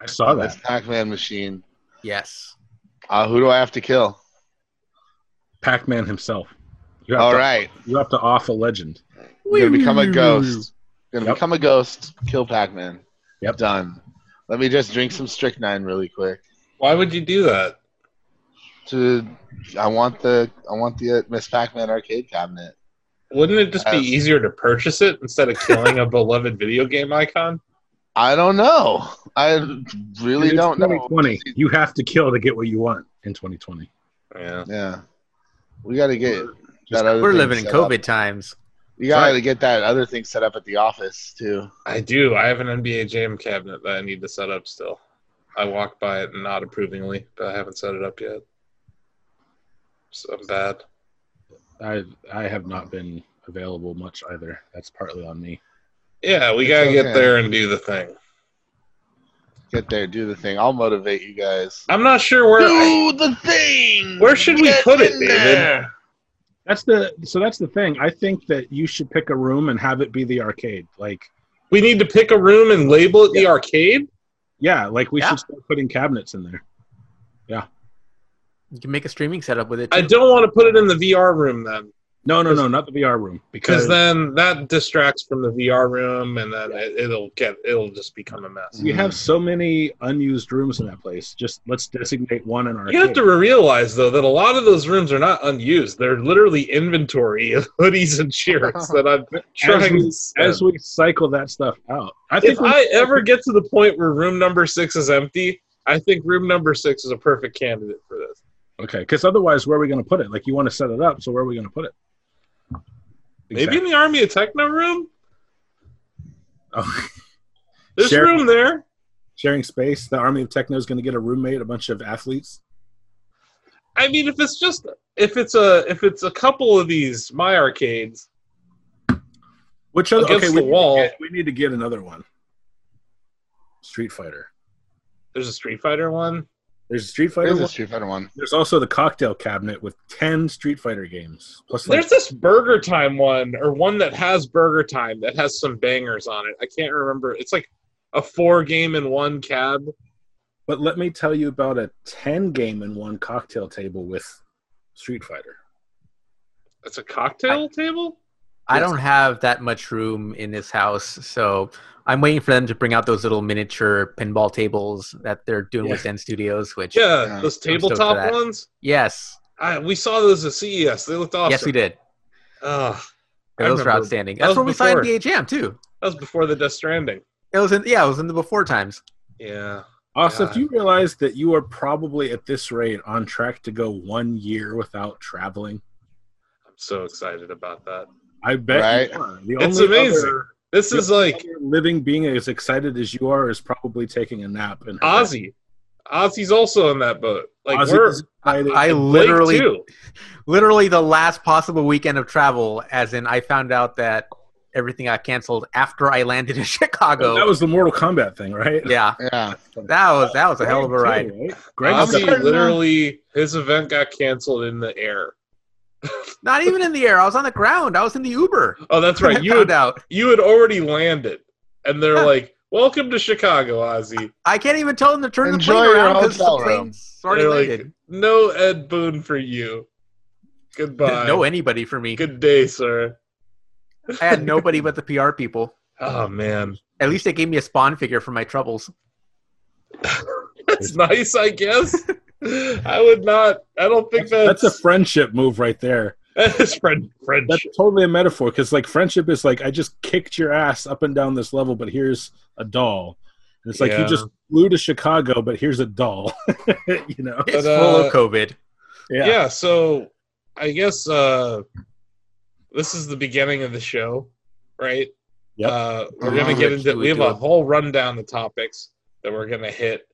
I saw That's that. Pac-Man machine. Yes. Uh, who do I have to kill? Pac Man himself. You have, All to, right, you have to off a legend. I'm gonna become a ghost. Gonna Yep. become a ghost. Kill Pac-Man. Yep. Done. Let me just drink some strychnine really quick. Why would you do that? To, I want the I want the uh, Miss Pac-Man arcade cabinet. Wouldn't it just be Yes. easier to purchase it instead of killing a beloved video game icon? I don't know. I really And it's don't know. 2020. You have to kill to get what you want in 2020. Yeah. Yeah, we got to get that. Other We're thing living in set up. COVID times. You got to get that other thing set up at the office too. I do. I have an NBA Jam cabinet that I need to set up still. I walked by it not approvingly, but I haven't set it up yet. So I'm bad. I I have not been available much either. That's partly on me. Yeah, we It's gotta okay. get there and do the thing. Get there, do the thing. I'll motivate you guys. I'm not sure where. I- the thing. where should we Get put it, in David? there. That's the so that's the thing. I think that you should pick a room and have it be the arcade. Like We need to pick a room and label it the arcade. yeah, like we Yeah. should start putting cabinets in there. You can make a streaming setup with it. I too. don't want to put it in the VR room then, No, no, no, not the VR room because because then that distracts from the VR room, and then it, it'll get it'll just become a mess. we have so many unused rooms in that place. Just let's designate one in our. You have to realize though that a lot of those rooms are not unused. They're literally inventory of hoodies and shirts that I'm trying to sell. as we cycle that stuff out. I think if we- I ever get to the point where room number six is empty, I think room number six is a perfect candidate for this. okay, because otherwise, where are we going to put it? Like you want to set it up, so where are we going to put it? Maybe in the Army of Techno room? Oh. There's Share- room there. sharing space. The army of techno is going to get a roommate, a bunch of athletes. I mean, if it's just if it's a if it's a couple of these my arcades, Which other, Against okay, the we, wall. Need to get, we need to get another one. Street Fighter. there's a Street Fighter one. There's a Street Fighter. There's a one. Street Fighter one. There's also the cocktail cabinet with ten Street Fighter games. Plus, like, There's this Burger Time one or one that has Burger Time that has some bangers on it. I can't remember. It's like a four game in one cab. but let me tell you about a ten game in one cocktail table with Street Fighter. It's a cocktail table. I don't have that much room in this house, so I'm waiting for them to bring out those little miniature pinball tables that they're doing with Zen Studios. Which Yeah, Yeah, those I'm stoked for tabletop that. ones. yes, I, we saw those at CES. They looked awesome. yes, we did. Ugh, I Those were remember. outstanding. That That's was where we before. signed the Jam too. that was before the Death Stranding. It was in yeah, it was in the before times. Yeah. Also, God. do you realize that you are probably at this rate on track to go one year without traveling? I'm so excited about that. I bet Right. you are. The It's only amazing. other- This is like Another living being as excited as you are is probably taking a nap in her bed. Ozzy. Ozzy's also in that boat. Like Ozzy we're is excited. I Blake, literally, too. literally the last possible weekend of travel, as in I found out that everything got canceled after I landed in Chicago. that was the Mortal Kombat thing, right? yeah, Yeah. that was that was a hell of a ride. Greg, Ozzy- Ozzy Greg- literally his event got canceled in the air. Not even in the air. I was on the ground. I was in the Uber. Oh, that's when I right. You found had, out. you had already landed, and they're Yeah. like, "Welcome to Chicago, Ozzy." I can't even tell them to turn Enjoy the plane your around because the hotel room. plane's already They're like, landed. No Ed Boone for you. Goodbye. Didn't know anybody for me. Good day, sir. I had nobody but the PR people. Oh man, At least they gave me a spawn figure for my troubles. that's nice. I guess I would not. I don't think that's that's a friendship move right there. that is friend That's friendship. totally a metaphor because, like, friendship is like I just kicked your ass up and down this level, but here's a doll. And it's like Yeah. you just flew to Chicago, but here's a doll. you know? It's But, full uh, of COVID. Yeah. so I guess uh, this is the beginning of the show, right? Yep. Uh, we're Oh, gonna get Rich, into. do We it, have do a it. whole rundown of topics that we're gonna hit.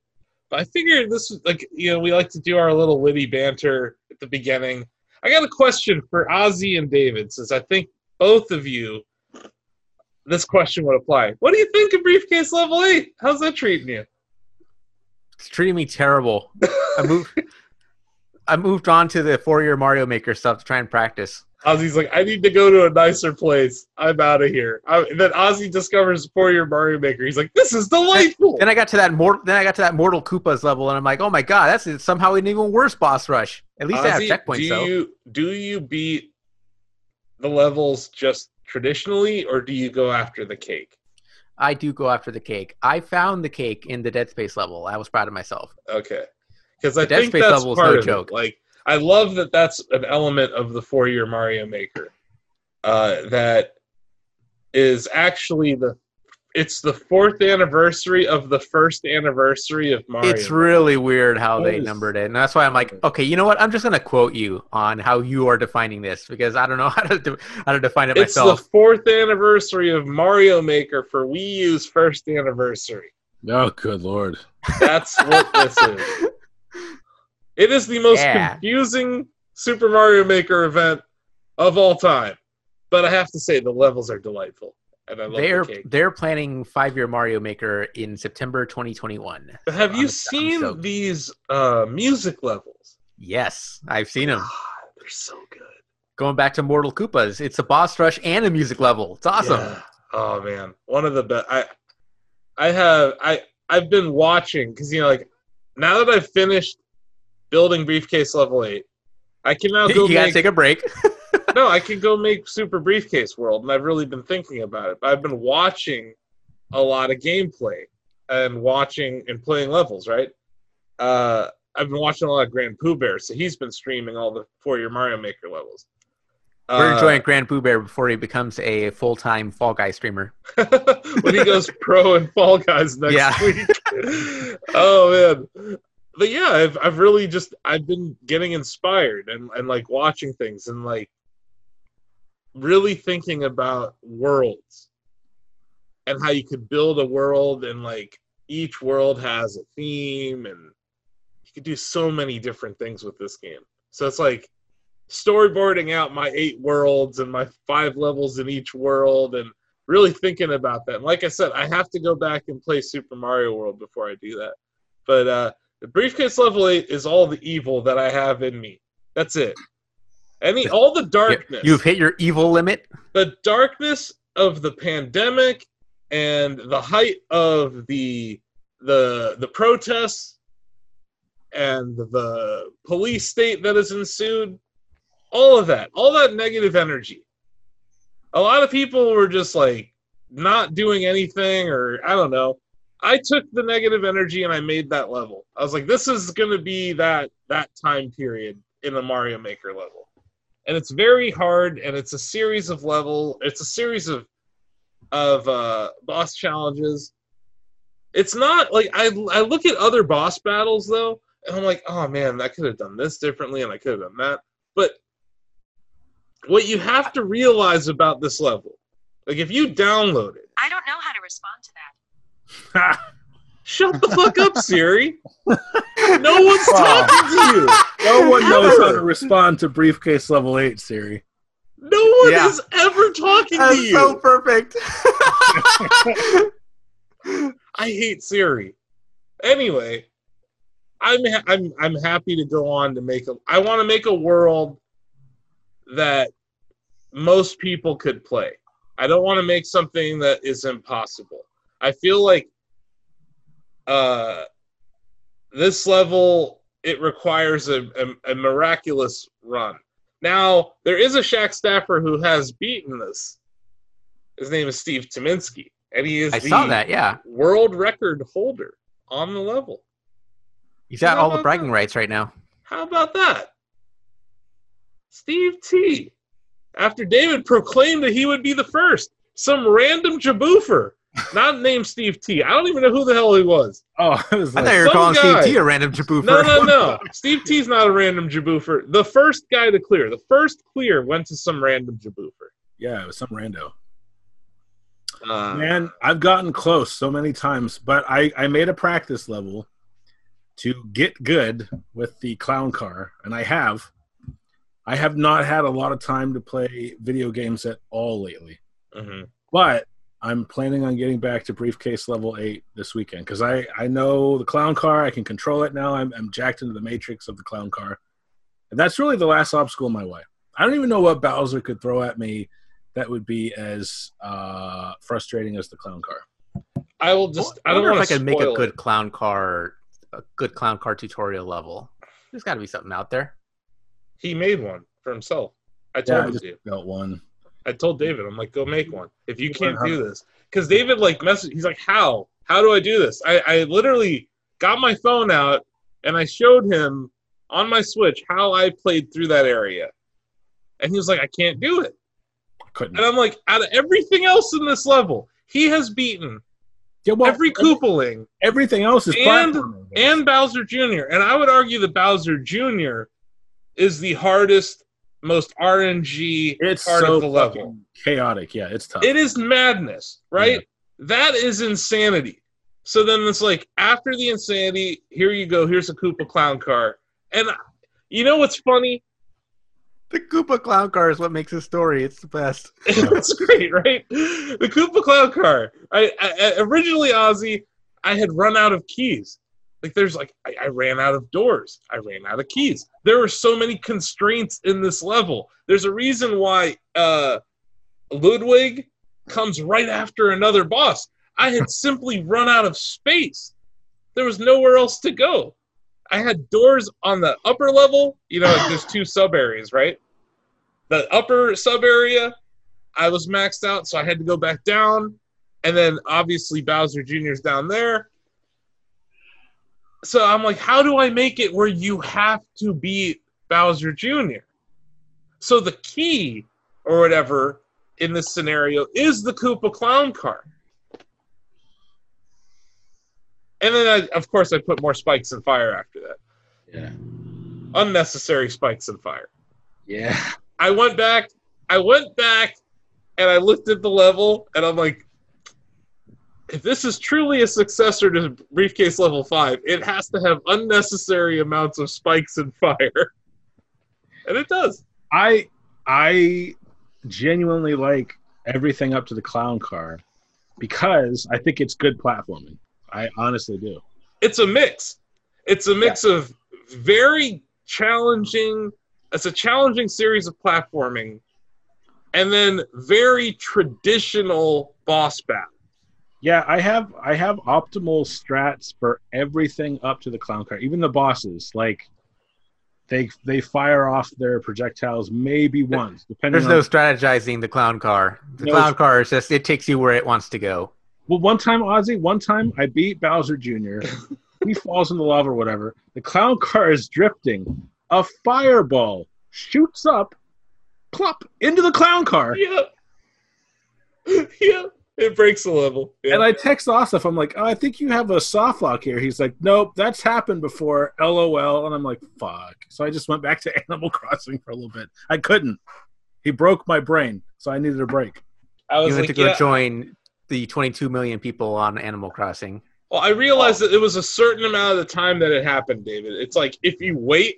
But I figured this is like you know we like to do our little witty banter at the beginning. I got a question for Ozzy and David since I think both of you. This question would apply. What do you think of briefcase level eight? How's that treating you? It's treating me terrible. I moved. I moved on to the four-year Mario Maker stuff to try and practice. Ozzy's like, I need to go to a nicer place. I'm out of here. I, and then Ozzy discovers Poor Your Mario Maker. He's like, this is delightful. Then I got to that mortal. Then I got to that mortal Koopas level, and I'm like, oh my god, that's it's somehow an even worse boss rush. At least I have Ozzy, checkpoints do though. You, do you beat the levels just traditionally, or do you go after the cake? I do go after the cake. I found the cake in the Dead Space level. I was proud of myself. Okay, because I The Dead think Space that's level is part no of it. joke. Like, I love that that's an element of the four-year Mario Maker uh, that is actually the. It's the fourth anniversary of the first anniversary of Mario. It's really weird how That they is- numbered it, and that's why I'm like, okay, you know what? I'm just gonna quote you on how you are defining this because I don't know how to de- how to define it It's myself. the fourth anniversary of Mario Maker for Wii U's first anniversary. Oh, good lord. That's what this is. It is the most Yeah. confusing Super Mario Maker event of all time. But I have to say, the levels are delightful. And I love they're the cake. they're planning five year Mario Maker in September 2021. But have I'm- you I'm seen stoked. these uh, music levels? Yes, I've seen them. God, they're so good. Going back to Mortal Koopas, it's a boss rush and a music level. It's awesome. Yeah. Oh man, one of the best. I, I have I I've been watching because you know like now that I've finished building briefcase level eight, I can now go you gotta make take a break. no, I could go make Super Briefcase World, and I've really been thinking about it. I've been watching a lot of gameplay and watching and playing levels, right? Uh, I've been watching a lot of Grand Pooh Bear, so he's been streaming all the four-year Mario Maker levels. Uh, We're enjoying Grand Pooh Bear before he becomes a full time Fall Guy streamer. when he goes pro and Fall Guys next Yeah. week. oh man. But yeah, I've I've really just I've been getting inspired and, and like watching things and like really thinking about worlds and how you could build a world and like each world has a theme and you could do so many different things with this game. So it's like storyboarding out my eight worlds and my five levels in each world and really thinking about that. And like I said, I have to go back and play Super Mario World before I do that. But uh, the briefcase level eight is all the evil that I have in me. That's it. Any all the darkness You've hit your evil limit. the darkness of the pandemic and the height of the the the protests and the police state that has ensued all of that all that negative energy a lot of people were just like not doing anything or i don't know i took the negative energy and i made that level i was like this is going to be that that time period in the mario maker level and it's very hard and it's a series of level it's a series of of uh boss challenges it's not like i i look at other boss battles though and i'm like oh man i could have done this differently and i could have done that but what you have to realize about this level like if you download it I don't know how to respond to that. shut the fuck up siri no one's talking to you No one knows how Ever. to respond to briefcase level eight, Siri. no one Yeah. is ever talking to you perfect. I hate Siri. Anyway, I'm ha- I'm I'm happy to go on to make a. I want to make a world that most people could play. I don't want to make something that is impossible. I feel like uh, this level it requires a, a, a miraculous run. Now there is a Shaq staffer who has beaten this. His name is Steve Tominski, and he is I the saw that. Yeah, world record holder on the level. he's got How all the about bragging that? rights right now. How about that? Steve T. After David proclaimed that he would be the first, some random jaboofer, not named Steve T. I don't even know who the hell he was. Oh, I was I like, thought you were some calling guy- Steve T a random jaboofer. No, no, no. Steve T's not a random jaboofer. The first guy to clear, the first clear went to some random jaboofer. yeah, it was some rando. Uh, Man, I've gotten close so many times, but I, I made a practice level to get good with the clown car, and I have. I have not had a lot of time to play video games at all lately, mhm. but I'm planning on getting back to briefcase level eight this weekend because I, I know the clown car. I can control it now. I'm, I'm jacked into the matrix of the clown car. And that's really the last obstacle in my way. I don't even know what Bowser could throw at me that would be as uh, frustrating as the clown car. I will just. I, don't wonder want if I could make a good. good clown car, a good clown car tutorial level. There's got to be something out there. He made one for himself. I Yeah, told I him just to. built one. I told David, I'm like, go make one. If you can't Uh-huh. do this, because David like messaged, he's like, how? How do I do this? I, I literally got my phone out and I showed him on my Switch how I played through that area, and he was like, I can't do it. Couldn't. And I'm like, out of everything else in this level, he has beaten Yeah, well, every Koopaling everything else is And- platforming. and Bowser Jr. And I would argue that Bowser Jr. is the hardest, most RNG it's part so of the level. fucking chaotic. Yeah, it's tough. It is madness, right? That is insanity. So then it's like after the insanity, here you go. Here's a Koopa clown car, and you know what's funny? The Koopa clown car is what makes the story. It's the best. it's great, right? The Koopa clown car. I, I, I originally Ozzy, I had run out of keys. Like there's like I, I ran out of doors. I ran out of keys. There were so many constraints in this level. There's a reason why uh, Ludwig comes right after another boss. I had simply run out of space. There was nowhere else to go. I had doors on the upper level. You know, there's two sub areas, right? The upper sub area, I was maxed out, so I had to go back down. And then obviously Bowser Jr.'s down there. So I'm like, how do I make it where you have to beat Bowser Jr.? So the key or whatever in this scenario is the Koopa Clown car. And then, I, of course, I put more spikes and fire after that. Yeah. Unnecessary spikes and fire. Yeah. I went back, I went back, and I looked at the level, and I'm like, if this is truly a successor to Briefcase Level Five, it has to have unnecessary amounts of spikes and fire, and it does. I I genuinely like everything up to the clown car because I think it's good platforming. I honestly do. It's a mix. It's a mix of very challenging. It's a challenging series of platforming, and then very traditional boss battle. Yeah, I have I have optimal strats for everything up to the clown car, even the bosses. Like they they fire off their projectiles maybe once, depending There's on no strategizing the clown car. The No. clown car is just it takes you where it wants to go. Well, one time, Ozzy, one time I beat Bowser Jr. he falls in the lava or whatever. The clown car is drifting. A fireball shoots up, plop, into the clown car. Yeah. yeah. It breaks the level. Yeah. And I text Asif, I'm like, oh, I think you have a soft lock here. He's like, nope, that's happened before, lol. And I'm like, fuck. So I just went back to Animal Crossing for a little bit. I couldn't. He broke my brain, so I needed a break. I You was have like, to go yeah. join the 22 million people on Animal Crossing. well, I Oh. realized that it was a certain amount of the time that it happened, David. It's like if you wait,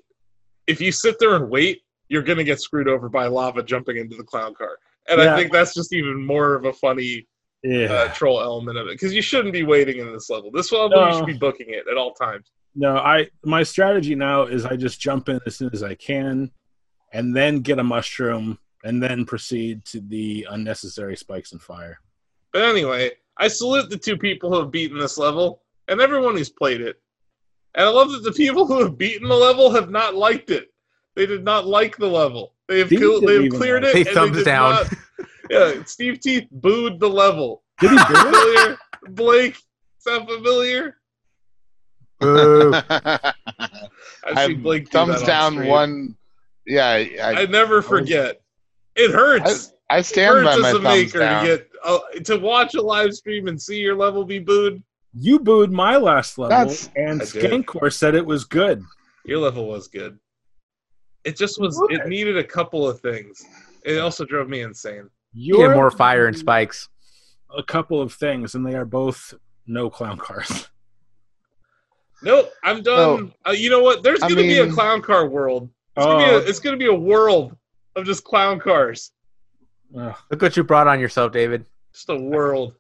if you sit there and wait, you're gonna get screwed over by lava jumping into the clown car. And Yeah. I think that's just even more of a funny uh, Yeah. troll element of it because you shouldn't be waiting in this level. This level you No. should be booking it at all times. No, I my strategy now is I just jump in as soon as I can, and then get a mushroom, and then proceed to the unnecessary spikes and fire. But anyway, I salute the two people who have beaten this level and everyone who's played it. And I love that the people who have beaten the level have not liked it. They did not like the level. They have, Steve cl- didn't they have even cleared like it. it. They and thumbs did down. not- yeah, Steve Teeth booed the level. Did he do it? Familiar? Blake, sound familiar? Boo. I've I'm- seen Blake do that thumbs on down stream. one. Yeah, I, I never forget. It I, hurts. I stand it by hurts my as a thumbs maker to down. get uh, to watch a live stream and see your level be booed. You booed my last level, That's- and I did. Skankor said it was good. Your level was good. It just was. It What? needed a couple of things. It also drove me insane. You're Get more fire and spikes. a couple of things, and they are both no clown cars. Nope, I'm done. Uh, you know what? There's I gonna be a mean- clown car world. It's gonna, be a, Oh. it's gonna be a world of just clown cars. Ugh. Look what you brought on yourself, David. Just a world,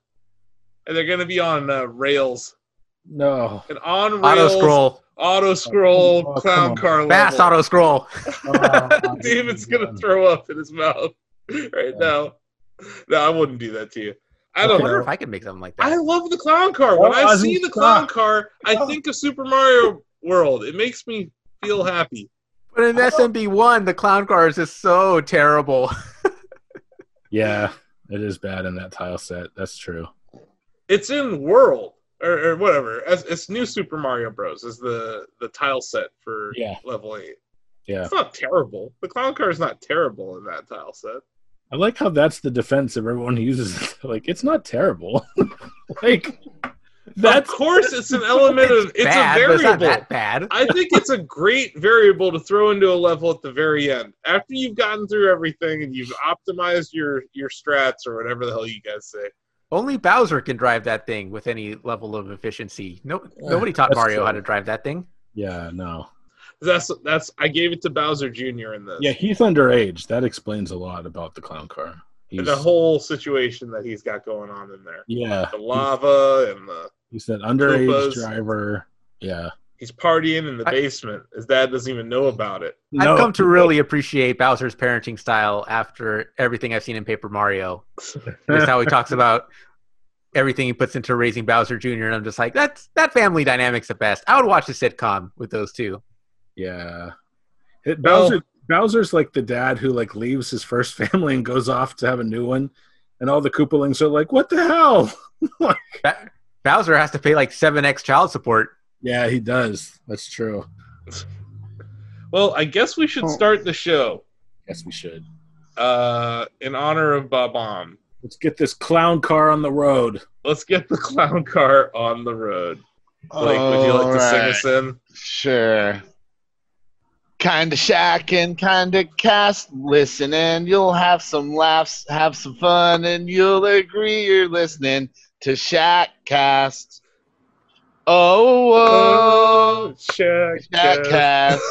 and they're gonna be on uh, rails. No. An on Auto rails auto, scroll, scroll Oh, come clown on. car fast level. auto scroll. Oh, David's my gonna God. throw up in his mouth right Yeah. now. No, I wouldn't do that to you. I don't Okay. know. Wonder if I could make something like I that. love the clown car. Oh, When I Ozzy, see the clown stop. car, I Stop. think of Super Mario World. It makes me feel happy. But in SMB one, the clown car is just so terrible. Yeah, it is bad in that tile set. That's true. It's in World or, or whatever. It's, it's new Super Mario Bros. Is the the tile set for Yeah. level eight. Yeah. It's not terrible. The clown car is not terrible in that tile set. I like how that's the defense of everyone who uses it. Like, it's not terrible. like, Of that's course, it's an element of it's bad, a but it's variable. not that bad. I think it's a great variable to throw into a level at the very end. After you've gotten through everything and you've optimized your your strats or whatever the hell you guys say. Only Bowser can drive that thing with any level of efficiency. No, nobody taught that's Mario how true. to drive that thing. yeah, no. That's that's I gave it to Bowser Jr. in this. Yeah, he's underage. That explains a lot about the clown car. He's, the whole situation that he's got going on in there. yeah, The lava and the he's an underage Koopas. driver. Yeah, he's partying in the I- basement. His dad doesn't even know about it. No. I've come to really appreciate Bowser's parenting style after everything I've seen in Paper Mario. Just how he talks about everything he puts into raising Bowser Jr. And I'm just like, that's that family dynamic's the best. I would watch a sitcom with those two. Yeah. It, Well- Bowser Bowser's like the dad who like leaves his first family and goes off to have a new one, and all the Koopalings are like, "What the hell?" Ba- Bowser has to pay like seven X child support. Yeah, he does. That's true. Well, I guess we should Oh. start the show Yes, we should. uh, in honor of Bob-omb. Let's get this clown car on the road. Let's get the clown car on the road. Blake, would you like to sing us in? Sure. Kinda shacking, kinda cast. Listen and you'll have some laughs, have some fun, and you'll agree you're listening to Shack Cast. Oh, Oh, check, oh Shack check. Cast.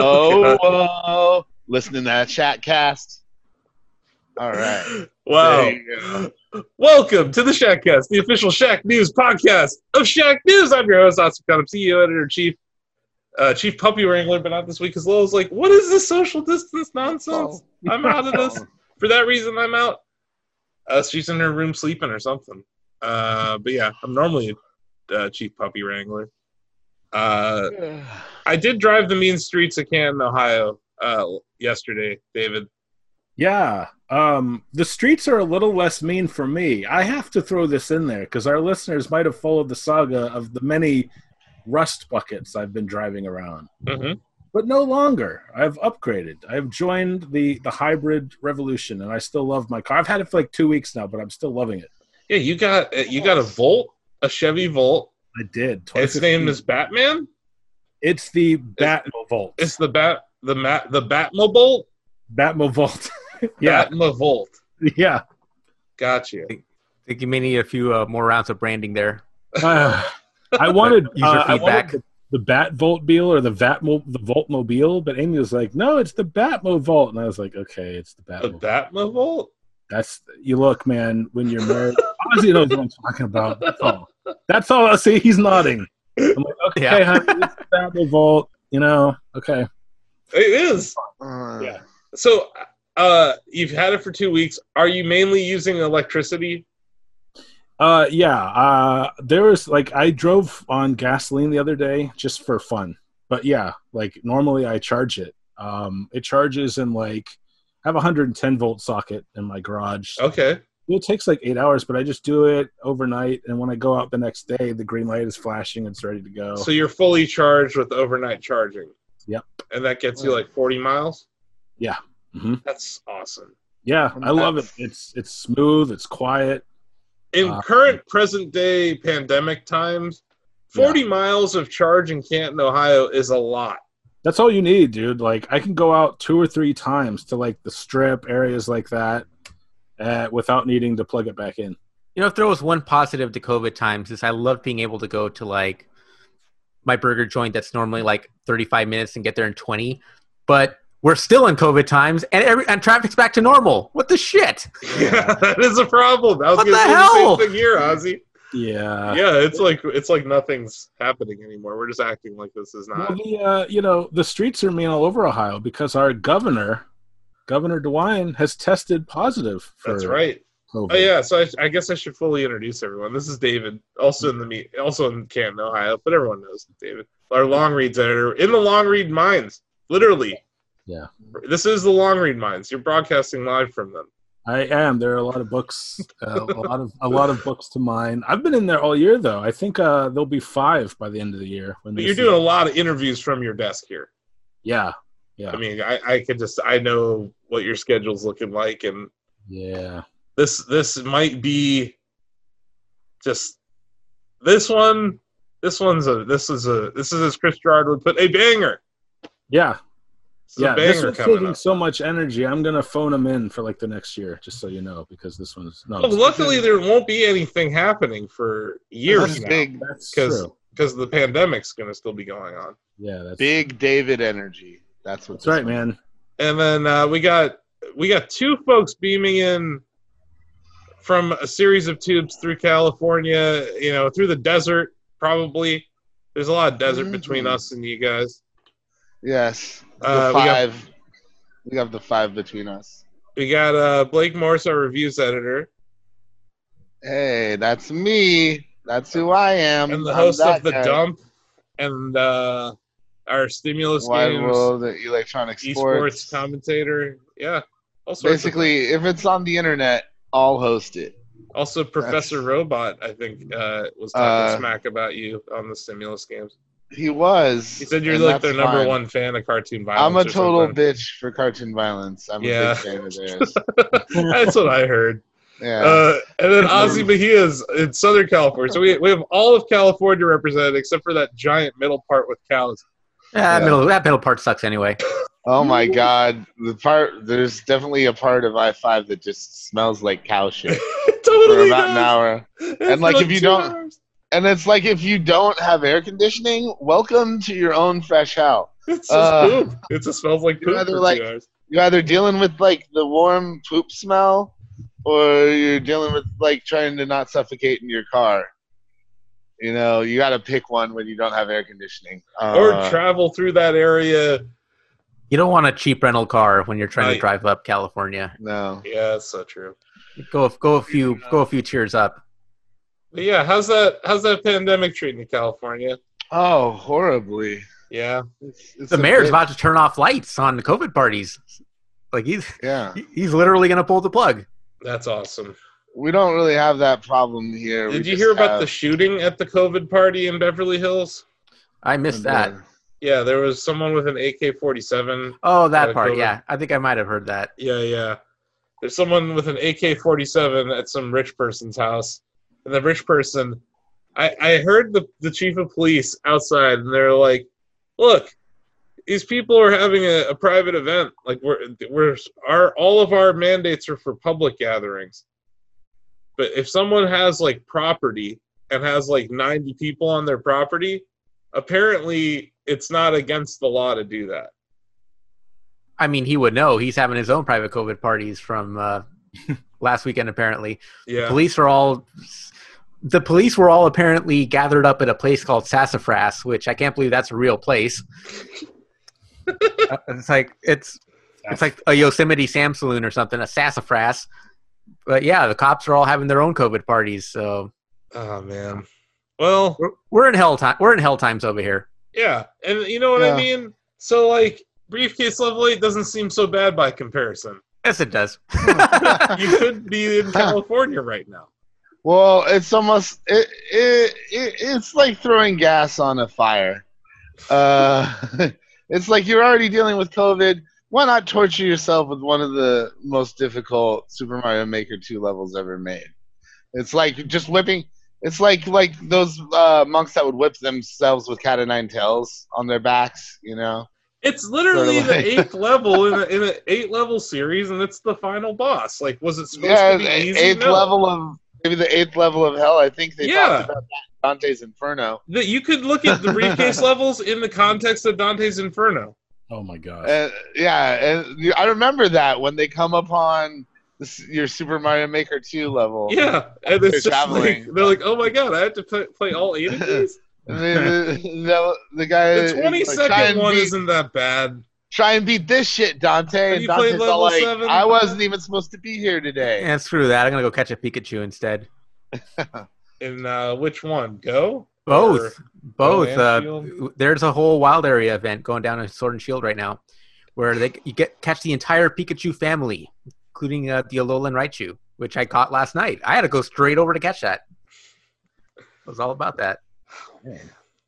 Oh, oh, listening to that Shack Cast. All right. Wow. There you go. Welcome to the Shackcast, the official Shack News podcast of Shack News. I'm your host, Austin Cunningham, CEO, editor in chief, uh, chief puppy wrangler, but not this week because Lowell's like, what is this social distance nonsense? Oh. I'm out of this. For that reason, I'm out. Uh, she's in her room sleeping or something. Uh, but yeah, I'm normally uh, chief puppy wrangler. Uh, I did drive the mean streets of Canton, Ohio, uh, yesterday, David. Yeah. Um, the streets are a little less mean for me. I have to throw this in there because our listeners might have followed the saga of the many rust buckets I've been driving around. Mm-hmm. but no longer. I've upgraded. I've joined the the hybrid revolution, and I still love my car. I've had it for like two weeks now, but I'm still loving it. Yeah, you got uh, you got a Volt, a Chevy Volt. I did. Its 2015. name is Batman. It's the Batmovolt. It's the bat the mat the Batmobile. Batmovolt. yeah, Batmavolt. yeah. Gotcha. I think you may need a few uh, more rounds of branding there. Uh, I wanted User uh, I wanted feedback. the, the Batvolt Beal or the Vatmo the Voltmobile, but Amy was like, "No, it's the Batmovolt," and I was like, "Okay, it's the A Batmovolt." Batmavolt. That's you look, man. When you're married, Ozzy knows what I'm talking about. That's all. That's all. I see. He's nodding. I'm like, okay, Yeah. honey, this is Battle Vault. You know, okay. It is. Yeah. So uh you've had it for two weeks. Are you mainly using electricity? Uh, yeah. Uh, there was like I drove on gasoline the other day just for fun, but yeah, like normally I charge it. Um, it charges in like I have a 110 volt socket in my garage. Okay. It takes like eight hours, but I just do it overnight, and when I go out the next day, the green light is flashing. It's ready to go. So you're fully charged with overnight charging. Yep. And that gets you like 40 miles. Yeah. Mhm. That's awesome. Yeah, I love it. That's- It's it's smooth. It's quiet. in Uh, current present day pandemic times, 40 miles of charge in Canton, Ohio is a lot. That's all you need, dude. Like I can go out two or three times to like the strip areas like that, uh, without needing to plug it back in. You know, if there was one positive to COVID times, is I love being able to go to like my burger joint that's normally like 35 minutes and get there in 20. But we're still in COVID times, and every and traffic's back to normal. What the shit? Yeah, that is a problem. I was going What to the say the hell? same thing here, Ozzy. Yeah. yeah, it's like it's like nothing's happening anymore. We're just acting like this is Well, not. the, uh, you know, the streets are mean all over Ohio because our governor, Governor DeWine, has tested positive for That's right. COVID. Oh yeah, so I, I guess I should fully introduce everyone. This is David, also in the meet, also in Canton, Ohio, but everyone knows David. Our long reads editor in the long read mines, literally. Yeah. This is the long read mines. You're broadcasting live from them. I am. There are a lot of books, uh, a lot of a lot of books to mine. I've been in there all year though. I think uh, there'll be five by the end of the year. When But they you're see- doing a lot of interviews from your desk here. yeah, yeah, I mean, I, I could just I know what your schedule's looking like, and yeah. this this might be just this one. This one's a this is a this is as Chris Gerard would put a banger. Yeah, This is yeah. a This banger one's coming taking up. so much energy. I'm gonna phone them in for like the next year, just so you know, because this one's no. Well, luckily, there won't be anything happening for years That's big, that's because true. because the pandemic's going to still be going on. Yeah, that's big David energy. That's what. That's right, this- man. And then uh, we got we got two folks beaming in from a series of tubes through California. You know, through the desert. Probably there's a lot of desert between Mhm. us and you guys. Yes, the Uh, we got- five. we have the five between us. We got uh, Blake Morris, our reviews editor, Hey, that's me. That's who I am. and the I'm host that of the guy. dump, and uh, our stimulus Wide games World of Electronic Sports. esports commentator. Yeah, all sorts of Basically, if it's on the internet, I'll host it. Also, Professor Robot, I think, uh, was talking Uh, smack about you on the stimulus games. He was. He said you're and like their that's number fine. one fan of cartoon violence. I'm a or total something. bitch for cartoon violence. I'm Yeah. a big fan of theirs. That's what I heard. Yeah. Uh, and then Ozzy Mejia's in Southern California. So we, we have all of California represented except for that giant middle part with cows. That Yeah. middle that middle part sucks anyway. oh my god, the part there's definitely a part of I five that just smells like cow shit It for totally about an does. hour. It's and, like, been, if you two don't- hours. And it's like if you don't have air conditioning, welcome to your own fresh hell. It's just uh, poop. It just smells like poop. rather for two like- hours. You're either dealing with like the warm poop smell, or you're dealing with like trying to not suffocate in your car. You know, you got to pick one when you don't have air conditioning. or Uh, travel through that area. You don't want a cheap rental car when you're trying Right. to drive up California. no. Yeah, that's so true. Go go a few go a few tiers up. But yeah, how's that? How's that pandemic treating you, California? Oh, horribly. Yeah. It's, it's The a mayor's bit- about to turn off lights on the COVID parties. Like he's Yeah. he's literally gonna pull the plug. That's awesome. We don't really have that problem here. Did you hear about the shooting at the COVID party in Beverly Hills? I missed that. Yeah, there was someone with an AK 47. Oh, Yeah, that part. COVID. Yeah, I think I might have heard that. Yeah, yeah. There's someone with an AK 47 at some rich person's house. And the rich person, I, I heard the, the chief of police outside, and they're like, look, these people are having a, a private event. Like, we're, we're, our, all of our mandates are for public gatherings. But if someone has like property and has like 90 people on their property, apparently it's not against the law to do that. I mean, he would know. He's having his own private COVID parties from uh, last weekend. Apparently, Yeah. police are all. The police were all apparently gathered up at a place called Sassafras, which I can't believe that's a real place. Uh, it's like it's it's like a Yosemite Sam Saloon or something, a Sassafras. But yeah, the cops are all having their own COVID parties. So Oh, man. Well, we're, we're in hell time. We're in hell times over here. Yeah, and you know what I Yeah. mean. So like, briefcase level eight doesn't seem so bad by comparison. Yes, it does. You could be in California right now. Well, it's almost it, it, it it's like throwing gas on a fire. Uh, it's like you're already dealing with COVID. Why not torture yourself with one of the most difficult Super Mario Maker two levels ever made? It's like just whipping. It's like like those uh, monks that would whip themselves with cat o' nine tails on their backs. You know. It's literally Sort of the like- eighth level in a, in an eight level series, and it's the final boss. Like, was it supposed to be the easy? eighth No. level of maybe the eighth level of hell. I think they Yeah. talked about that in Dante's Inferno. That you could look at the briefcase levels in the context of Dante's Inferno. Oh my gosh. Eh. Uh, yeah, and you- I remember that when they come upon This, your Super Mario Maker 2 level. Yeah, and They're it's just like, traveling. they're like, oh my god, I have to play, play all eight of these. And the, the, the guy. The twenty is like, second "Try and one beat- isn't that bad. Try and beat this shit, Dante. Have And you played Dante's all level like, seven? I wasn't even supposed to be here today. And screw that. I'm gonna go catch a Pikachu instead. And uh, which one? Go Or- Both, both. Go Uh, Anfield. there's a whole wild area event going down in Sword and Shield right now, where they you get catch the entire Pikachu family, including uh, the Alolan Raichu, which I caught last night. I had to go straight over to catch that. It was all about that.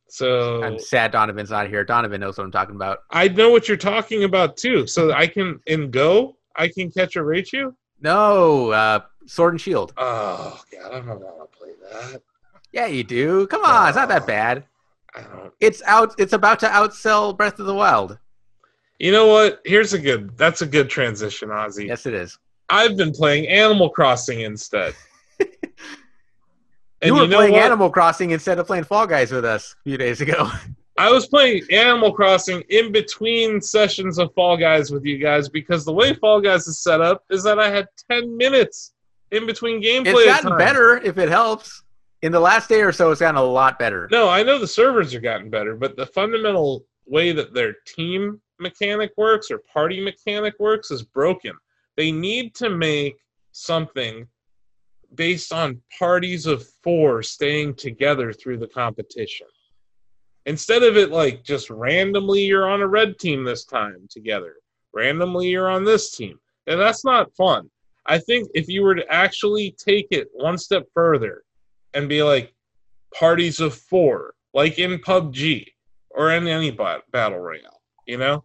so I'm sad Donovan's not here. Donovan knows what I'm talking about. I know what you're talking about too. So I can in Go, I can catch a Raichu. No, uh, Sword and Shield. Oh god, I don't want to play that. Yeah, you do. Come on, it's not Oh. that bad. I don't. It's out. It's about to outsell Breath of the Wild. You know what? Here's a good. That's a good transition, Ozzy. Yes, it is. I've been playing Animal Crossing instead. and you, you were know playing what? Animal Crossing instead of playing Fall Guys with us a few days ago. I was playing Animal Crossing in between sessions of Fall Guys with you guys because the way Fall Guys is set up is that I had 10 minutes in between gameplay. it's gotten time. better if it helps. In the last day or so, it's gotten a lot better. No, I know the servers are gotten better, but the fundamental way that their team mechanic works or party mechanic works is broken. They need to make something based on parties of four staying together through the competition. Instead of it like just randomly you're on a red team this time together, randomly you're on this team. And that's not fun. I think if you were to actually take it one step further and be like, parties of four, like in PUBG or in any ba- battle royale. You know,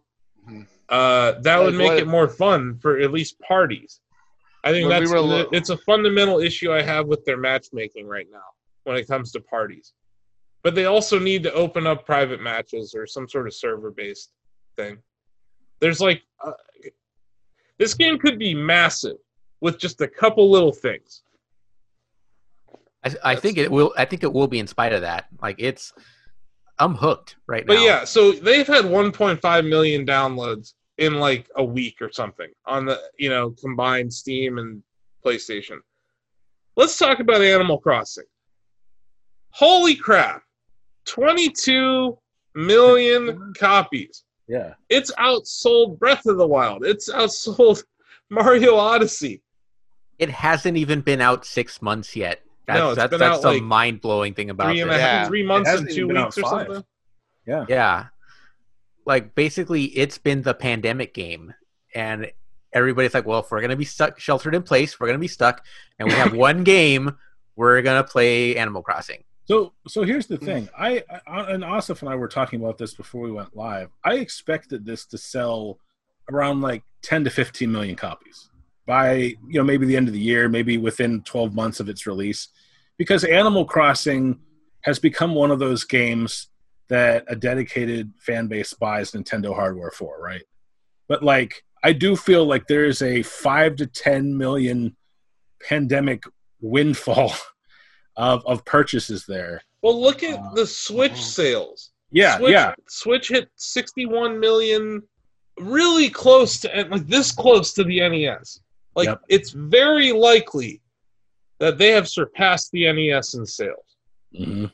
Mhm. uh, that Like would make what- it more fun for at least parties. I think When we that's were lo- it's a fundamental issue I have with their matchmaking right now when it comes to parties. But they also need to open up private matches or some sort of server-based thing. There's like uh, this game could be massive with just a couple little things. I, I think it will. I think it will be in spite of that. Like it's, I'm hooked right now. But yeah, so they've had 1.5 million downloads in like a week or something on the you know combined Steam and PlayStation. Let's talk about Animal Crossing. Holy crap! 22 million copies. Yeah. It's outsold Breath of the Wild. It's outsold Mario Odyssey. it hasn't even been out six months yet. That's, No, it's that's, been that's out, the like, mind blowing thing about Three and a this. half, Yeah. three months It and hasn't two even been weeks or out five. something. Yeah. Yeah. Like basically it's been the pandemic game and everybody's like, well, if we're going to be stuck sheltered in place, we're going to be stuck and we have one game, we're going to play Animal Crossing. So so here's the thing. I, I and Asif and I were talking about this before we went live. I expected this to sell around like 10 to 15 million copies by you know maybe the end of the year, maybe within 12 months of its release, because Animal Crossing has become one of those games that a dedicated fan base buys Nintendo hardware for, right? But like I do feel like there is a 5 to 10 million pandemic windfall of of purchases there. Well, look at Uh, the Switch sales. Yeah, Switch, yeah, Switch hit 61 million, really close to and, like this close to the NES. Like Yep. it's very likely that they have surpassed the NES in sales. Mhm.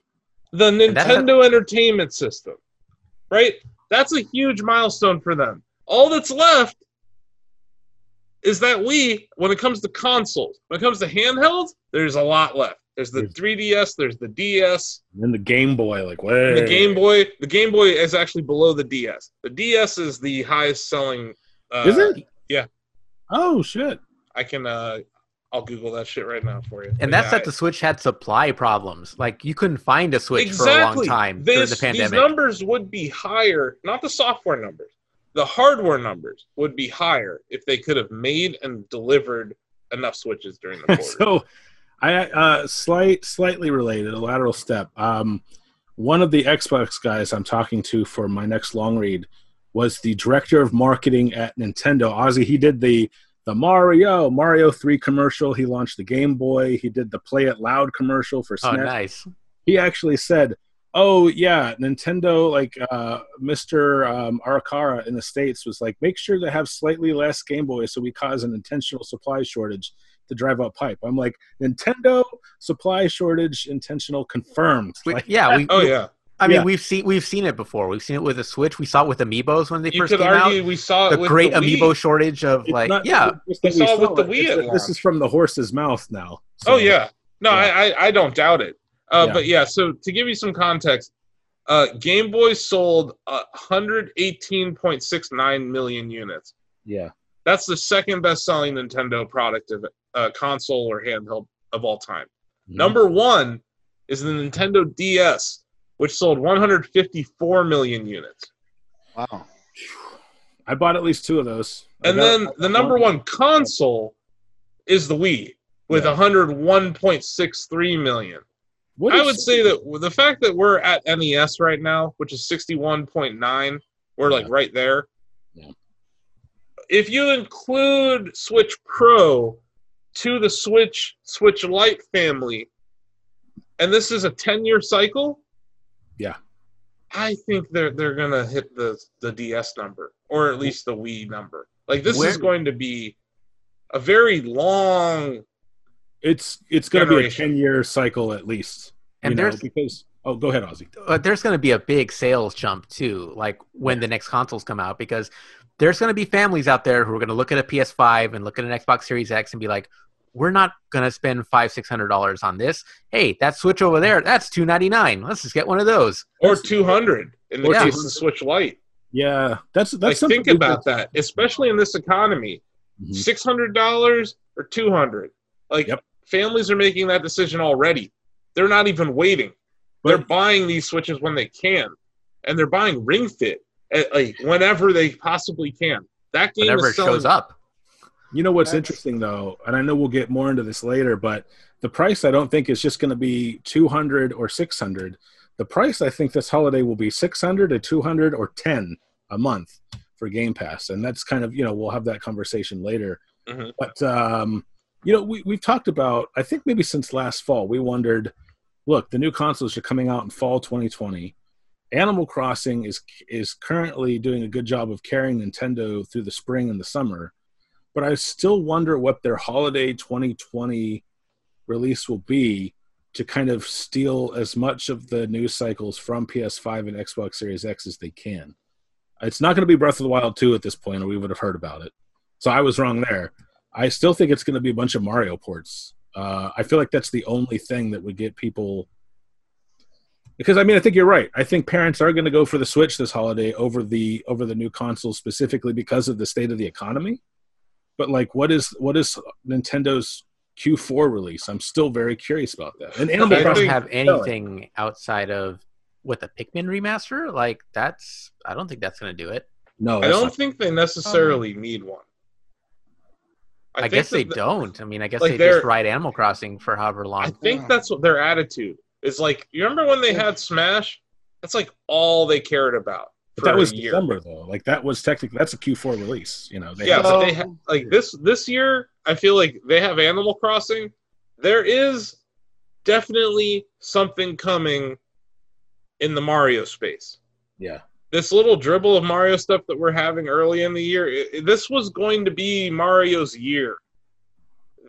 The that- Nintendo Entertainment System, right? That's a huge milestone for them. All that's left is that we, when it comes to consoles, when it comes to handhelds, there's a lot left. There's the There's- 3DS, there's the DS, And then the Game Boy, like way the Game Boy, the Game Boy is actually below the DS. The DS is the highest selling. Uh, is it? yeah. Oh shit! I can. Uh, I'll Google that shit right now for you. And But that's yeah, that the Switch had supply problems. Like you couldn't find a Switch for a long time during This- the These pandemic. numbers would be higher, not the software numbers. The hardware numbers would be higher if they could have made and delivered enough switches during the quarter. so, I uh, slight, slightly related, a lateral step. Um, one of the Xbox guys I'm talking to for my next long read was the director of marketing at Nintendo. Ozzy, he did the the Mario Mario Three commercial. He launched the Game Boy. He did the Play It Loud commercial for oh, SNES. nice. he actually said oh yeah, Nintendo like uh, Mr. Um, Arakara in the states was like, make sure to have slightly less Game Boy so we cause an intentional supply shortage to drive up hype. I'm like, Nintendo supply shortage intentional confirmed. We- Like, yeah, we. Oh yeah, I mean, yeah. we've seen we've seen it before. We've seen it with the Switch. We saw it with Amiibos when they you first could came argue out. we saw it The with great the Wii. Amiibo shortage of it's like, not yeah, just We that we saw it with the it, Wii it's at that This launch. is from the horse's mouth now. So- Oh yeah, no, Yeah. I, I I don't doubt it. Uh, Yeah. But yeah, so to give you some context, uh, Game Boy sold uh, 118.69 million units. yeah. That's the second best-selling Nintendo product of uh, console or handheld of all time. Mm-hmm. Mm-hmm. Number one is the Nintendo DS, which sold 154 million units. Wow. I bought at least two of those. I And got- then I got the number one console is the Wii with Yeah. 101.63 million. What I is- would say that the fact that we're at NES right now, which is 61.9, we're like Yeah. right there. Yeah. If you include Switch Pro to the Switch Switch Lite family, and this is a 10-year cycle, Yeah. I think they're they're gonna hit the the DS number or at least the Wii number. Like this Where- is going to be a very long. it's it's going to be a generation. ten year cycle at least. and you know, there's because oh, go ahead, Ozzy. uh, there's going to be a big sales jump too, like when the next consoles come out, because there's going to be families out there who are going to look at a PS5 and look at an Xbox Series X and be like, "We're not going to spend five six hundred dollars on this. Hey, that Switch over there, that's two ninety nine. Let's just get one of those." Or 200 in the Or case 200. of Switch Lite. Yeah, that's that's like something think we about that, especially in this economy. Mhm. Six hundred dollars or two hundred. Like Yep. families are making that decision already. They're not even waiting. But- they're buying these switches when they can, and they're buying Ring Fit at, like whenever they possibly can. That game Whenever is it selling should shows up, You know what's That's- interesting though, and I know we'll get more into this later, but the price I don't think is just going to be 200 or 600. The price I think this holiday will be 600 to 200 or 10 a month for Game Pass, and that's kind of you know we'll have that conversation later. Mhm. But um, you know we we've talked about I think maybe since last fall we wondered, look the new consoles are coming out in fall 2020. Animal Crossing is is currently doing a good job of carrying Nintendo through the spring and the summer but I still wonder what their holiday 2020 release will be to kind of steal as much of the news cycles from PS5 and Xbox Series X as they can. It's not going to be Breath of the Wild 2 at this point, or we would have heard about it. So I was wrong there. I still think it's going to be a bunch of Mario ports. Uh, I feel like that's the only thing that would get people. Because I mean, I think you're right. I think parents are going to go for the Switch this holiday over the over the new console specifically because of the state of the economy but like what is what is nintendo's q4 release i'm still very curious about that and they animal I don't crossing think- have anything outside of what the Pikmin remaster. Like that's, I don't think that's going to do it. no I that's don't not- think they necessarily need one. I, think guess that they the- don't. I mean, I guess like, they just they're- ride Animal Crossing for however long. I think that's what their attitude is like. You remember when they had Smash? That's like all they cared about. but for that a was year. december though like that was technically that's a q4 release you know they yeah, have- but they ha- like this this year. I feel like they have Animal Crossing. There is definitely something coming in the Mario space. yeah This little dribble of Mario stuff that we're having early in the year. i- i- this was going to be Mario's year.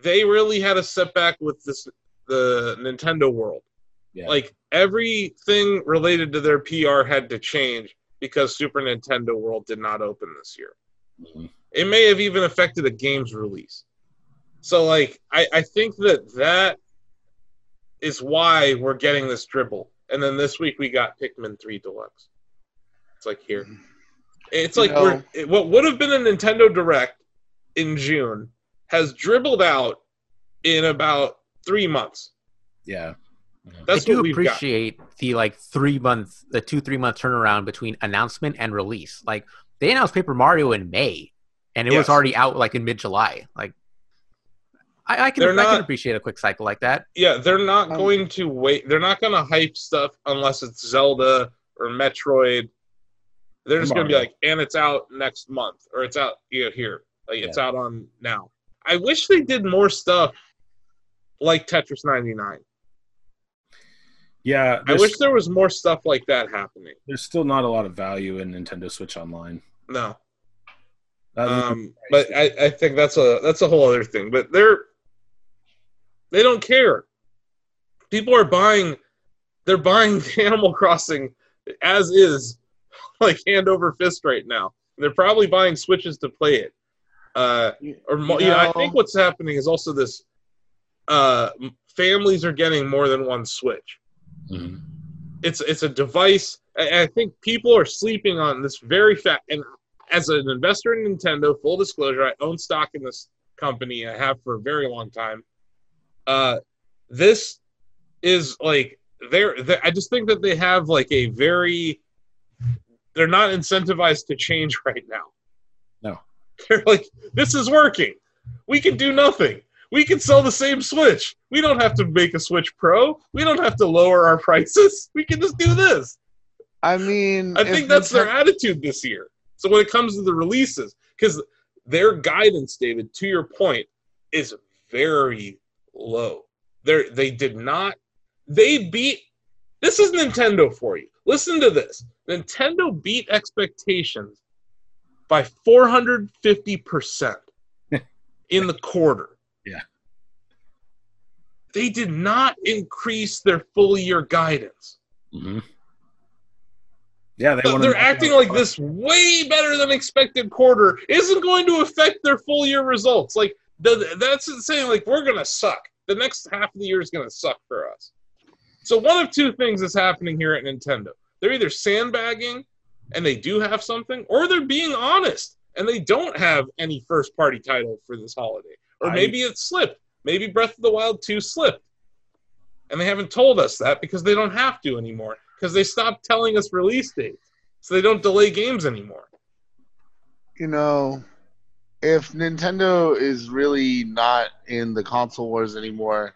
They really had a setback with this the Nintendo World. Yeah. Like everything related to their PR had to change because Super Nintendo World did not open this year Mhm. it may have even affected a game's release. So like I, I think that that is why we're getting this dribble. And then this week we got Pikmin 3 Deluxe. It's like here. It's You like know- we're, it, what would have been a Nintendo Direct in June has dribbled out in about 3 months. yeah That's I do what we've got. appreciate the like three month, the two three month turnaround between announcement and release. Like they announced Paper Mario in May, and it Yes. was already out like in mid July. Like I, I can, They're I can not- appreciate a quick cycle like that. Yeah, they're not Um, going to wait. They're not going to hype stuff unless it's Zelda or Metroid. They're just going to be Mario. like, and it's out next month, or it's out you know, here, like it's out on now. I wish they did more stuff like Tetris 99. Yeah, I there's, wish there was more stuff like that happening. there's still not a lot of value in Nintendo Switch Online. No, Other than- um, but I, I think that's a that's a whole other thing. But they're they don't care. People are buying they're buying Animal Crossing as is, like hand over fist right now. They're probably buying switches to play it. Uh, or mo- You yeah, I know- think what's happening is also this: uh, m- families are getting more than one switch. Mhm. It's it's a device. I, I think people are sleeping on this very fact. And as an investor in Nintendo, full disclosure, I own stock in this company. I have for a very long time. Uh, this is like they're, they I just think that they have like a very. They're not incentivized to change right now. No. They're like, this is working. We can do nothing. We can sell the same Switch. We don't have to make a Switch Pro. We don't have to lower our prices. We can just do this. I mean, I Mm, if think that's their Nintendo- attitude this year. So when it comes to the releases, because their guidance, David, to your point, is very low. They they did not. They beat. This is Nintendo for you. Listen to this. Nintendo beat expectations by 450 percent in the quarter. Yeah. They did not increase their full year guidance. Mhm. Yeah, they But want they're acting like this way better than expected quarter isn't going to affect their full year results. Like the, that's insane. Like we're gonna suck. The next half of the year is gonna suck for us. So one of two things is happening here at Nintendo. They're either sandbagging and they do have something, or they're being honest and they don't have any first party title for this holiday. Or I- maybe it slipped. Maybe Breath of the Wild 2 slipped. And they haven't told us that because they don't have to anymore. Because they stopped telling us release dates. So they don't delay games anymore. you know, if Nintendo is really not in the console wars anymore,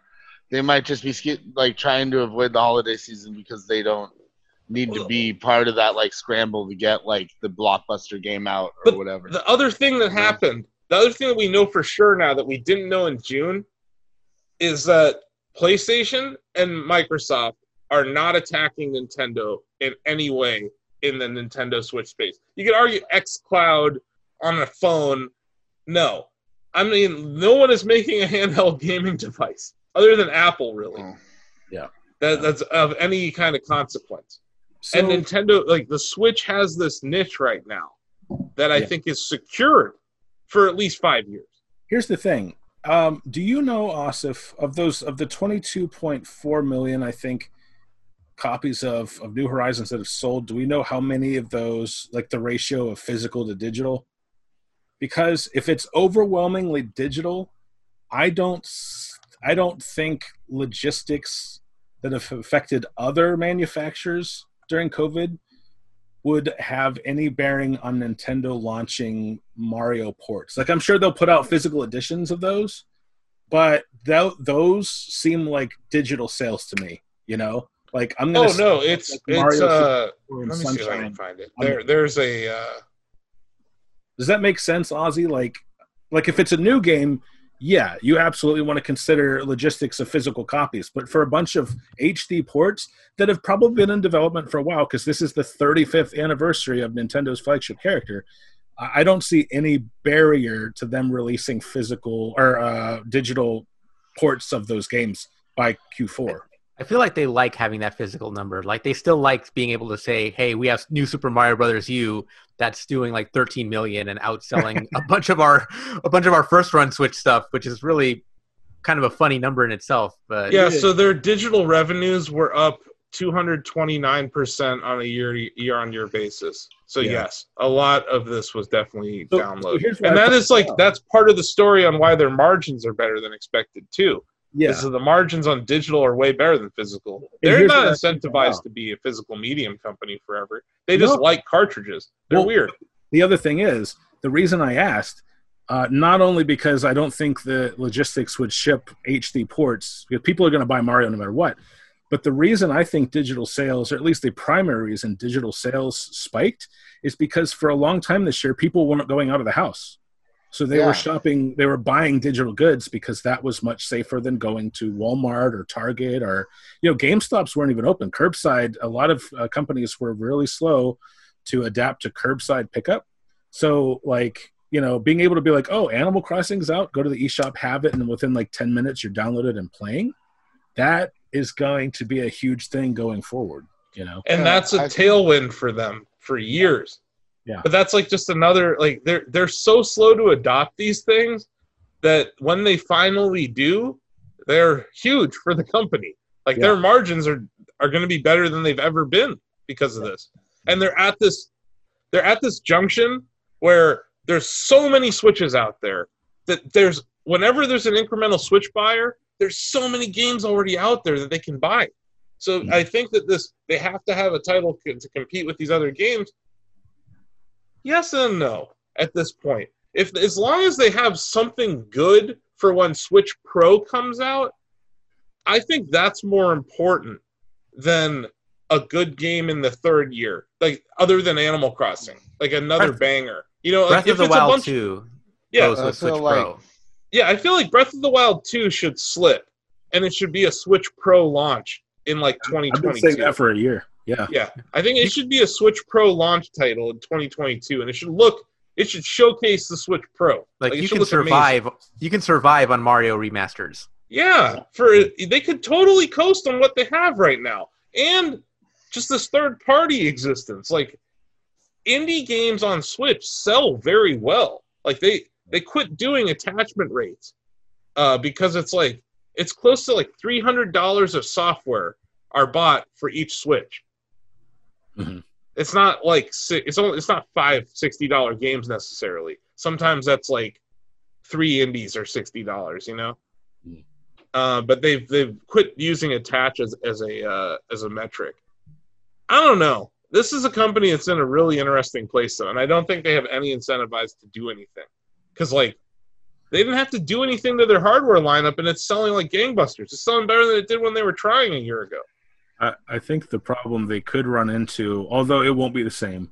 they might just be sk- like trying to avoid the holiday season because they don't need to be part of that like scramble to get like the blockbuster game out or But whatever. The other thing that happened, the other thing that we know for sure now that we didn't know in June is that PlayStation and Microsoft are not attacking Nintendo in any way in the Nintendo Switch space. You could argue xCloud on a phone. No. I mean, no one is making a handheld gaming device other than Apple, really. Oh. Hmm. Yeah. That, that's of any kind of consequence So, and Nintendo, like the Switch, has this niche right now that I Yeah. think is secured for at least five years. here's the thing. Um, do you know, Asif, of those of the 22.4 million, I think, copies of of New Horizons that have sold? Do we know how many of those, like the ratio of physical to digital? Because if it's overwhelmingly digital, I don't s- I don't think logistics that have affected other manufacturers during COVID would have any bearing on Nintendo launching Mario ports. Like I'm sure they'll put out physical editions of those, but tho- those seem like digital sales to me. You know, like I'm gonna. Oh no, it's like it's Mario uh. Super Let and me see if I can Sunshine. find it. I'm- There, there's a. Uh, Does that make sense, Ozzy? Like, like if it's a new game, yeah, you absolutely want to consider logistics of physical copies. But for a bunch of HD ports that have probably been in development for a while, because this is the 35th anniversary of Nintendo's flagship character, I I don't see any barrier to them releasing physical or uh, digital ports of those games by Q4. I feel like they like having that physical number. Like they still like being able to say, "Hey, we have new Super Mario Brothers U that's doing like 13 million and outselling a bunch of our a bunch of our first run Switch stuff," which is really kind of a funny number in itself. But yeah, so their digital revenues were up 229 percent on a year year on year basis. So Yeah. yes, a lot of this was definitely So- so download, here's what and I that thought- is like that's part of the story on why their margins are better than expected too. Yeah. So the margins on digital are way better than physical. And They're here's not what I think incentivized about- to be a physical medium company forever. They just No. like cartridges. They're Well, weird. the other thing is the reason I asked, uh, not only because I don't think the logistics would ship HD ports because people are going to buy Mario no matter what, but the reason I think digital sales, or at least the primary reason digital sales spiked, is because for a long time this year people weren't going out of the house. So they Yeah. were shopping, they were buying digital goods because that was much safer than going to Walmart or Target or, you know, GameStops weren't even open. Curbside, a lot of uh, companies were really slow to adapt to curbside pickup. So, like, you know, being able to be like, oh, Animal Crossing's out, go to the eShop, have it, and within like 10 minutes you're downloaded and playing, that is going to be a huge thing going forward, you know? and Yeah, that's a I- tailwind for them for years. Yeah. But that's like just another like they're they're so slow to adopt these things that when they finally do, they're huge for the company. Like their margins are are going to be better than they've ever been because of this. And they're at this they're at this junction where there's so many switches out there that there's whenever there's an incremental switch buyer, there's so many games already out there that they can buy. So Mm-hmm. I think that this they have to have a title co- to compete with these other games. Yes and no at this point. If as long as they have something good for when Switch Pro comes out, I think that's more important than a good game in the third year. Like other than Animal Crossing, like another Breath- banger. You know, like Breath of if the it's a Wild bunch, too. yeah, goes I with feel Switch like- Pro. yeah, I feel like Breath of the Wild 2 should slip and it should be a Switch Pro launch in like I've 2022. been saying that for a year. Yeah. yeah, I think it should be a Switch Pro launch title in 2022 and it should look it should showcase the Switch Pro. Like, it you should can look amazing. survive. You can survive on Mario remasters. Yeah, for they could totally coast on what they have right now, and just this third party existence. Like indie games on Switch sell very well. Like they they quit doing attachment rates uh, because it's like it's close to like three hundred dollars of software are bought for each Switch. Mhm. It's not like si- it's only it's not five sixty dollar games necessarily. Sometimes that's like three indies are sixty dollars. You know. Uh, but they've they've quit using attach as as a uh, as a metric. I don't know. This is a company that's in a really interesting place though, and I don't think they have any incentivized to do anything because like they didn't have to do anything to their hardware lineup, and it's selling like gangbusters. It's selling better than it did when they were trying a year ago. I, I think the problem they could run into, although it won't be the same,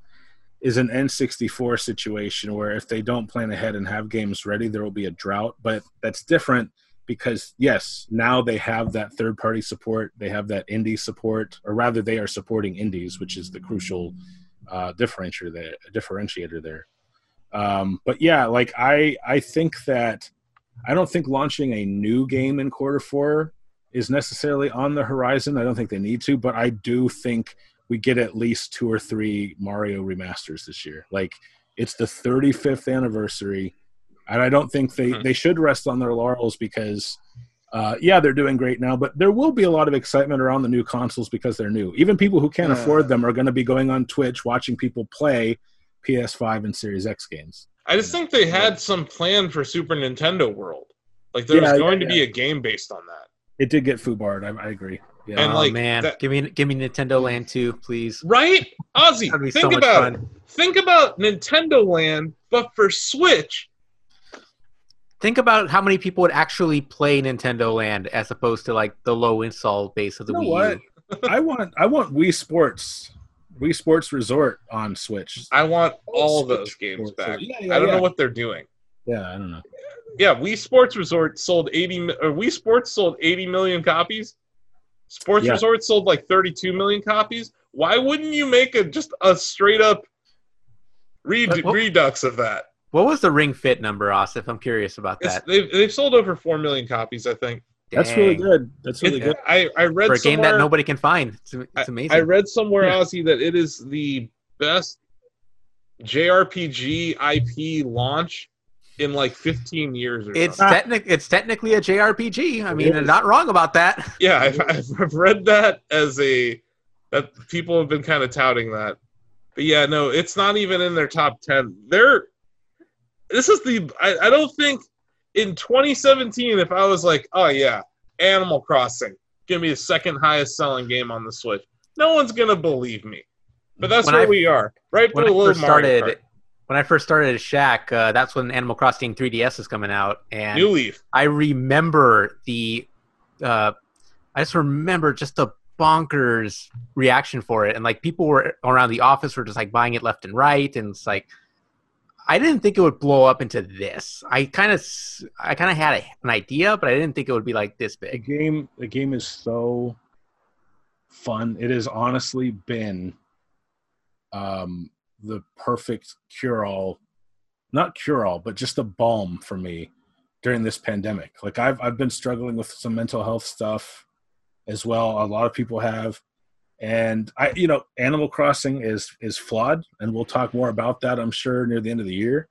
is an N64 situation where if they don't plan ahead and have games ready, there will be a drought. But that's different because, yes, now they have that third party support, they have that indie support, or rather, they are supporting indies, which is the crucial uh, differentiator there. Differentiator there. Um, but yeah, like I, I think that I don't think launching a new game in quarter four is necessarily on the horizon. I don't think they need to, but I do think we get at least two or three Mario remasters this year. Like it's the 35th anniversary, and I don't think they Hmm. they should rest on their laurels because. Uh, yeah, they're doing great now, but there will be a lot of excitement around the new consoles because they're new. Even people who can't Yeah. afford them are going to be going on Twitch watching people play PS5 and Series X games. I just think they had some plan for Super Nintendo World. Like there Yeah, was yeah, going to be a game based on that. It did get foobarred. I, I agree. Yeah. And, oh like, man, that- give me give me Nintendo Land too, please. Right? Ozzy, That'd be think so much about it. fun. Think about Nintendo Land, but for Switch. Think about how many people would actually play Nintendo Land as opposed to like the low install base of the You know Wii what? U. I want I want Wii Sports, Wii Sports Resort on Switch. I want all Switch those games Sports. back. Yeah, yeah, I don't yeah. know what they're doing. Yeah, I don't know. Yeah, Wii Sports Resort sold 80 mi- or Wii Sports sold 80 million copies. Sports Yeah. Resort sold like 32 million copies. Why wouldn't you make a just a straight up re- But what- redux of that? What was the Ring Fit number, Osif? I'm curious about It's, that. they've, they've sold over 4 million copies, I think. That's really Dang. good. That's really It- good. I, I read for a game that somewhere- nobody can find. It's, it's amazing. I read somewhere, Yeah. Ozzy, that it is the best JRPG IP launch in like 15 years or it's something. technic it's technically a JRPG. I mean, they're is. not wrong about that. Yeah, I've, I've I've read that as a that people have been kind of touting that, but yeah, no, it's not even in their top 10. They're this is the I, I don't think in 2017 if I was like, oh yeah, Animal Crossing gonna be the second highest selling game on the Switch, no one's gonna believe me. But that's When where I- we are, right When I below first Mario started, Kart. when I first started at Shaq, uh, that's when Animal Crossing 3DS is coming out, and New Leaf. I remember the, uh, I just remember just the bonkers reaction for it, and like people were around the office were just like buying it left and right, and it's like I didn't think it would blow up into this. I kind of I kind of had a, an idea, but I didn't think it would be like this The big. game the game is so fun. It has honestly been um the perfect cure all not cure all, but just a balm for me during this pandemic. Like I've I've been struggling with some mental health stuff as well. A lot of people have. And I you know, Animal Crossing is is flawed and we'll talk more about that I'm sure near the end of the year.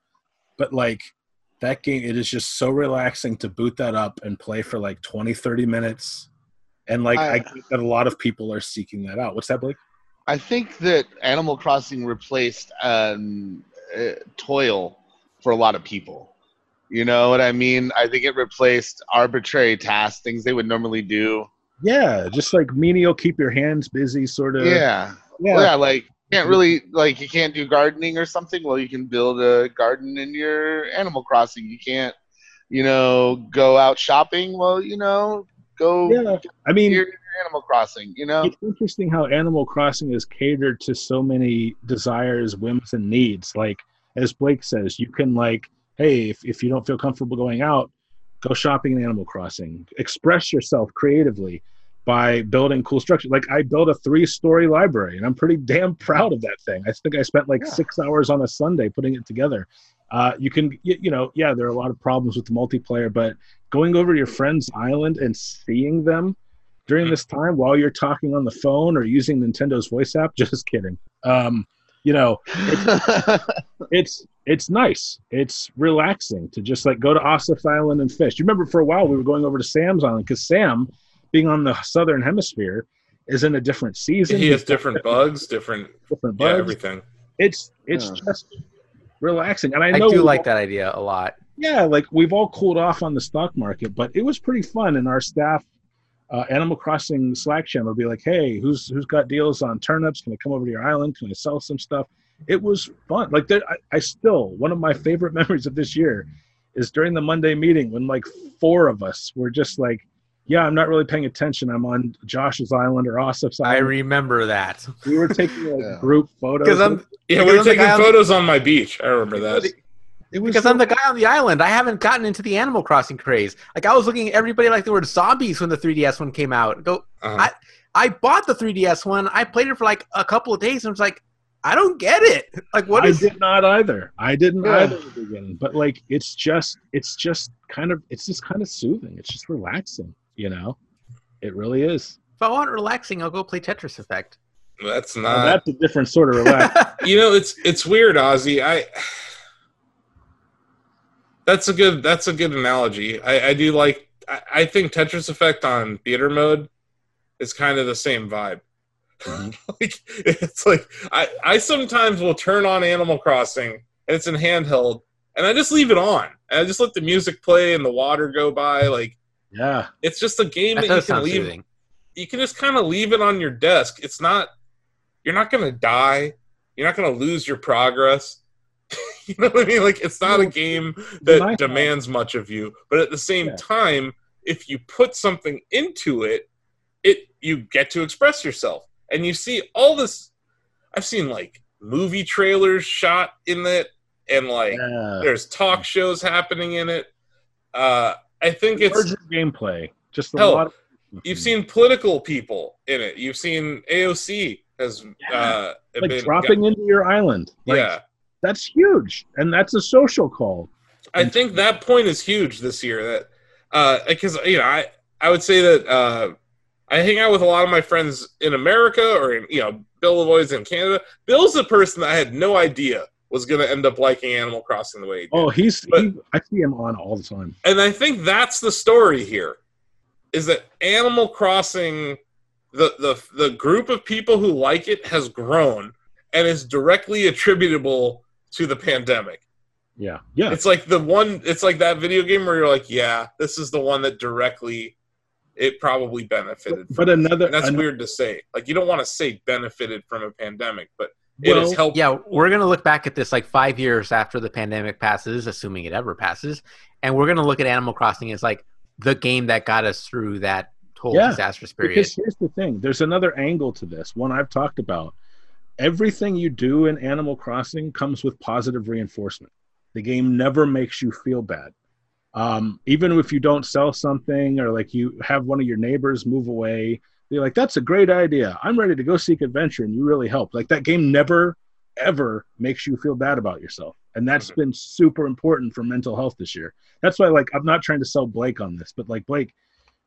But like that game it is just so relaxing to boot that up and play for like 20 30 minutes and like i, I- think that a lot of people are seeking that out what's that blake I think that Animal Crossing replaced um, uh, toil for a lot of people. You know what I mean? I think it replaced arbitrary tasks, things they would normally do. yeah just like menial keep your hands busy sort of Yeah. yeah, Yeah, Mm-hmm. like you can't really like you can't do gardening or something. Well, you can build a garden in your Animal Crossing. You can't, you know, go out shopping. Well, you know, go Yeah. i to mean your Animal Crossing. You know, it's interesting how animal crossing is catered to so many desires whims and needs like as blake says you can like hey if, if you don't feel comfortable going out go shopping in animal crossing express yourself creatively by building cool structures like i built a three story library and i'm pretty damn proud of that thing i think i spent like Yeah. six hours on a sunday putting it together uh, you can you, you know yeah there are a lot of problems with the multiplayer but going over to your friend's island and seeing them during Hmm. this time while you're talking on the phone or using nintendo's voice app just kidding um, you know it's it's nice. It's relaxing to just like go to Ossip's Island and fish. You remember for a while we were going over to Sam's Island because Sam, being on the southern hemisphere, is in a different season. He has different bugs, different different yeah, bugs. everything. It's it's Yeah. just relaxing, and I I, know do we- like that idea a lot. yeah, like we've all cooled off on the stock market, but it was pretty fun. And our staff, uh, Animal Crossing Slack channel, would be like, "Hey, who's who's got deals on turnips? Can I come over to your island? Can I sell some stuff?" It was fun. Like there, I, I still one of my favorite memories of this year is during the Monday meeting when like four of us were just like, "Yeah, I'm not really paying attention. I'm on Josh's island or Ossip's I island." remember that we were taking like Yeah. group photos. because I'm Yeah, Because we I'm were the taking guy on- photos on my beach. I remember that. It was because so- I'm the guy on the island. I haven't gotten into the Animal Crossing craze. Like I was looking at everybody like they were zombies when the 3DS one came out. Go Uh-huh. I bought the 3DS one. I played it for like a couple of days, and I was like, I don't get it. Like, what I is? did not either. I didn't Yeah. either at the beginning. But like, it's just, it's just kind of, it's just kind of soothing. It's just relaxing. You know, it really is. If I want relaxing, I'll go play Tetris Effect. Oh, That's Now, not. that's a different sort of relax. you know, it's it's weird, Ozzy. I. That's a good. That's a good analogy. I, I do like. I, I think Tetris Effect on theater mode is kind of the same vibe. Mm-hmm. Mhm. like it's like I I sometimes will turn on Animal Crossing and it's in handheld and I just leave it on and I just let the music play and the water go by. Like yeah, it's just a game that that, you does can sound leave soothing. you can just kind of leave it on your desk. It's not you're not gonna die. You're not gonna lose your progress. you know what I mean? Like it's not a game I that have- demands much of you. But at the same Yeah. time, if you put something into it, it you get to express yourself. And you see all this I've seen like movie trailers shot in it and like yeah. there's talk shows happening in it. Uh I think it's Urgent gameplay. Just a Hell, lot. Of, You've Mm. seen political people in it. You've seen AOC has uh, Yeah. like been- dropping into your island. Like, yeah, that's huge, and that's a social call. I think that point is huge this year. That because you know I I would say that uh, I hang out with a lot of my friends in America or in, you know Bill Lavoie's in Canada. Bill's the person that I had no idea was going to end up liking Animal Crossing the way he did. Oh, he's. But- he, I see him on all the time. and I think that's the story here, is that Animal Crossing, the the the group of people who like it has grown, and is directly attributable to the pandemic. Yeah, yeah. It's like the one. It's like that video game where you're like, yeah, this is the one that directly, it probably benefited. From. But another. And that's an- weird to say. Like you don't want to say benefited from a pandemic, but it Well, has helped. Yeah, we're gonna look back at this like five years after the pandemic passes, assuming it ever passes, and we're gonna look at Animal Crossing as like the game that got us through that whole Yeah, disastrous period. Because here's the thing there's another angle to this, one I've talked about. Everything you do in Animal Crossing comes with positive reinforcement. The game never makes you feel bad. Um, even if you don't sell something or like you have one of your neighbors move away, they're like, that's a great idea. I'm ready to go seek adventure. And you really helped. Like that game never, ever makes you feel bad about yourself. And that's Mhm. been super important for mental health this year. That's why, like, I'm not trying to sell Blake on this, but like, Blake,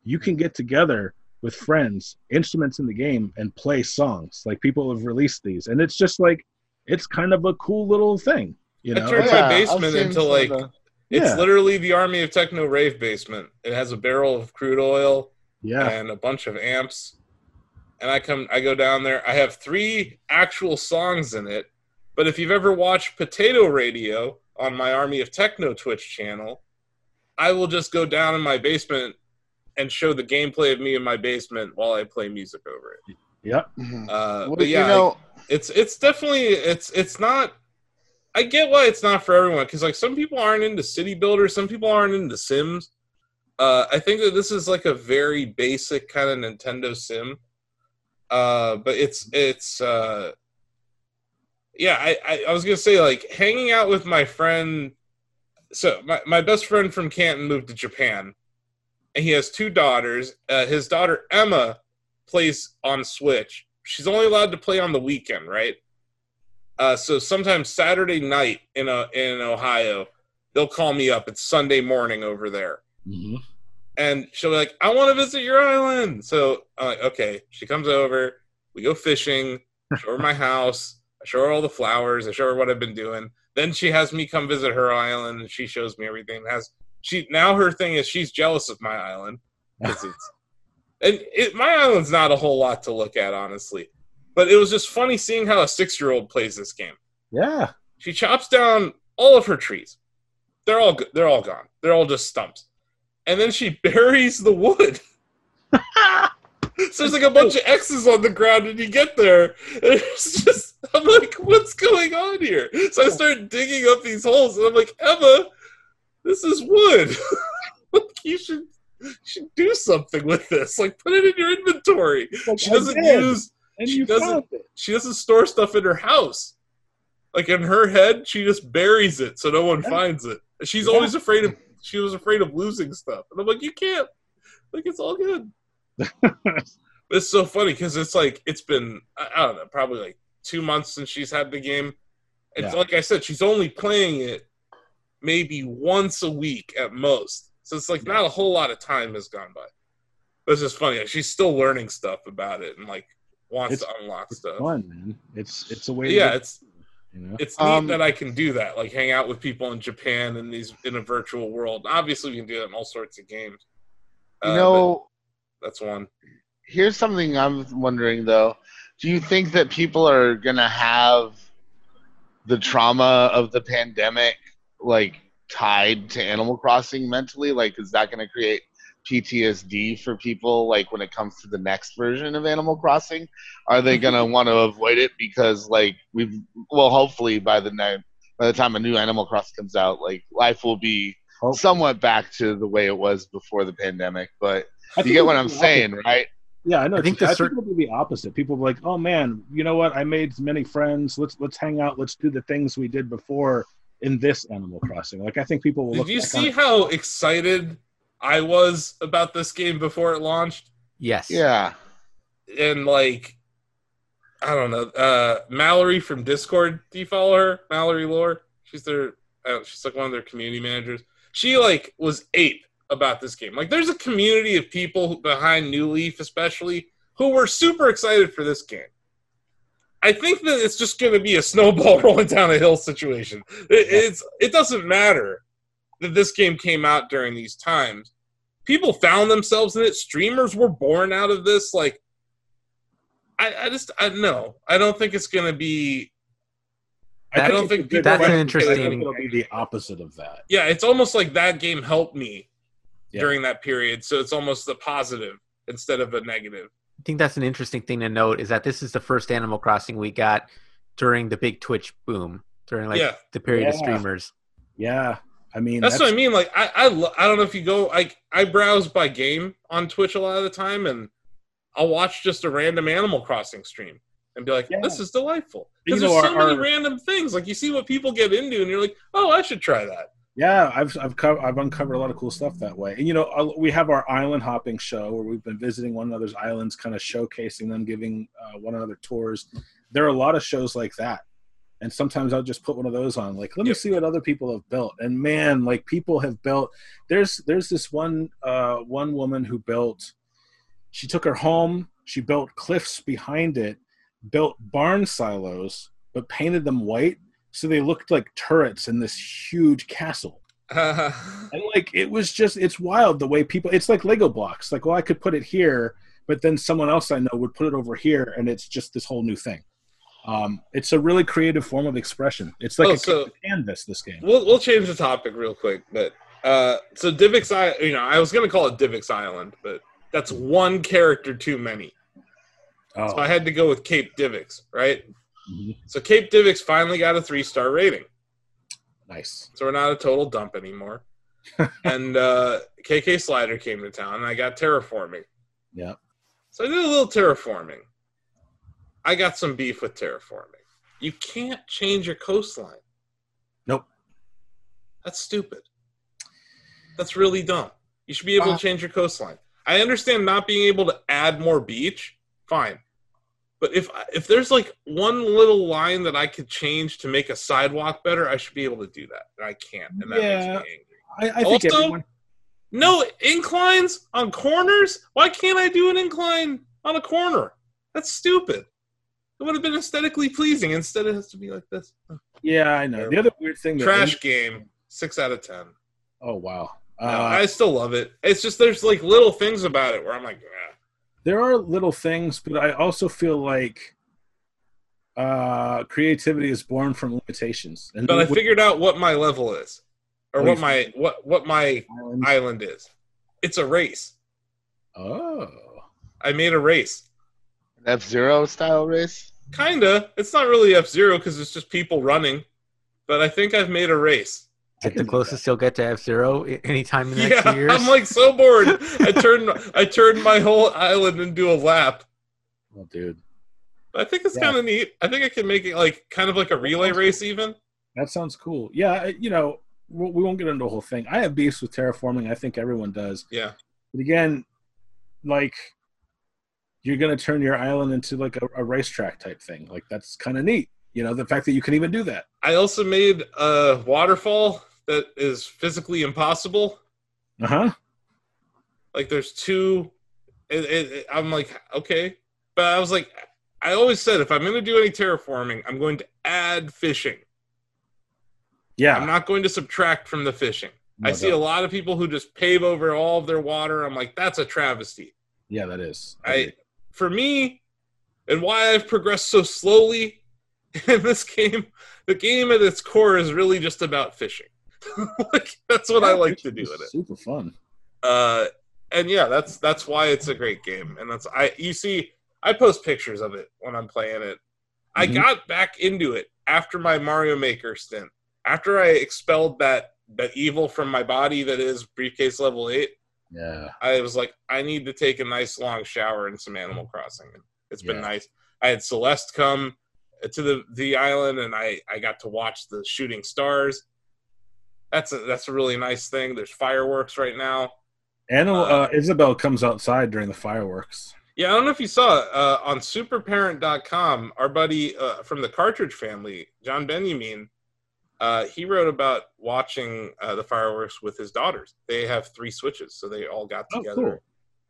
you Mm-hmm. can get together with friends, instruments in the game, and play songs. Like, people have released these. And it's just like, it's kind of a cool little thing. You It know, turns It's- my I've basement seen into, some of like, the- It's Yeah. literally the Army of Techno Rave basement. It has a barrel of crude oil yeah. and a bunch of amps. And I come I go down there. I have three actual songs in it. But if you've ever watched Potato Radio on my Army of Techno Twitch channel, I will just go down in my basement and show the gameplay of me in my basement while I play music over it. Yep. Mhm. Uh, Well, but yeah, you know, it's it's definitely it's it's not i get why it's not for everyone because like some people aren't into city builder some people aren't into sims uh, i think that this is like a very basic kind of nintendo sim uh, but it's it's uh, yeah I, I i was gonna say like hanging out with my friend so my, my best friend from canton moved to japan and he has two daughters uh, his daughter emma plays on Switch. She's only allowed to play on the weekend, right? Uh, so sometimes Saturday night in uh in Ohio, they'll call me up. It's Sunday morning over there, Mhm. and she'll be like, "I want to visit your island." So I'm like, "Okay." She comes over. We go fishing. I Show her my house. I show her all the flowers. I show her what I've been doing. Then she has me come visit her island, and she shows me everything. Has she now? Her thing is she's jealous of my island. 'cause it's- and it, my island's not a whole lot to look at, honestly. But it was just funny seeing how a six-year-old plays this game. Yeah. She chops down all of her trees. They're all go- they're all gone. They're all just stumps. And then she buries the wood. so there's like a bunch of X's on the ground when you get there. And it's just I'm like, what's going on here? So I start digging up these holes and I'm like, Emma, this is wood. like you should you should do something with this. Like put it in your inventory. Like, She I doesn't did, use and she you doesn't- found it. she doesn't store stuff in her house. Like in her head, she just buries it so no one Yeah. finds it. She's Yeah. always afraid of she was afraid of losing stuff. And I'm like, you can't. Like it's all good. it's so funny because it's like it's been I, I don't know probably like two months since she's had the game. It's Yeah. like I said, she's only playing it maybe once a week at most. So it's like not a whole lot of time has gone by. But it's just funny. Like, she's still learning stuff about it and like wants It's- to unlock It's stuff fun, man. It's it's a way. yeah, to, it's you know? it's neat Um, that I can do that, like hang out with people in Japan in these in a virtual world. Obviously, we can do that in all sorts of games. you Uh, know, but that's one. here's something I'm wondering though. Do you think that people are gonna have the trauma of the pandemic like tied to Animal Crossing mentally? Like, is that gonna create PTSD for people? Like, when it comes to the next version of Animal Crossing, are they gonna Mm-hmm. want to avoid it because like we've well, hopefully by the night by the time a new Animal Crossing comes out, like life will be Oh. somewhat back to the way it was before the pandemic. But I you think get what it's I'm the saying, right? opposite. Yeah, I know. I I think, think the I cer- think it'll be the opposite. People will be like, "Oh man, you know what? I made many friends. Let's let's hang out. Let's do the things we did before in this Animal Crossing." Like I think people will Did look. you back on see it- how excited I was about this game before it launched? Yes. Yeah. And like, I don't know. Uh, Mallory from Discord. Do you follow her? Mallory Lore. She's their. Uh, she's like one of their community managers. She like was ape about this game. Like, there's a community of people who- behind New Leaf, especially, who were super excited for this game. I think that it's just going to be a snowball rolling down a hill situation. It, it's it doesn't matter that this game came out during these times. People found themselves in it. Streamers were born out of this. Like, I, I just I no, I don't think it's going to be. I don't it's think a good people- That's an question, but I interesting- think it'll be the opposite of that. Yeah, it's almost like that game helped me Yeah. during that period. So it's almost the positive instead of a negative. I think that's an interesting thing to note is that this is the first Animal Crossing we got during the big Twitch boom, during like yeah. the period of Yeah. streamers. Yeah, I mean that's, what I mean. Like I, I, lo- I don't know if you go like I browse by game on Twitch a lot of the time, and I'll watch just a random Animal Crossing stream, and be like, Yeah. this is delightful. You Because know, there's so our- many our- random things. Like you see what people get into, and you're like, oh, I should try that. Yeah, I've I've, co- I've uncovered a lot of cool stuff that way. And you know, uh, we have our island hopping show where we've been visiting one another's islands, kind of showcasing them, giving uh, one another tours. There are a lot of shows like that, and sometimes I'll just put one of those on. Like, let me Yep. see what other people have built. And man, like people have built. There's there's this one uh, one woman who built. She took her home. She built cliffs behind it, built barn silos, but painted them white so they looked like turrets in this huge castle. And like it was just it's wild the way people it's like Lego blocks. Like, well, I could put it here, but then someone else I know would put it over here and it's just this whole new thing. Um, it's a really creative form of expression. It's like Oh, a so- canvas this game. we'll we'll change the topic real quick, but uh, so Divx, I you know, I was gonna call it Divx Island, but that's one character too many. So I Oh. had to go with Cape Divx, right? mhm. So Cape Divx finally got a three star rating. Nice. so we're not a total dump anymore. and uh, KK Slider came to town, and I got terraforming. Yeah. So I did a little terraforming. I got some beef with terraforming. You can't change your coastline. Nope. That's stupid. That's really dumb. You should be able Uh, to change your coastline. I understand not being able to add more beach, fine. But if if there's like one little line that I could change to make a sidewalk better, I should be able to do that. And I can't, and that Yeah. makes me angry. I, I think Also- everyone No inclines on corners? Why can't I do an incline on a corner? That's stupid. It would have been aesthetically pleasing. Instead, it has to be like this. Yeah, I know. The other weird thing that Trash game, six out of ten. Oh wow. No, Uh, I still love it. It's just there's like little things about it where I'm like, "Ah." there are little things, but I also feel like uh, creativity is born from limitations. And but I with figured out what my level is, or Oh, what you- my what what my islands- island is. It's a race. Oh, I made a race. F Zero style race. Kinda. It's not really F Zero because it's just people running, but I think I've made a race. I It's the can do closest he'll get to F Zero anytime in the next Yeah, few years. I'm like so bored. I turned I turned my whole island into a lap. that. oh, dude, I think it's Yeah. kind of neat. I think I can make it like kind of like a relay race even. that sounds cool. Yeah, I- you know, we we won't get into the whole thing. I have beefs with terraforming. I think everyone does. Yeah. But again, like, you're gonna turn your island into like a, a racetrack type thing. Like that's kind of neat. You know, the fact that you can even do that. I also made a waterfall that is physically impossible. Uh huh. Like there's two it, it, it- I'm like okay. But I was like I always said if I'm going to do any terraforming, I'm going to add fishing. Yeah. I'm not going to subtract from the fishing. I see a lot of people who just pave over all of their water. I'm like that's a travesty. Yeah, that is. I for me and why I've progressed so slowly in this game, the game at its core is really just about fishing. like that's what I like to do with it. Super fun. Uh, and yeah, that's that's why it's a great game. And that's I you see, I post pictures of it when I'm playing it. I Mhm. got back into it after my Mario Maker stint. After I expelled that that evil from my body that is briefcase level eight, Yeah. I was like, I need to take a nice long shower and some Animal Crossing. It's been Mm. Yeah. nice. I had Celeste come uh, to the the island, and I I got to watch the shooting stars. That's a that's a really nice thing. There's fireworks right now. Animal Uh, uh, Isabel comes outside during the fireworks. Yeah, I don't know if you saw uh, on superparent.com, our buddy uh, from the Cartridge family, John Benjamin, uh, he wrote about watching uh, the fireworks with his daughters. They have three switches, so they all got Oh, together cool.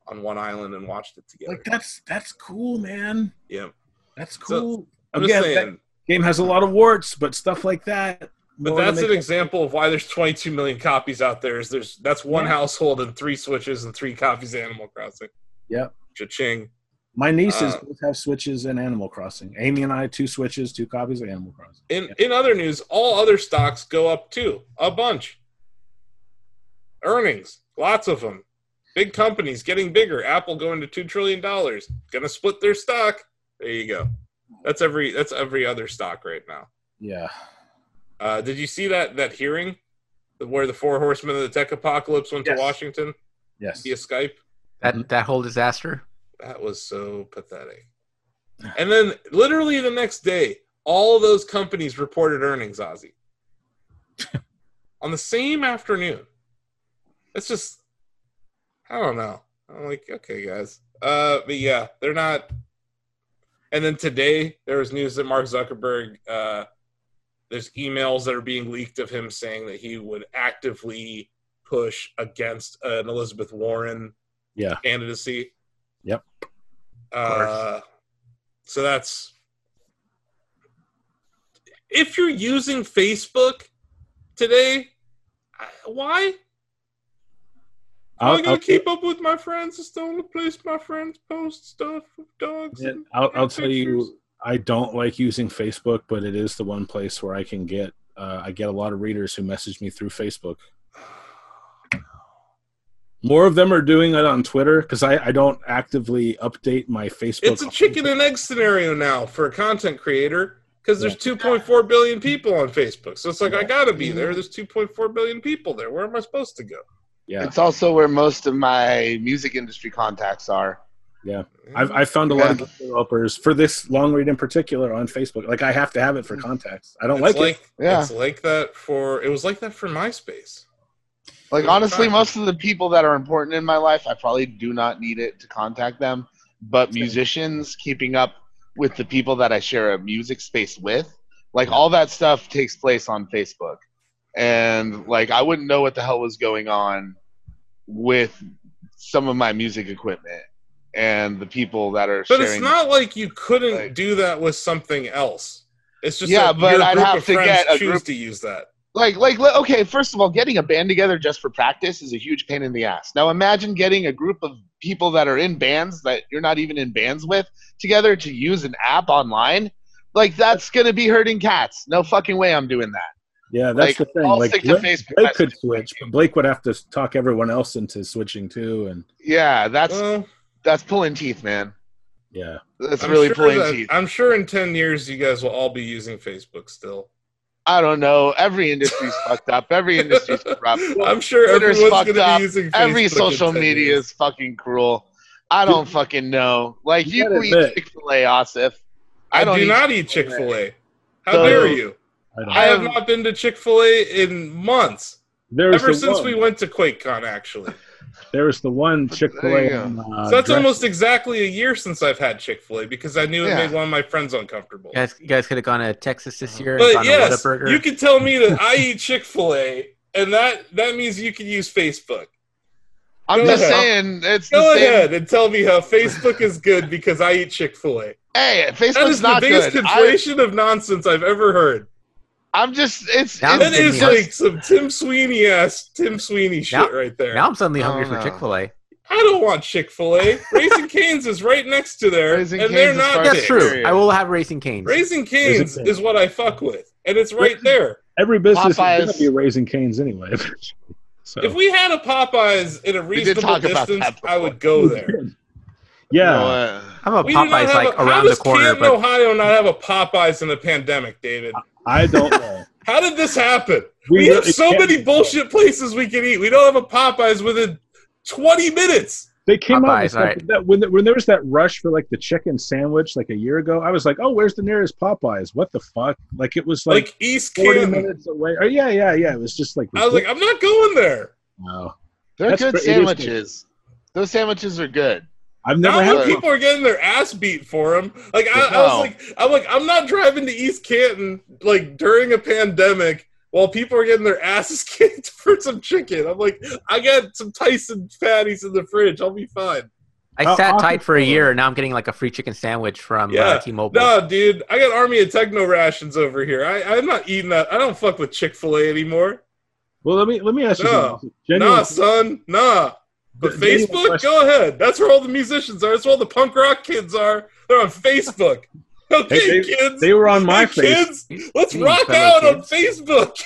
on one island and watched it together. Like that's that's cool, man. Yeah. That's So, cool. I'm Again, just that- saying. game has a lot of warts, but stuff like that. But more than that's an make- example of why there's 22 million copies out there. Is there's that's one Yeah. household and three switches and three copies of Animal Crossing. Yep. Cha-ching. My nieces uh, both have Switches and Animal Crossing. Amy and I two Switches, two copies of Animal Crossing. In in other news, all other stocks go up too, a bunch. Earnings, lots of them. Big companies getting bigger. Apple going to two trillion dollars. Gonna split their stock. There you go. That's every that's every other stock right now. Yeah. Uh, did you see that that hearing, where the four horsemen of the tech apocalypse went Yes. to Washington Yes. via Skype? that that whole disaster. That was so pathetic. And then literally the next day, all those companies reported earnings, Ozzy. On the same afternoon. It's just I don't know. I'm like, okay, guys. Uh but yeah, they're not and then today there was news that Mark Zuckerberg uh there's emails that are being leaked of him saying that he would actively push against an Elizabeth Warren Yeah. candidacy. Yep. Uh, so that's if you're using Facebook today. I- Why? Am I Out, gonna out, keep up with my friends? Just don't replace my friends' post stuff of dogs. Yeah, and I'll, cat I'll tell pictures. you, I don't like using Facebook, but it is the one place where I can get. Uh, I get a lot of readers who message me through Facebook. More of them are doing it on Twitter because I, I don't actively update my Facebook. It's a chicken and egg scenario now for a content creator because there's 2.4 billion people on Facebook. So it's like I gotta be Mm-hmm. there. There's 2.4 billion people there. Where am I supposed to go? Yeah, It's also where most of my music industry contacts are. I've, I've found a lot of game developers for this long read in particular on Facebook. Like I have to have it for contacts. I don't like, Mm. it's like it. Yeah. it's like that for it was like that for MySpace. Like honestly, most of the people that are important in my life, I probably do not need it to contact them. But musicians, keeping up with the people that I share a music space with, like all that stuff takes place on Facebook. And like I wouldn't know what the hell was going on with some of my music equipment and the people that are But sharing. it's not like you couldn't Like- do that with something else. It's just Yeah, that but your I'd group have of to friends get a choose group- to use that. like like le- okay first of all getting a band together just for practice is a huge pain in the ass now imagine getting a group of people that are in bands that you're not even in bands with together to use an app online like that's gonna be hurting cats no fucking way i'm doing that Yeah, that's Like, the thing. I'll Like stick to Blake, Facebook Blake could messages. switch, but Blake would have to talk everyone else into switching too. And yeah that's Well, that's pulling teeth man yeah, that's I'm really sure pulling that- teeth I'm sure in ten years you guys will all be using Facebook still. i don't know every industry's fucked up every industry's corrupt I'm sure Twitter's everyone's going fucked to up. be using Facebook every in social 10 media years. is fucking cruel i don't fucking know like You you, gotta eat admit- chick-fil-a asif I, don't do eat not eat Chick Fil A. How So- dare you? I don't. I have I'm- not been to Chick Fil A in months. There's ever the since one. we went to QuakeCon, actually. There's the one uh, Chick Fil There you A. go. so that's almost exactly a year since I've had Chick Fil A because I knew it Yeah. made one of my friends uncomfortable. You guys, you guys could have gone to Texas this year and But gone yes, to Whataburger. you can tell me that I eat Chick Fil A, and that that means you can use Facebook. I'm Go just ahead. saying it's the Go same. ahead and tell me how Facebook is good because I eat Chick Fil A. Hey, That Facebook's is the not biggest good. I, conflation of nonsense I've ever heard. I'm just it's, Now That it's Didn't is hurt. like some Tim Sweeney ass Tim Sweeney shit Now- right there. now I'm suddenly hungry Oh, for no. Chick Fil A. I don't want Chick Fil A. Raising Canes is right next to there, Raising and Cane's they're is not. far- big. That's Okay. true. I will have Racing Canes. Raising Canes Raising Cane's. is what I fuck with, and it's right there. every business is going Popeyes. to be raising canes anyway. so. If we had a Popeyes in a did reasonable talk about distance, that I would go there. yeah, How about We do not Popeyes have like a, how around the does corner? Canton, But Ohio, not have a Popeyes in the pandemic, David? I don't know. How did this happen? We We, have really so can't- many bullshit places we can eat. We don't have a Popeyes within 20 minutes. They came out Popeyes, with something alright. that when, when there was that rush for like the chicken sandwich like a year ago, I was like, oh, where's the nearest Popeyes? What the fuck? Like it was Like, like, East forty Canton. minutes away. Oh yeah, yeah, yeah. It was just like I was like, I'm not going there. wow. they're That's good great. It is good. sandwiches. Those sandwiches are good. I've never Now had. when had- people are getting their ass beat for them, like I, I No. was like, I'm like, I'm not driving to East Canton like during a pandemic while people are getting their asses kicked for some chicken. I'm like, I got some Tyson patties in the fridge. I'll be fine. Oh, I sat awesome. tight for a year, and now I'm getting like a free chicken sandwich from Yeah. uh, T-Mobile. No, dude, I got Army of Techno rations over here. I, I'm not eating that. I don't fuck with Chick Fil A anymore. Well, let me let me ask you. No. something. Nah, son, nah. But Ge- genuine Facebook, question. go ahead. That's where all the musicians are. That's where all the punk rock kids are. They're on Facebook. Okay, Hey, kids. They were on my Hey, face. kids, Jeez, let's jeez, rock fellow out kids. on Facebook.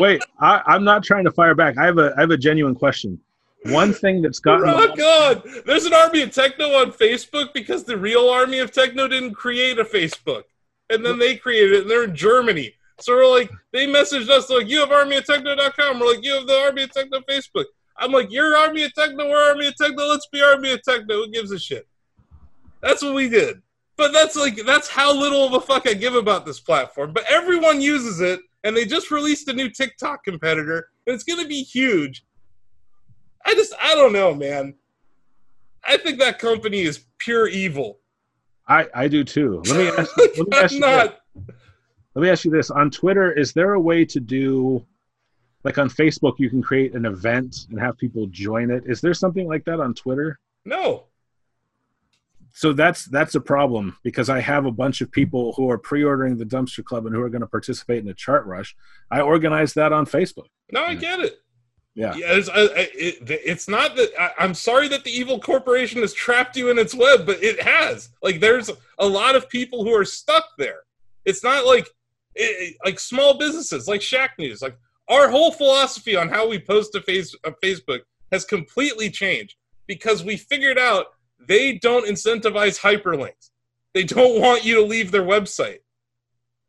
Wait, I, I'm not trying to fire back. I have a I have a genuine question. One thing that's gotten a lot rock on. There's an army of techno on Facebook because the real army of techno didn't create a Facebook, and then they created it, and they're in Germany. So we're like, they messaged us they're like, you have armyoftechno.com. We're like, you have the army of techno Facebook. I'm like, you're army of techno. We're army of techno. Let's be army of techno. Who gives a shit? That's what we did. But that's like that's how little of a fuck I give about this platform. But everyone uses it, and they just released a new TikTok competitor, and it's gonna be huge. I just I don't know, man. I think that company is pure evil. I, I do too. Let me ask, let me ask you I'm this. not. Let me ask you this: on Twitter, is there a way to do, like on Facebook, you can create an event and have people join it? Is there something like that on Twitter? No. So that's that's a problem because I have a bunch of people who are pre-ordering the Dumpster Club and who are going to participate in a chart rush. I organized that on Facebook. No, I Yeah. get it. Yeah. yeah it's, I, I, it, it's not that I, I'm sorry that the evil corporation has trapped you in its web, but it has. Like, there's a lot of people who are stuck there. It's not like it, it- like small businesses, like Shack News. Like our whole philosophy on how we post to face on Facebook has completely changed because we figured out they don't incentivize hyperlinks. They don't want you to leave their website.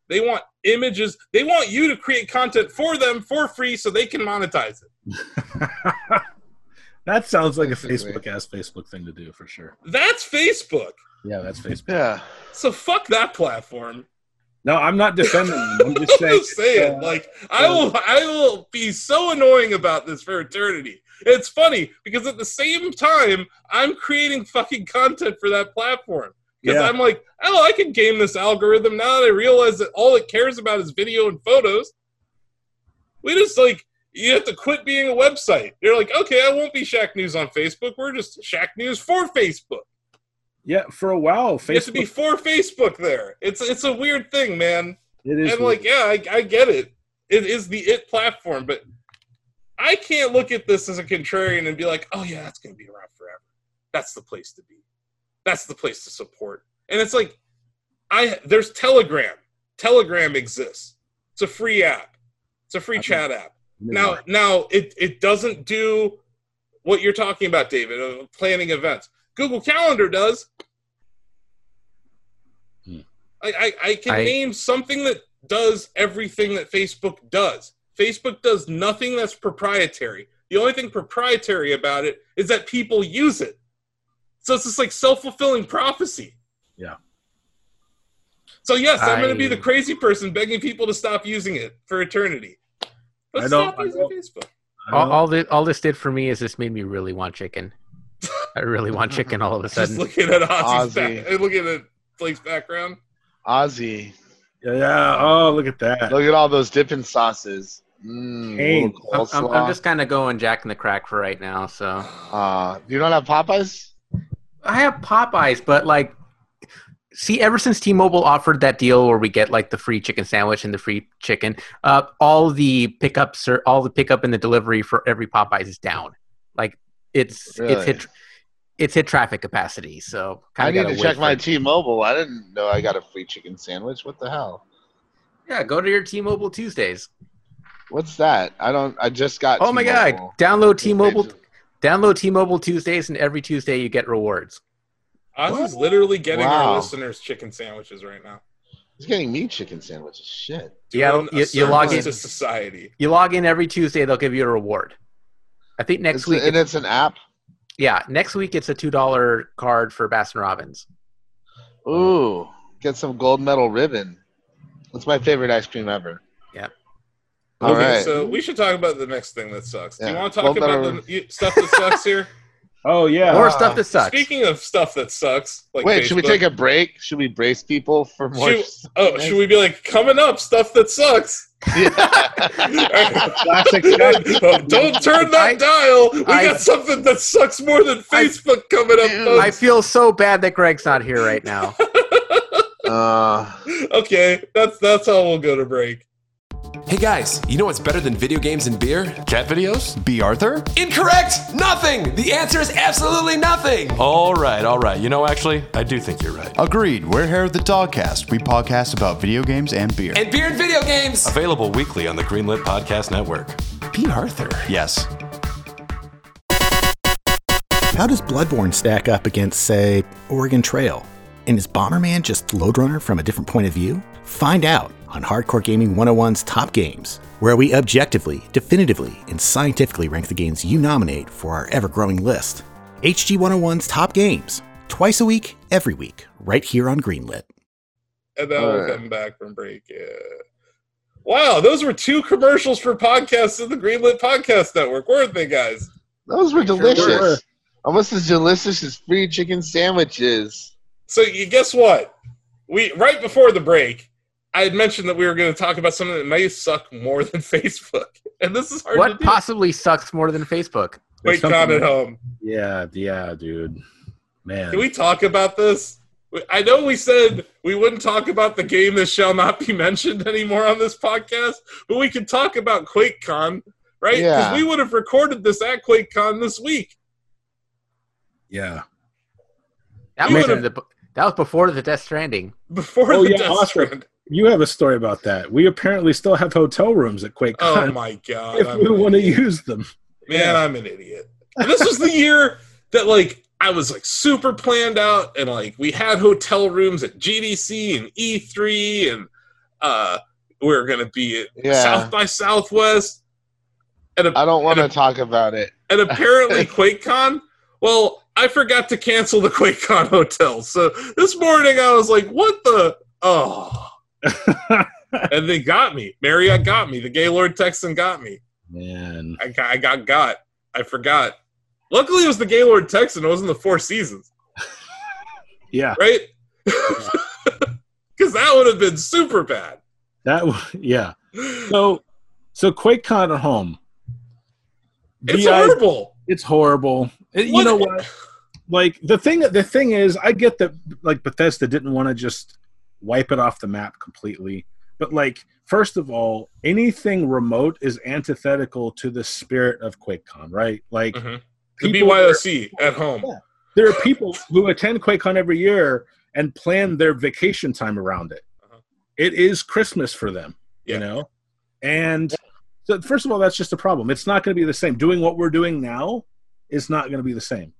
They want images. They want you to create content for them for free so they can monetize it. that sounds like a Basically. Facebook ass Facebook thing to do for sure. That's Facebook. Yeah, that's Facebook. Yeah. So fuck that platform. No, I'm not defending them. I'm I'm just uh, saying. just saying, like I will, I will be so annoying about this for eternity. It's funny because at the same time, I'm creating fucking content for that platform because yeah, I'm like, oh, I can game this algorithm now that I realize that all it cares about is video and photos. We just like you have to quit being a website. You're like, okay, I won't be Shack News on Facebook. We're just Shack News for Facebook. yeah. For a while, You have to Facebook. be for Facebook there. It's it's a weird thing, man. it is And like, yeah, I, I get it. It is the it platform, but I can't look at this as a contrarian and be like, oh yeah, that's gonna be around forever. That's the place to be. That's the place to support. And it's like, I there's Telegram. Telegram exists. It's a free app. It's a free I think- chat app. weird. Now, now it, it doesn't do what you're talking about, David, of planning events. Google Calendar does. Hmm. I, I, I can I- name something that does everything that Facebook does. Facebook does nothing that's proprietary. The only thing proprietary about it is that people use it. So it's just like self fulfilling prophecy. Yeah. So, yes, I'm going to be I- the crazy person begging people to stop using it for eternity. But I don't- stop I using don't- Facebook. all, all, this, all this did for me is this made me really want chicken. I really want chicken all of a Just sudden. looking at Ozzy's Ozzy. back, looking at Blake's background. Ozzy. yeah, yeah. Oh, look at that. Look at all those dipping sauces. Mm, Hey, little I'm, I'm, coleslaw. I'm just kind of going Jack in the Crack for right now. So Uh, you don't have Popeyes? I have Popeyes, but like, see, ever since T-Mobile offered that deal where we get like the free chicken sandwich and the free chicken, uh, all the pickups are all the pickup and the delivery for every Popeyes is down. Like it's it's Really? hit it's hit traffic capacity. So I kinda need gotta to wait check for my it. T-Mobile. I didn't know I got a free chicken sandwich. What the hell? yeah. Go to your T-Mobile Tuesdays. What's that? I don't. I just got. Oh my god! T-Mobile. Download T-Mobile. Download T-Mobile Tuesdays, and every Tuesday you get rewards. Ozzy's literally getting our Wow. listeners chicken sandwiches right now. He's getting me chicken sandwiches. Shit. Yeah, Doing a you, you log service in. to society. You log in every Tuesday. They'll give you a reward. I think next It's- week. and it's an app. Yeah, next week it's a two dollar card for Baskin Robbins. Ooh, get some gold medal ribbon. That's my favorite ice cream ever. Yep. All okay, right. so we should talk about the next thing that sucks. Do you Yeah. want to talk Well, better- about the you- stuff that sucks here? Oh yeah. More Ah. stuff that sucks. Speaking of stuff that sucks, like Wait, should we Facebook- take a break? Should we brace people for more? Shoot. Oh, should we be like coming up stuff that sucks? Yeah. Classic Oh, Don't turn that I- dial. We I- got something that sucks more than I- Facebook coming up. Dude, folks. I feel so bad that Greg's not here right now. Uh, okay, that's that's how we'll go to break. Hey guys, you know what's better than video games and beer? Cat videos? B. Arthur? Incorrect! Nothing! The answer is absolutely nothing! Oh. All right, all right. You know, actually, I do think you're right. Agreed. We're Hair of the Dogcast. We podcast about video games and beer. And beer and video games! Available weekly on the Greenlit Podcast Network. B. Arthur. yes. How does Bloodborne stack up against, say, Oregon Trail? And is Bomberman just Loadrunner from a different point of view? Find out on Hardcore Gaming 101's Top Games, where we objectively, definitively, and scientifically rank the games you nominate for our ever growing list. HG 101's Top Games, twice a week, every week, right here on Greenlit. And now we're Alright. coming back from break. Yeah. Wow, those were two commercials for podcasts in the Greenlit Podcast Network, weren't they, guys? Those were delicious. were. Almost as delicious as free chicken sandwiches. So you guess what? We right before the break, I had mentioned that we were going to talk about something that may suck more than Facebook, and this is hard What to do. possibly sucks more than Facebook? There's Wait, God something- at home. Yeah, yeah, dude. Man. Can we talk about this? We- I know we said we wouldn't talk about the game that shall not be mentioned anymore on this podcast, but we could talk about QuakeCon, right? Because Yeah. we would have recorded this at QuakeCon this week. yeah. That You was would've- in the, that was before the Death Stranding. Before Oh, the yeah, Death awesome. Strand. You have a story about that. We apparently still have hotel rooms at QuakeCon Oh my god. if I'm we an want to idiot. use them. Man, I'm an idiot. And this was the year that like I was like super planned out and like we had hotel rooms at GDC and E3 and uh we were gonna be at Yeah. South by Southwest and a- I don't want to And talk about it. and apparently QuakeCon. Well, I forgot to cancel the QuakeCon hotel, so this morning I was like, "What the oh." and they got me. Marriott got me. The Gaylord Texan got me. Man. I got, I got got. I forgot. Luckily, it was the Gaylord Texan. It wasn't the Four Seasons, Yeah. right? Because that would have been super bad. That w- yeah. So so QuakeCon at home. It's The I- horrible. It's horrible. It- you What- know what? Like the thing the thing is I get that like Bethesda didn't want to just wipe it off the map completely. But like first of all, anything remote is antithetical to the spirit of QuakeCon, right? Like Mhm. The people- BYOC at home. there are people who attend QuakeCon every year and plan their vacation time around it. Mm-hmm. Uh-huh. It is Christmas for them, Yeah. you know. And so, first of all, that's just a problem. It's not going to be the same. Doing what we're doing now is not going to be the same.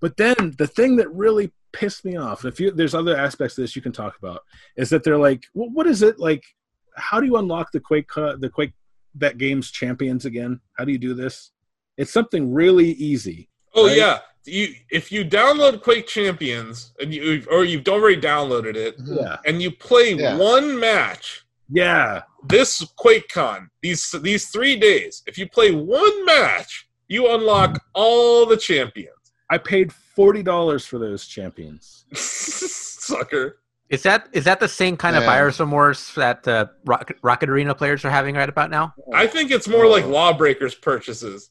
But then the thing that really pissed me off, and if you there's other aspects of this you can talk about, is that they're like, well, what is it like? How do you unlock the Quake the Quake that game's champions again? How do you do this? It's something really easy. Oh right? yeah, you if you download Quake Champions and you or you've already downloaded it Mm-hmm. Yeah. and you play Yeah. one match Yeah. this QuakeCon these these three days, if you play one match, you unlock all the champions. I paid forty dollars for those champions. Sucker. Is that is that the same kind of Yeah. biosomors that uh, Rocket, Rocket Arena players are having right about now? Oh. I think it's more like lawbreakers purchases.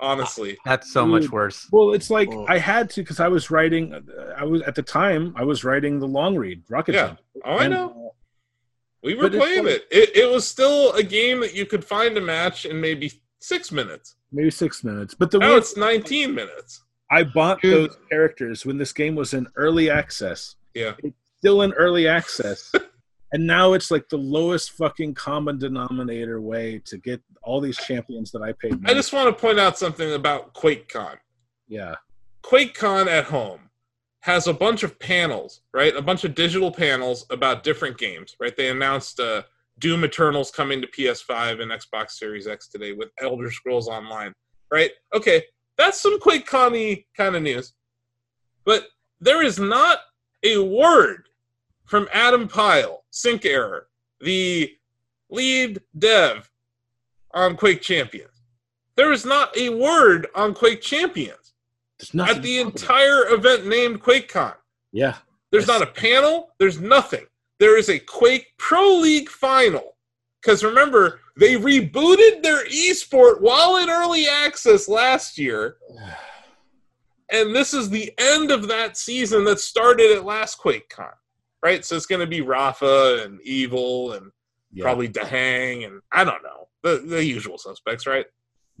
Honestly, That's so much Dude. worse. Well, it's like Oh. I had to because I was writing. I was at the time I was writing the long read Rocket. Yeah. Jump. oh, I And, know uh, we were but it's playing like- it. it. It was still a game that you could find a match in maybe six minutes. Maybe six minutes, but the Now weird, Oh, it's nineteen minutes. I bought Dude. those characters when this game was in early access. Yeah. It's still in early access, and now it's like the lowest fucking common denominator way to get all these champions that I paid. I money- just want to point out something about QuakeCon. yeah, QuakeCon at home has a bunch of panels, right? A bunch of digital panels about different games, right? They announced uh, Doom Eternal's coming to PS5 and Xbox Series X today with Elder Scrolls Online, right? Okay, that's some QuakeCon kind of news. But there is not a word from Adam Pyle, Sync Error, the lead dev on Quake Champions. There is not a word on Quake Champions there's nothing. at the entire event named QuakeCon. yeah, There's Yes. not a panel. There's nothing. There is a Quake Pro League final. Because remember, they rebooted their esport while in early access last year. And this is the end of that season that started at last QuakeCon, right? So it's going to be Rafa and Evil and yeah. probably Dehang and I don't know. The, the usual suspects, right?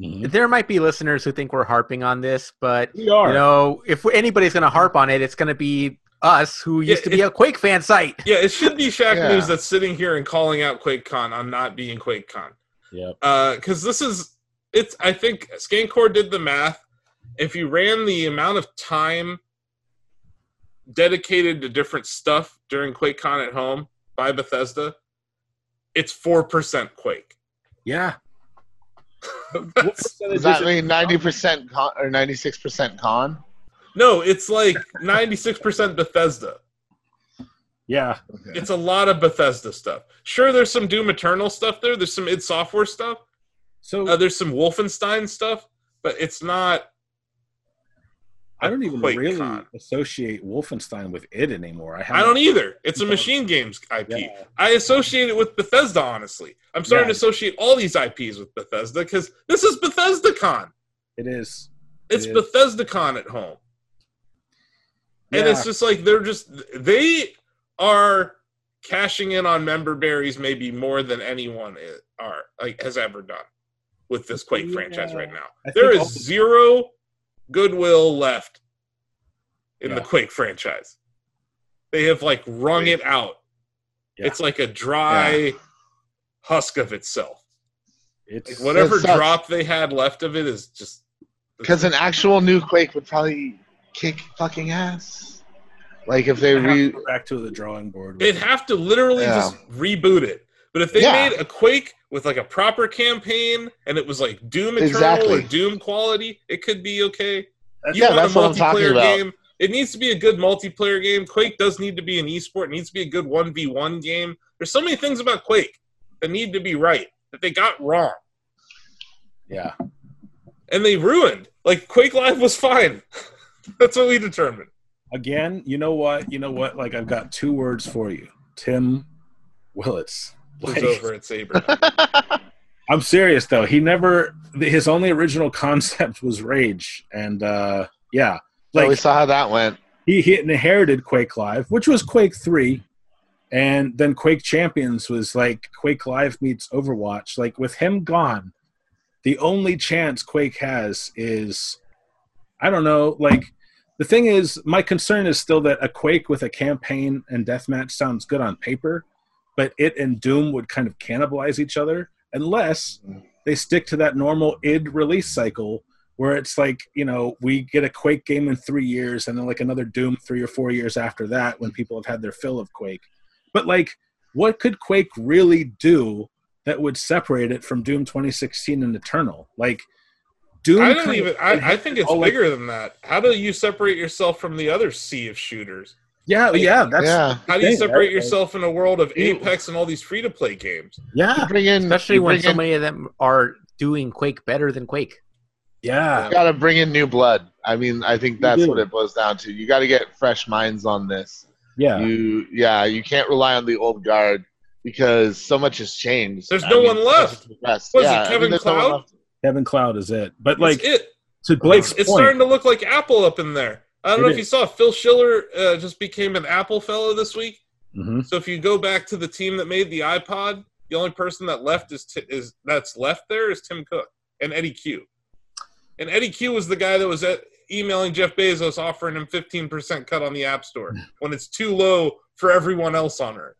Mhm. There might be listeners who think we're harping on this, but we are. you know, if anybody's going to harp on it, it's going to be us who used Yeah, to be it- a Quake fan site. Mm-hmm. Yeah, it should be Shaq Yeah. News that's sitting here and calling out QuakeCon on not being QuakeCon. Yep. because this is it's i think scancore did the math if you ran the amount of time dedicated to different stuff during quakecon at home by bethesda it's 4% quake Yeah. That's- percentage Does is that it? mean ninety percent con or ninety six percent con? No, it's like 96% Bethesda. Yeah. It's a lot of Bethesda stuff. Sure, there's some Doom Eternal stuff there. There's some id Software stuff. So Uh, there's some Wolfenstein stuff, but it's not. I don't even Quake really Con. associate Wolfenstein with it anymore. I, I haven't- don't e- either. It's a machine games IP. Yeah. I associate it with Bethesda, honestly. I'm starting Yeah. to associate all these IPs with Bethesda because this is BethesdaCon. It is. It's It is. BethesdaCon at home. And Yeah. it's just like they're just they are cashing in on member berries maybe more than anyone i- are like has ever done with this Quake franchise Yeah. right now. I There think is all- zero goodwill left in the Yeah. Quake franchise. They have like wrung it out. Yeah. It's like a dry husk of itself. Like, It's whatever sucks. drop they had left of it is just Because an actual new Quake would probably kick fucking ass. Like if they I have to re. go back to the drawing board. with They'd it. have to literally Yeah. just reboot it. But if they Yeah. made a Quake with like a proper campaign and it was like Doom Eternal or Exactly. Doom quality, it could be okay. That's- yeah, that's what I'm talking about. game. It needs to be a good multiplayer game. Quake does need to be an esport. It needs to be a good 1v1 game. There's so many things about Quake that need to be right that they got wrong yeah. and they ruined. Like Quake Live was fine. That's what we determined. Again, you know what? You know what? Like I've got two words for you, Tim Willits. It was Like- over at Saber. I'm serious though. He never. His only original concept was rage, and uh, yeah, Like, we like saw how that went. he, he inherited Quake Live, which was Quake Three, and then Quake Champions was like Quake Live meets Overwatch. Like with him gone, the only chance Quake has is, I don't know. Like the thing is, my concern is still that a Quake with a campaign and deathmatch sounds good on paper, but it and Doom would kind of cannibalize each other unless Mm. they stick to that normal id release cycle where it's like you know we get a quake game in three years and then like another doom three or four years after that when people have had their fill of quake but like what could quake really do that would separate it from doom 2016 and eternal like doom I kind don't of- even. I, I think it's Oh, like- bigger than that. How do you separate yourself from the other sea of shooters? yeah yeah that's yeah, yeah. How do you Thing, separate right? yourself in a world of Ew. Apex and all these free to play games? yeah. You bring in, Especially you when bring so in, many of them are doing Quake better than Quake. you gotta bring in new blood. I mean, I think that's do. what it boils down to. You gotta get fresh minds on this. yeah. You, yeah, you can't rely on the old guard because so much has changed. There's no one left. Was Was it Kevin Cloud? kevin cloud is it but Like like That's it. to blake's It's point starting to look like Apple up in there. I don't It know if is. you saw Phil Schiller uh, just became an Apple fellow this week. Mhm. So if you go back to the team that made the iPod, the only person that left is t- is that's left there is Tim Cook and Eddie Q. And Eddie Q was the guy that was at, emailing Jeff Bezos offering him 15% cut on the App Store when it's too low for everyone else on Earth.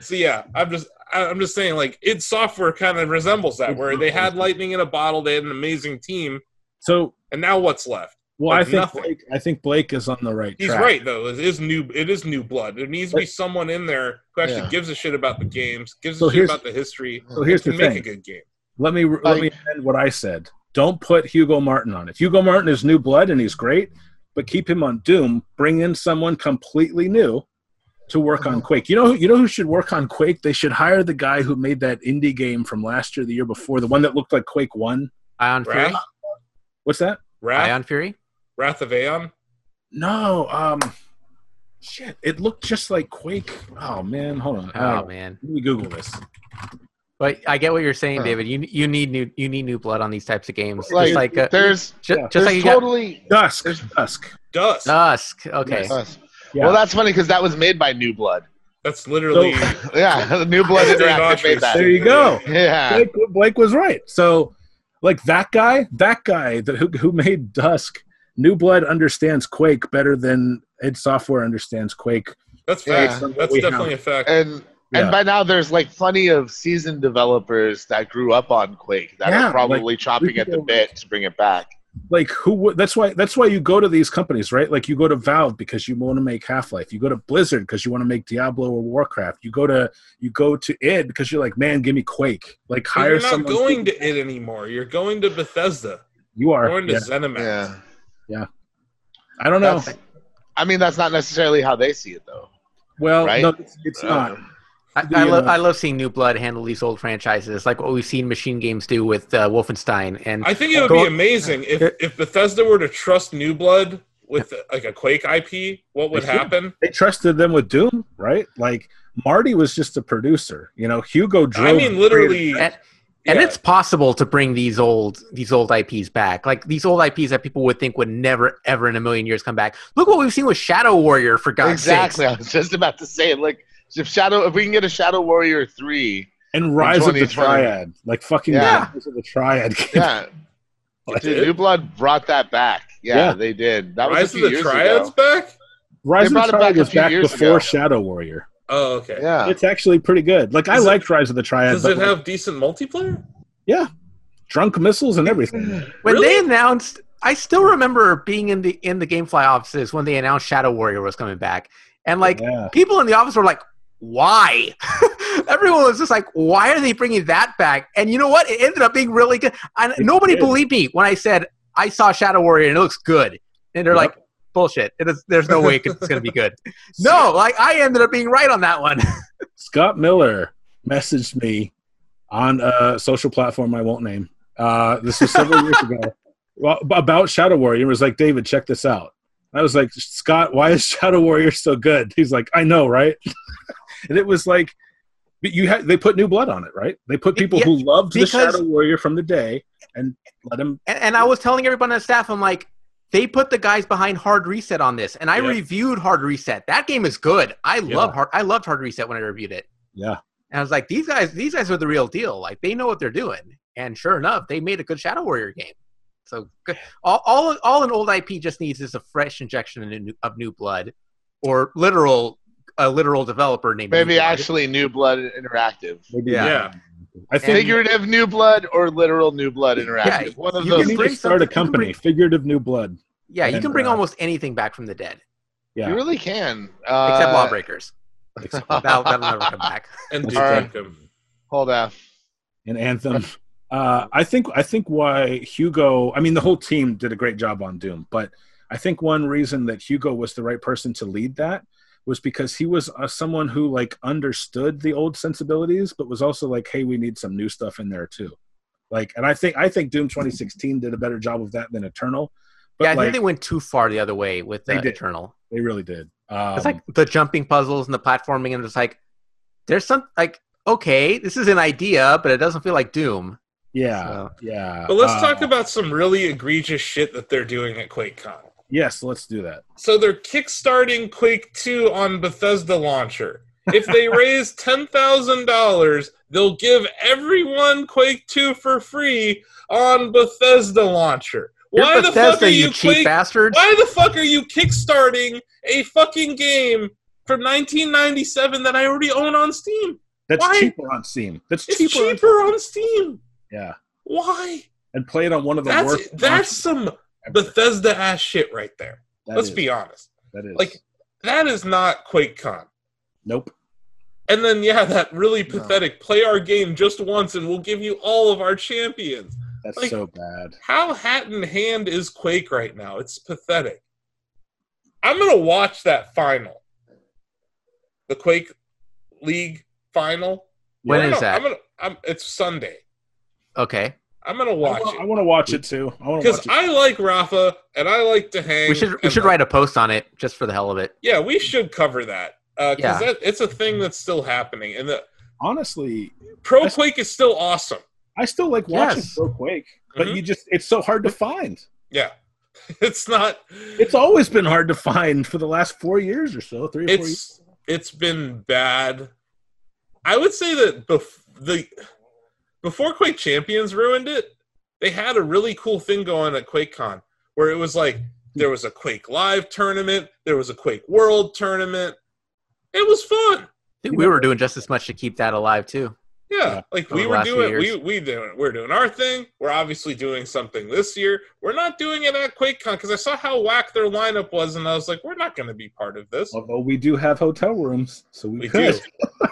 so yeah, I'm just I- I'm just saying like id Software kind of resembles that where they had lightning in a bottle, they had an amazing team, so and now what's left? well i Like think nothing. blake, i think blake is on the right He's track. right though. It is new. It is new blood. There needs to be someone in there who actually Yeah. gives a shit about the games, gives a So shit here's- about the history, so here's and the can thing. make a good game. Let me let me amend what I said. Don't put Hugo Martin on. If Hugo Martin is new blood and he's great, but keep him on Doom. Bring in someone completely new to work Uh-huh. on Quake. You know, you know who should work on Quake? They should hire the guy who made that indie game from last year, the year before, the one that looked like Quake One. Ion Fury? Wrath, What's that? Wrath, Ion Fury? Wrath of Aeon. No, um, shit. It looked just like Quake. Oh man, hold on. Oh Uh, man. Let me Google this. But I get what you're saying, Huh. David. You you need new you need new blood on these types of games. Like, just like uh, There's, ju- yeah. just like you there's got totally. Dusk. There's- Dusk. Dust. Dusk. Okay. Us. Yeah. Well, that's funny because that was made by New Blood. That's literally. Yeah, New Blood Dave Interactive Autry made that. There you go. Yeah, Blake, Blake was right. So, like that guy, that guy that who, who made Dusk, New Blood understands Quake better than id Software understands Quake. That's Yeah. fact. From what That's we definitely a fact. and Yeah. and by now there's like plenty of seasoned developers that grew up on Quake that Yeah, are probably chopping could at the go- bit to bring it back. Like who? would- That's why. That's why you go to these companies, right? Like you go to Valve because you want to make Half Life. You go to Blizzard because you want to make Diablo or Warcraft. You go to you go to id because you're like, man, give me Quake. Like But hire You're not someone. going to it anymore. You're going to Bethesda. you You're are. going to Yeah. ZeniMax. Yeah. Yeah. I don't know. That's- I mean, that's not necessarily how they see it, though. well, right? no, it's, it's Uh, not. I, The, I, love uh, I love seeing new blood handle these old franchises, like what we've seen Machine Games do with uh, Wolfenstein. And I think it would Go- be amazing if, if Bethesda were to trust New Blood with like a Quake IP. What would Yeah. happen? They trusted them with Doom, right? Like Marty was just a producer. You know, Hugo drove. I mean, literally. And- and yeah. it's possible to bring these old these old IPs back, like these old IPs that people would think would never ever in a million years come back. Look what we've seen with Shadow Warrior for God's exactly. I was just about to say, like, if Shadow, if we can get a Shadow Warrior three, and Rise of the 2020. Triad, like fucking Yeah. Rise of the Triad. yeah, dude, New Blood brought that back. Yeah, Yeah. they did. That was a Rise of few the years Triads ago. back? Rise of They the brought it Triad back a was few back years before ago. Shadow Warrior. Oh, okay. Yeah, It's actually pretty good. Like I Does it- liked Rise of the Triad, Does but it like, have decent multiplayer? drunk missiles and everything. sakes. When they Really? announced, I still remember being in the in the GameFly offices when they announced Shadow Warrior was coming back, and like yeah. people in the office were like, why? Everyone was just like, why are they bringing that back? And you know what? It ended up being really good. And It nobody did. believed me when I said I saw Shadow Warrior and it looks good. And they're Yep. like, bullshit. It is, there's no way it's going to be good. no, like I ended up being right on that one. Scott Miller messaged me on a social platform I won't name. Uh, this was several years ago. Well, about Shadow Warrior, it was like, David, check this out. I was like, Scott, why is Shadow Warrior so good? He's like, I know, right? and it was like, but you had they put new blood on it, right? They put people who loved the because- Shadow Warrior from the day and let him. And, and I was telling everyone on staff, I'm like, they put the guys behind Hard Reset on this, and I Yeah. reviewed Hard Reset. That game is good. I Yeah. love Hard. I loved Hard Reset when I reviewed it. Yeah, And I was like, these guys, these guys are the real deal. Like they know what they're doing. And sure enough, they made a good Shadow Warrior game. So good. All, all, all an old IP just needs is a fresh injection of new, of new blood, or literal, a literal developer named. maybe New Blood. actually New Blood Interactive. maybe. Yeah. Yeah. I think you Figurative New Blood or literal New Blood Interactive. Yeah, One of you those. need bring to start a something- you can company, bring- figurative new blood. Yeah, you and, can bring uh, almost anything back from the dead, Yeah. You really can. except Uh, Lawbreakers. That'll, that'll never come back. And That's Duke right. Nukem. Hold on. in Anthem. Uh, I think I think why Hugo. I mean, the whole team did a great job on Doom, but I think one reason that Hugo was the right person to lead that was because he was uh, someone who like understood the old sensibilities, but was also like, hey, we need some new stuff in there too. Like, and I think I think Doom 2016 did a better job of that than Eternal. But yeah, I like, think they went too far the other way with They the did. Eternal. they, really did. Um, It's like the jumping puzzles and the platforming, and it's like there's some like okay, this is an idea, but it doesn't feel like Doom. yeah, So- yeah. But let's Uh, talk about some really egregious shit that they're doing at QuakeCon. yes. Let's do that. So they're kickstarting Quake 2 on Bethesda launcher. If they raise $10,000, they'll give everyone Quake 2 for free on Bethesda launcher. You're Why the Bethesda, fuck are you, cheap Quake bastards? Why the fuck are you kickstarting a fucking game from 1997 that I already own on Steam? That's Why? cheaper on Steam. That's It's cheaper. on- cheaper on Steam. yeah, Why? and play it on one of the That's worst. that's some Bethesda ass shit right there. That Let's is- be honest. That is Like that is not QuakeCon. nope. And then yeah, that really No. pathetic play our game just once and we'll give you all of our champions. That's like- so bad. How hat in hand is Quake right now? It's pathetic. I'm gonna watch that final. The Quake League final. When I is don't- that? I'm gonna, I'm, it's Sunday. okay, I'm gonna I watch wa- I it want to watch it too. I want to watch because it. I like Rafa and I like to hang. we should we and should like- write a post on it just for the hell of it. Yeah, we should cover that because Yeah. that, it's a thing that's still happening, and the Honestly, Pro That's- Quake is still awesome. I still like watching Yes. Pro Quake, but Mhm. you just—it's so hard to find. Yeah, it's not. It's always been hard to find for the last four years or so, three or four years. it's it's been bad. I would say that bef- the before Quake Champions ruined it, they had a really cool thing going at QuakeCon where it was like there was a Quake Live tournament, there was a Quake World tournament. It was fun. I think we were doing just as much to keep that alive too. Yeah, Yeah, like over we the were last few doing we years. we doing we're doing our thing. We're obviously doing something this year. We're not doing it at QuakeCon because I saw how whack their lineup was, and I was like, we're not going to be part of this. Although we do have hotel rooms, so we, We could. do.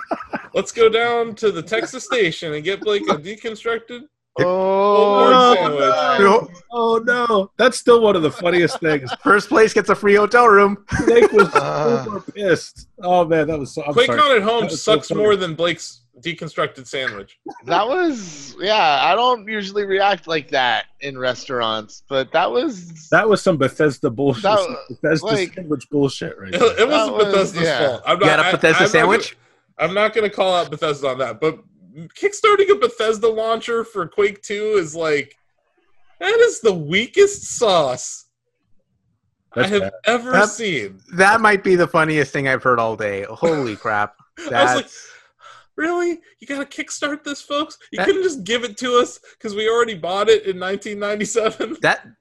Let's go down to the Texas station and get Blake a deconstructed Oh, Oh, oh no, that's still one of the funniest things. First place gets a free hotel room. Blake was Ah. super pissed. Oh man, that was so. I'm sorry. QuakeCon at home That was so sucks funny. more than Blake's deconstructed sandwich. that was yeah. I don't usually react like that in restaurants, but that was That was some Bethesda bullshit. That- some Bethesda like- sandwich bullshit, right? It, there. it wasn't was- Bethesda's yeah. fault. I'm You got a Bethesda I'm sandwich? Not gonna, I'm not going to call out Bethesda on that, but kickstarting a Bethesda launcher for Quake 2 is like that is the weakest sauce That's I have bad. ever That's- seen. That might be the funniest thing I've heard all day. Holy crap. I was like, That's really? You got to kickstart this, folks? You That- couldn't just give it to us because we already bought it in 1997 that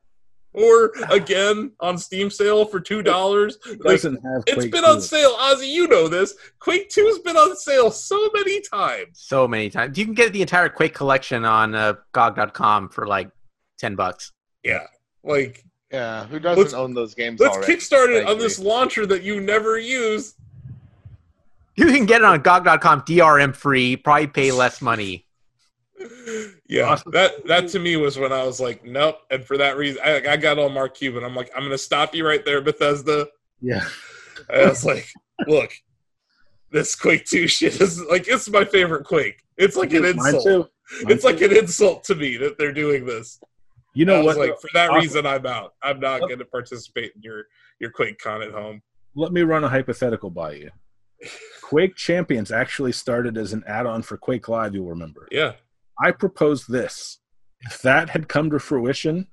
or again on Steam sale for $2. It Like, doesn't have. It's Quake been on 2. sale, Ozzy. You know this. Quake Two's been on sale so many times. so many times. You can get the entire Quake collection on uh, GOG.com for like 10 bucks. Yeah, like yeah. Who doesn't Let's- own those games let's already? kickstart it I on this agree. launcher that you never use. You can get it on GOG.com DRM free, probably pay less money. Yeah, Awesome. that that to me was when I was like, nope. And for that reason, I, I got all Mark Cuban. I'm like, I'm gonna stop you right there, Bethesda. Yeah. I was like, look, this Quake Two shit is like it's my favorite Quake. It's like an Mine insult. too. Mine It's like too. an insult to me that they're doing this. You I know was what? like, for that Awesome. reason, I'm out. I'm not Yep. going to participate in your your Quake Con at home. Let me run a hypothetical by you. Quake Champions actually started as an add-on for Quake Live. You'll remember. Yeah, I propose this. If that had come to fruition,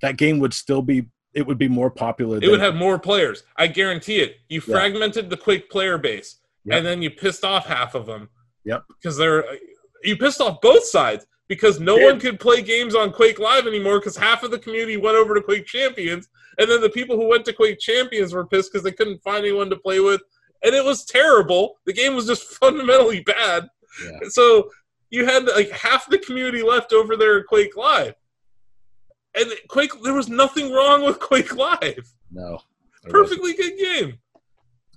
that game would still be it would be more popular it would have more players. I guarantee it. You Yeah. fragmented the Quake player base, Yep. and then you pissed off half of them. Yep. Because they're you pissed off both sides because no Yeah. one could play games on Quake Live anymore because half of the community went over to Quake Champions, and then the people who went to Quake Champions were pissed because they couldn't find anyone to play with, and it was terrible. The game was just fundamentally bad. Yeah. So you had like half the community left over there at Quake Live. And Quake, there was nothing wrong with Quake Live. no. there wasn't. Perfectly good game.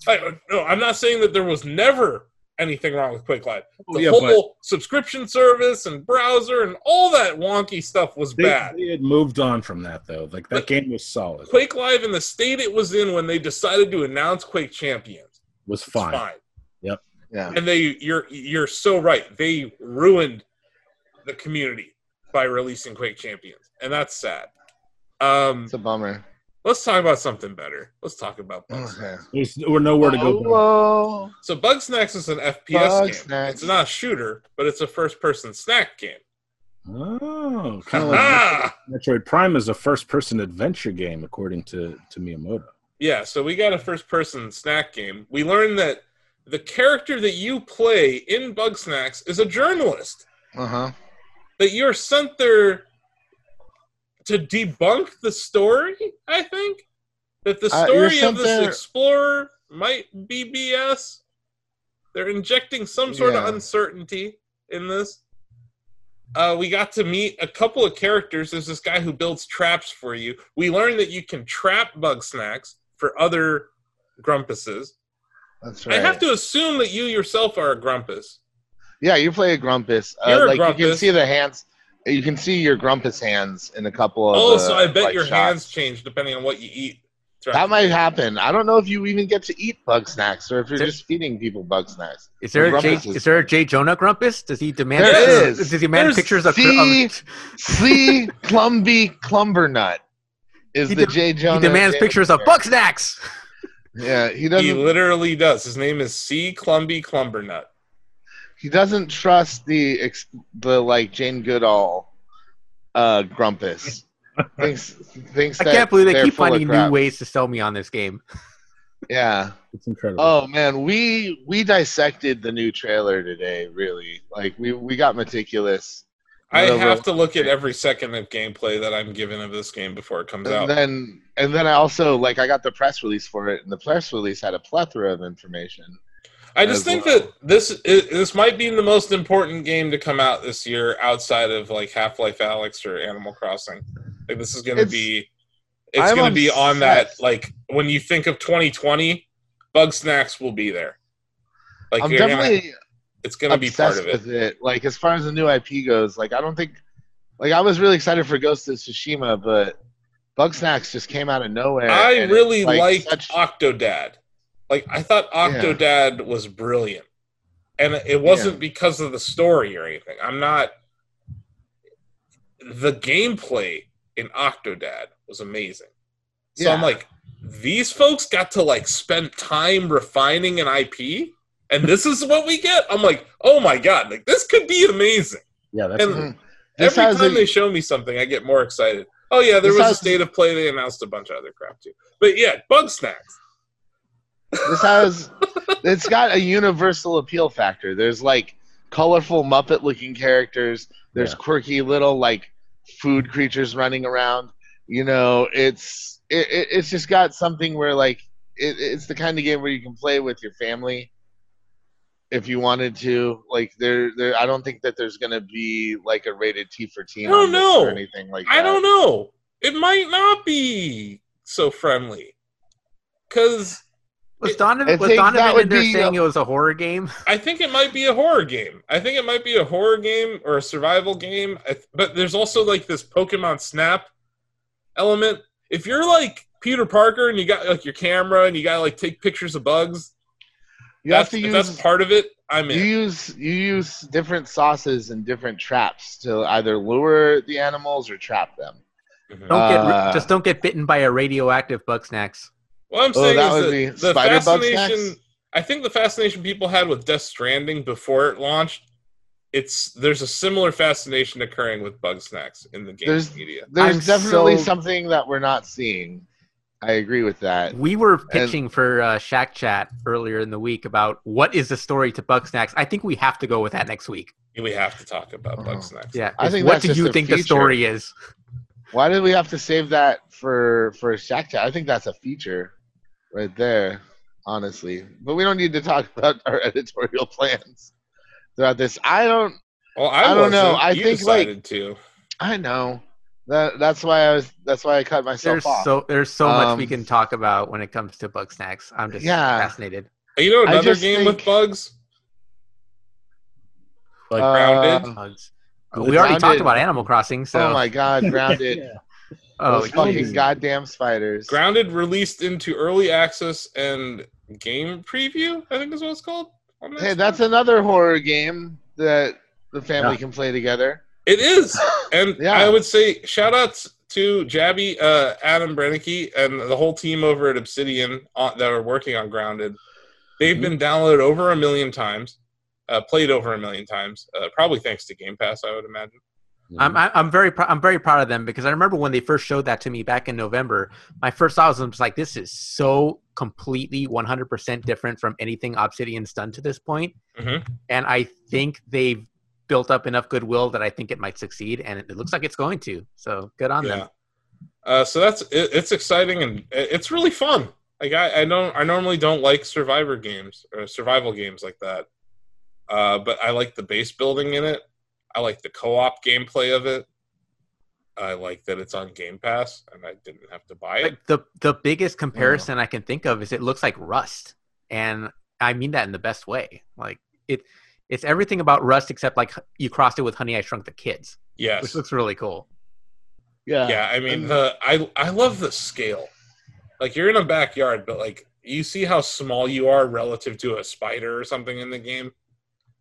I, no, I'm not saying that there was never anything wrong with Quake Live. The Oh, yeah, but whole subscription service and browser and all that wonky stuff was they, bad. they had moved on from that though. Like that But- game was solid. Quake Live in the state it was in when they decided to announce Quake Champions. was It's fine. fine. Yeah. and they you're you're so right they ruined the community by releasing quake champions and that's sad um It's a bummer. let's talk about something better let's talk about bugs Okay. There's there were nowhere to go. uh, but- Whoa. so bugsnax is an fps game Bugsnax. it's not a shooter but it's a first person snack game Oh, kind of like Ah! Metroid Prime is a first-person adventure game, according to to Miyamoto. yeah so we got a first person snack game we learned that the character that you play in bugsnax is a journalist Uh huh. that you're sent there to debunk the story. I think that the Uh, you're story of sent this there- explorer might be BS. They're injecting some sort Yeah. of uncertainty in this. Uh, we got to meet a couple of characters. There's this guy who builds traps for you. We learned that you can trap bug snacks for other grumpuses. That's right. I have to assume that you yourself are a grumpus. Yeah, you play a Grumpus. Uh, You're a like you can Grumpus. see the hands. You can see your Grumpus hands in a couple of. oh, the, so I bet like, your shots. hands change depending on what you eat. throughout That the might day. happen. I don't know if you even get to eat bug snacks or if you're There- just feeding people bug snacks. Is there a J, Grumpus is- is there a J Jonah Grumpus? Does he demand There pictures- is. Does he demand There's- pictures of, um, See? of C. Clumby Clumbernut is He the de- J. Jonah. he demands Jameson pictures of character. buck snacks. Yeah, he He doesn't. literally does. His name is C. Clumby Clumbernut. He doesn't trust the ex- the like Jane Goodall, uh, Grumpus. thinks thinks I that can't believe they they're keep full of finding new crap. ways to sell me on this game. Yeah. It's incredible. Oh man, we we dissected the new trailer today. Really, like we we got meticulous. I Went over have to look at every second of gameplay that I'm given of this game before it comes out. and then and then I also like I got the press release for it, and the press release had a plethora of information. I just as think well. that this i- this might be the most important game to come out this year outside of like Half Life Alex or Animal Crossing. Like this is going to It's- be it's I'm going to be on that obsessed. like when you think of 2020, Bug Snacks will be there. Like I'm you're gonna- definitely It's gonna be part of it. with it. Like as far as the new IP goes, like I don't think, like I was really excited for Ghost of Tsushima, but Bugsnax just came out of nowhere. I and it's, really liked such- Octodad. Like I thought Octodad was brilliant. And it wasn't because of the story or anything. I'm not the gameplay in Octodad was amazing. So I'm Yeah. like, these folks got to like spend time refining an IP and this is what we get. I'm like, oh my god, like this could be amazing. Yeah, that's And good. Mm-hmm. This Every has time a- they show me something, I get more excited. Oh yeah, there This was a has- state of play. They announced a bunch of other crap too. But yeah, bug snacks. this has it's got a universal appeal factor there's like colorful muppet looking characters there's Yeah. quirky little like food creatures running around you know it's it, it, it's just got something where like it, it's the kind of game where you can play with your family if you wanted to like there there i don't think that there's gonna be like a rated t for teen I don't on this know. or anything like that I don't know. It might not be so friendly because Was It- Donovan, I was think that Donovan in would there be, saying uh, it was a horror game? I think it might be a horror game. I think it might be a horror game or a survival game. I th- But there's also like this Pokemon Snap element. If you're like Peter Parker and you got like your camera and you gotta like take pictures of bugs, you have that's- to if use that's part of it. I'm You in. use you use different sauces and different traps to either lure the animals or trap them. Mm-hmm. Don't Uh, get just don't get bitten by a radioactive bug snacks. What I'm Oh, saying that is would that be the spider bug fascination. snacks? I think the fascination people had with Death Stranding before it launched, it's there's a similar fascination occurring with bug snacks in the game There's- media. There's I'm definitely so- something that we're not seeing. I agree with that. We were pitching for uh, Shack Chat earlier in the week about what is the story to bug snacks. I think we have to go with that next week. We have to talk about Oh. bug snacks. Yeah. I is think what that's do just you a think the feature. story is? Why did we have to save that for for Shack Chat? I think that's a feature right there, honestly. But we don't need to talk about our editorial plans throughout this. I don't Well, I, I don't know. wasn't. I You think, like- decided to. I know. That that's why I was that's why I cut myself There's off. so there's so much we Um, can talk about when it comes to bug snacks. I'm just Yeah. fascinated. You know I another just game with think- bugs. like Uh, Grounded? Bugs. the We already talked grounded- about Animal Crossing, so Oh my god, grounded. oh, Those fucking Jesus. goddamn spiders. Grounded released into early access and game preview. I think is what it's called. on Hey, Xbox. that's another horror game that the family can play together. It is. And Yeah. I would say shout outs to Jabby, uh, Adam Brenicky, and the whole team over at Obsidian on, that are working on Grounded. They've been downloaded over a million times, uh, played over a million times, uh, probably thanks to Game Pass, I would imagine. I'm I- I'm very pr- I'm very proud of them because I remember when they first showed that to me back in November. My first thought was I'm just like, this is so completely 100% different from anything Obsidian's done to this point, Mhm. and I think they've built up enough goodwill that I think it might succeed, and it, it looks like it's going to. So good on Yeah. them. Uh, so that's it, it's exciting and it- it's really fun. Like I, I don't I normally don't like survivor games or survival games like that. Uh, but I like the base building in it. I like the co-op gameplay of it. I like that it's on Game Pass and I didn't have to buy it. Like the the biggest comparison I can think of is it looks like Rust, and I mean that in the best way. Like it, it's everything about Rust except like you crossed it with Honey I Shrunk the Kids, which Yes. looks really cool. Yeah. Yeah, I mean the I I love the scale. Like you're in a backyard, but like you see how small you are relative to a spider or something in the game.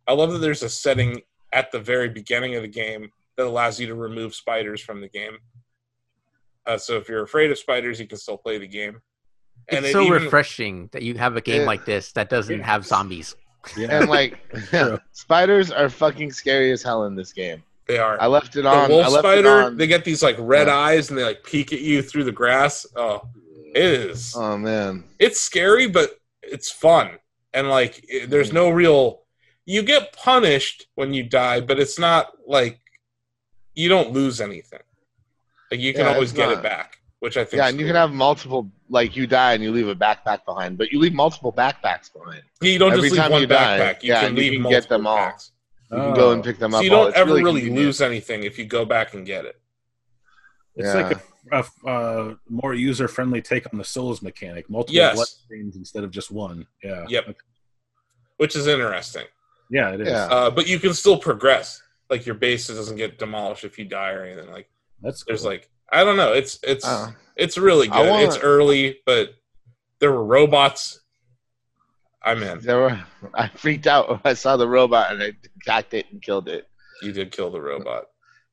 I love that there's a setting at the very beginning of the game that allows you to remove spiders from the game. Uh, so if you're afraid of spiders, you can still play the game. it's it so even- refreshing that you have a game Yeah. like this that doesn't Yeah. have zombies. yeah. And like spiders are fucking scary as hell in this game. They are. I left it the on. wolf I left spider, it on. they get these like red Yeah. eyes and they like peek at you through the grass. Oh, it is. Oh man. it's scary, but it's fun. And like, it- there's no real. You get punished when you die, but it's not like you don't lose anything. Like you can Yeah, always it's get it not- back, which I think. Yeah, is and you cool. can have multiple like you die and you leave a backpack behind, but you leave multiple backpacks behind. Yeah, you don't every just leave time one you die, backpack. You yeah, can and you leave can multiple get them all. packs. You can Oh, go and pick them So up. you all. don't It's ever really convenient. lose anything if you go back and get it. It's Yeah. like a, a uh, more user friendly take on the Souls mechanic. Multiple Yes. bloodstains instead of just one. Yeah. Yep. Which is interesting. Yeah, it is. Yeah. Uh, but you can still progress. Like your base doesn't get demolished if you die or anything. Like That's there's cool. like I don't know. It's it's Uh, it's really I good. wanna- It's early, but there were robots. I'm in. there were, I freaked out when I saw the robot and I attacked it and killed it. You did kill the robot.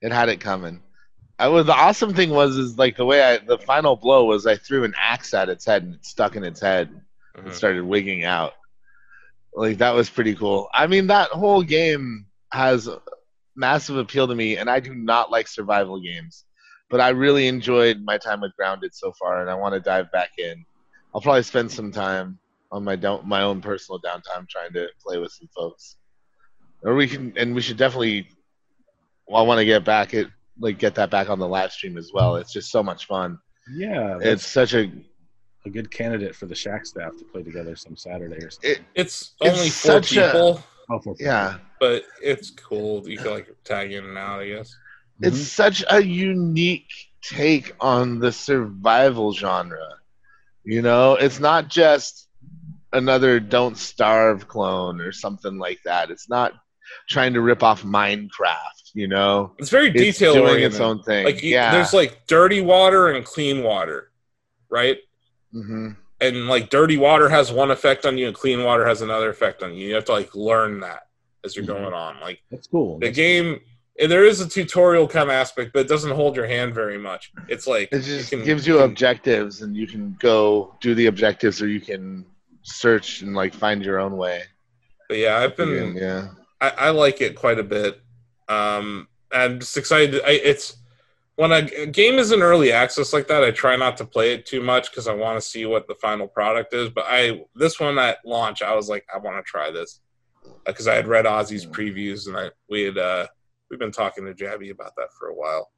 It had it coming. I was the awesome thing was is like the way I the final blow was I threw an axe at its head and it stuck in its head and Mhm. started wigging out. Like that was pretty cool. I mean that whole game has massive appeal to me and I do not like survival games. But I really enjoyed my time with Grounded so far and I want to dive back in. I'll probably spend some time on my down, my own personal downtime trying to play with some folks. Or we can and we should definitely well, I want to get back it like get that back on the live stream as well. It's just so much fun. yeah, that's It's such a a good candidate for the Shack staff to play together some Saturday or something. it, It's It's only four such a- people, Oh, for- yeah. but it's cool. You can like tag in and out, I guess. It's Mm-hmm. such a unique take on the survival genre. You know, it's not just another don't starve clone or something like that. It's not trying to rip off Minecraft, you know. It's very It's detail doing oriented. its own thing. Like you- yeah. there's like dirty water and clean water, right? hmm and like dirty water has one effect on you and clean water has another effect on you you have to like learn that as you're Mm-hmm. going on like That's cool. the game and there is a tutorial kind of aspect but it doesn't hold your hand very much it's like It just you can- gives you can- objectives, and you can go do the objectives, or you can search and like find your own way. but yeah i've been Yeah, I, I like it quite a bit um i'm just excited I, it's when I, a game is in early access like that i try not to play it too much because i want to see what the final product is but i this one at launch i was like i want to try this because I had read Ozzy's previews and I we had uh, we've been talking to Jabby about that for a while.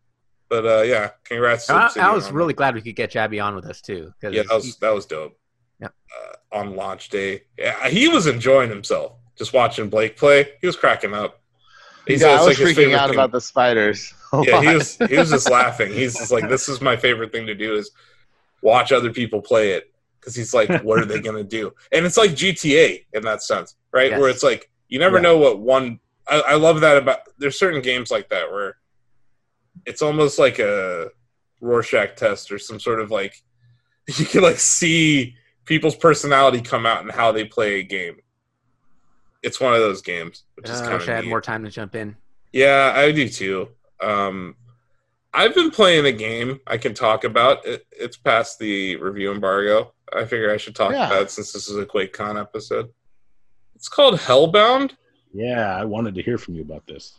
But uh, yeah, congrats. to I, I Obsidian was on really glad we could get Jabby on with us too. 'cause that. yeah, that was that was dope. Yeah. Uh, on launch day, yeah, he was enjoying himself just watching Blake play. He was cracking up. He said yeah. I it's was like his freaking favorite out thing- about the spiders. a Yeah, he lot. was he was just laughing. He's just like, this is my favorite thing to do is watch other people play it because he's like, what are they gonna do? And it's like GTA in that sense, right? Yes. Where it's like you never Yeah. know what one. I, I love that about. There's certain games like that where it's almost like a Rorschach test or some sort of like you can like see people's personality come out and how they play a game. It's one of those games, which is Uh, I kind wish I had of more time to jump in. yeah, I do too. Um, I've been playing a game I can talk about. It, it's past the review embargo. I figure I should talk Yeah. about it since this is a QuakeCon episode. It's called Hellbound. yeah, I wanted to hear from you about this.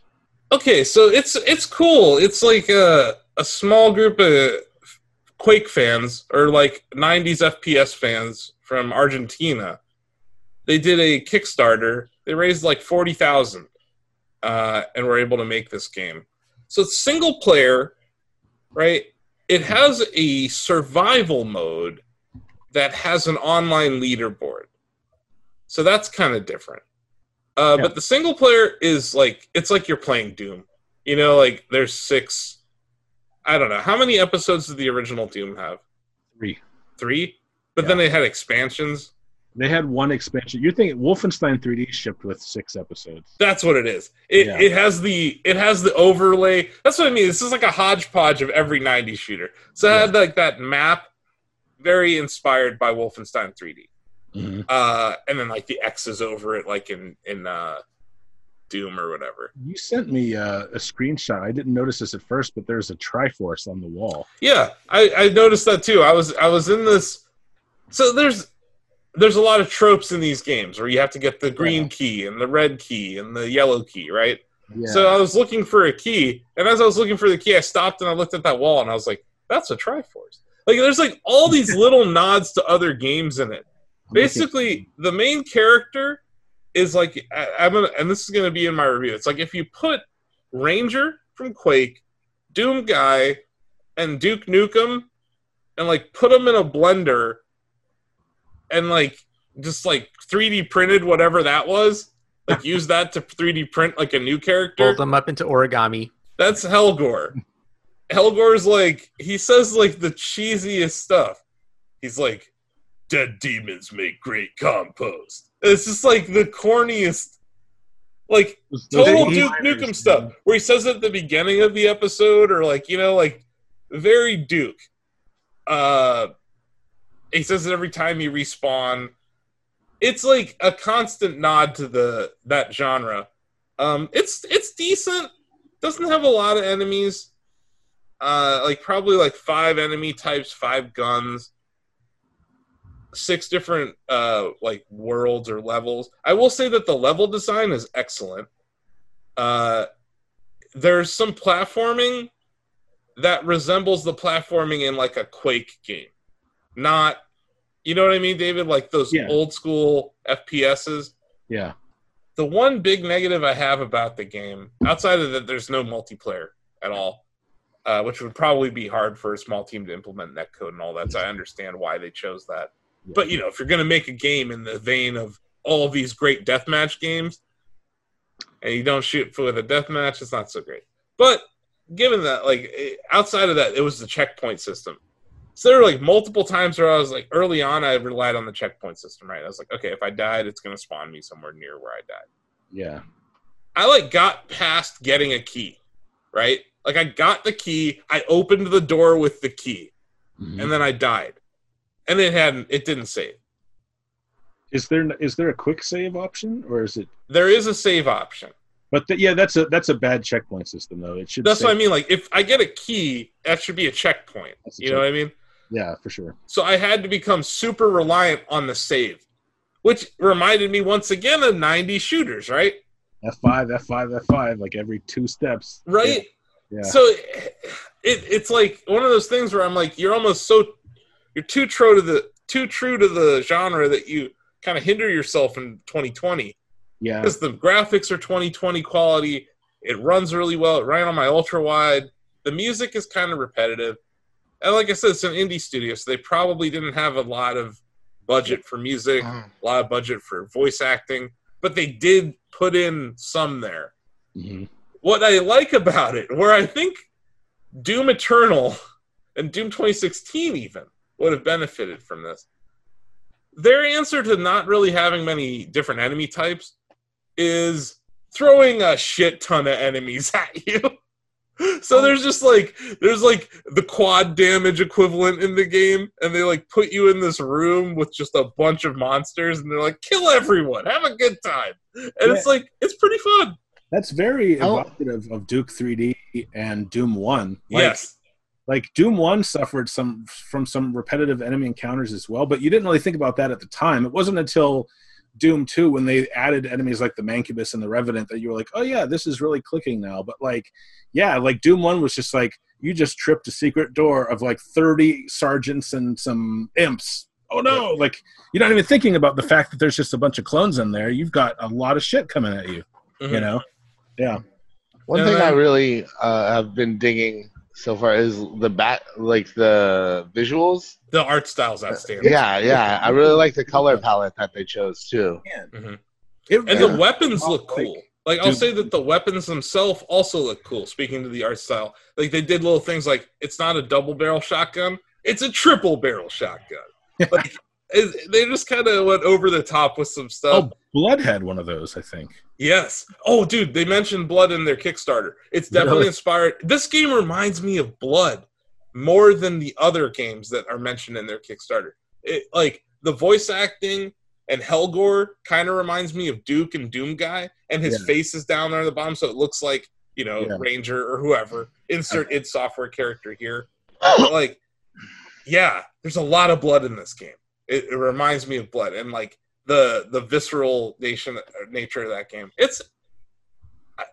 Okay, so it's it's cool. It's like a a small group of Quake fans or like '90s FPS fans from Argentina. They did a Kickstarter. They raised like forty thousand, uh, and were able to make this game. So it's single player, right? It has a survival mode that has an online leaderboard. So that's kind of different. Uh, Yeah. But the single player is like it's like you're playing Doom. You know, like there's six. I don't know how many episodes did the original Doom have? Three. Three. But then they had expansions. They had one expansion. You're thinking Wolfenstein 3D shipped with six episodes. That's what it is. It Yeah. it has the it has the overlay. That's what I mean. This is like a hodgepodge of every '90s shooter. So it had like that map, very inspired by Wolfenstein 3D. Hmm. Uh, and then like the X's over it, like in in uh, Doom or whatever. You sent me uh, a screenshot. I didn't notice this at first, but there's a Triforce on the wall. Yeah, I, I noticed that too. I was I was in this. So there's there's a lot of tropes in these games where you have to get the green key and the red key and the yellow key, right? Yeah. So I was looking for a key, and as I was looking for the key, I stopped and I looked at that wall, and I was like, "That's a Triforce." Like, there's like all these little nods to other games in it. Basically, the main character is like, I, I'm gonna, and this is gonna be in my review. It's like if you put Ranger from Quake, Doom Guy, and Duke Nukem, and like put them in a blender, and like just like 3D printed whatever that was. Like use that to 3D print like a new character. Fold them up into origami. That's Helgor. Helgor's like he says like the cheesiest stuff. He's like, "Dead demons make great compost." It's just like the corniest Like There's no total two Duke liners, Nukem stuff, where he says it at the beginning of the episode, or like you know, like very Duke. Uh, he says it every time you respawn. It's like a constant nod to the that genre. Um, it's it's decent. Doesn't have a lot of enemies. Uh, like probably like five enemy types, five guns six different uh like worlds or levels. I will say that the level design is excellent. Uh there's some platforming that resembles the platforming in like a Quake game. Not you know what I mean, David? Like those Yeah. old school FPSs. Yeah. The one big negative I have about the game, outside of that there's no multiplayer at all. Uh, which would probably be hard for a small team to implement netcode and all that. So I understand why they chose that. But you know, if you're going to make a game in the vein of all of these great deathmatch games, and you don't shoot for with a deathmatch, it's not so great. But given that, like eh, outside of that, it was the checkpoint system. So there were like multiple times where I was like, early on, I relied on the checkpoint system. Right? I was like, okay, if I died, it's going to spawn me somewhere near where I died. Yeah. I like got past getting a key, right? Like I got the key, I opened the door with the key, Mm-hmm. and then I died, and it hadn't, it didn't save. Is there is there a quick save option or is it? There is a save option. But th- yeah, that's a that's a bad checkpoint system though. It should. That's save- what I mean. Like if I get a key, that should be a checkpoint. That's a you know what I mean? Yeah, for sure. So I had to become super reliant on the save, which reminded me once again of 90 shooters, right? F five, F five, F five. Like every two steps. Right? Yeah. So it, it's like one of those things where I'm like, you're almost so you're too true to the too true to the genre that you kind of hinder yourself in 2020 yeah. because the graphics are 2020 quality. It runs really well. It ran on my ultra wide. The music is kind of repetitive, and like I said, it's an indie studio, so they probably didn't have a lot of budget for music, Mm-hmm. a lot of budget for voice acting, but they did put in some there Mhm. what I like about it, where I think Doom Eternal and Doom 2016 even would have benefited from this. Their answer to not really having many different enemy types is throwing a shit ton of enemies at you. So Oh. there's just like there's like the quad damage equivalent in the game, and they like put you in this room with just a bunch of monsters, and they're like, kill everyone, have a good time, and it's like it's pretty fun. That's very How- evocative of Duke 3D and Doom One. Like, yes, Like Doom One suffered some from some repetitive enemy encounters as well, but you didn't really think about that at the time. It wasn't until Doom Two when they added enemies like the Mancubus and the Revenant that you were like, oh yeah, this is really clicking now. But like, yeah, like Doom One was just like you just tripped a secret door of like 30 sergeants and some imps. Oh no! Like you're not even thinking about the fact that there's just a bunch of clones in there. You've got a lot of shit coming at you. You Mhm. know. One Yeah, thing I man. really uh, have been digging so far is the bat, like the visuals. the art style's outstanding. Yeah, yeah. I really like the color palette that they chose too. It, uh, and Yeah. the uh, weapons look cool. Like I'll Dude. say that the weapons themselves also look cool. Speaking to the art style, like they did little things like it's not a double barrel shotgun; it's a triple barrel shotgun. like it, they just kind of went over the top with some stuff. oh, Blood had one of those, I think. Yes. Oh, dude, they mentioned blood in their Kickstarter. It's definitely Really? inspired. This game reminds me of Blood more than the other games that are mentioned in their Kickstarter. It like the voice acting and Helgor kind of reminds me of Duke and Doom Guy, and his face is down there at the bottom, so it looks like you know Yeah. Ranger or whoever. Insert id software character here. But, like, yeah, there's a lot of blood in this game. It, it reminds me of Blood, and like the the visceral nation nature of that game. It's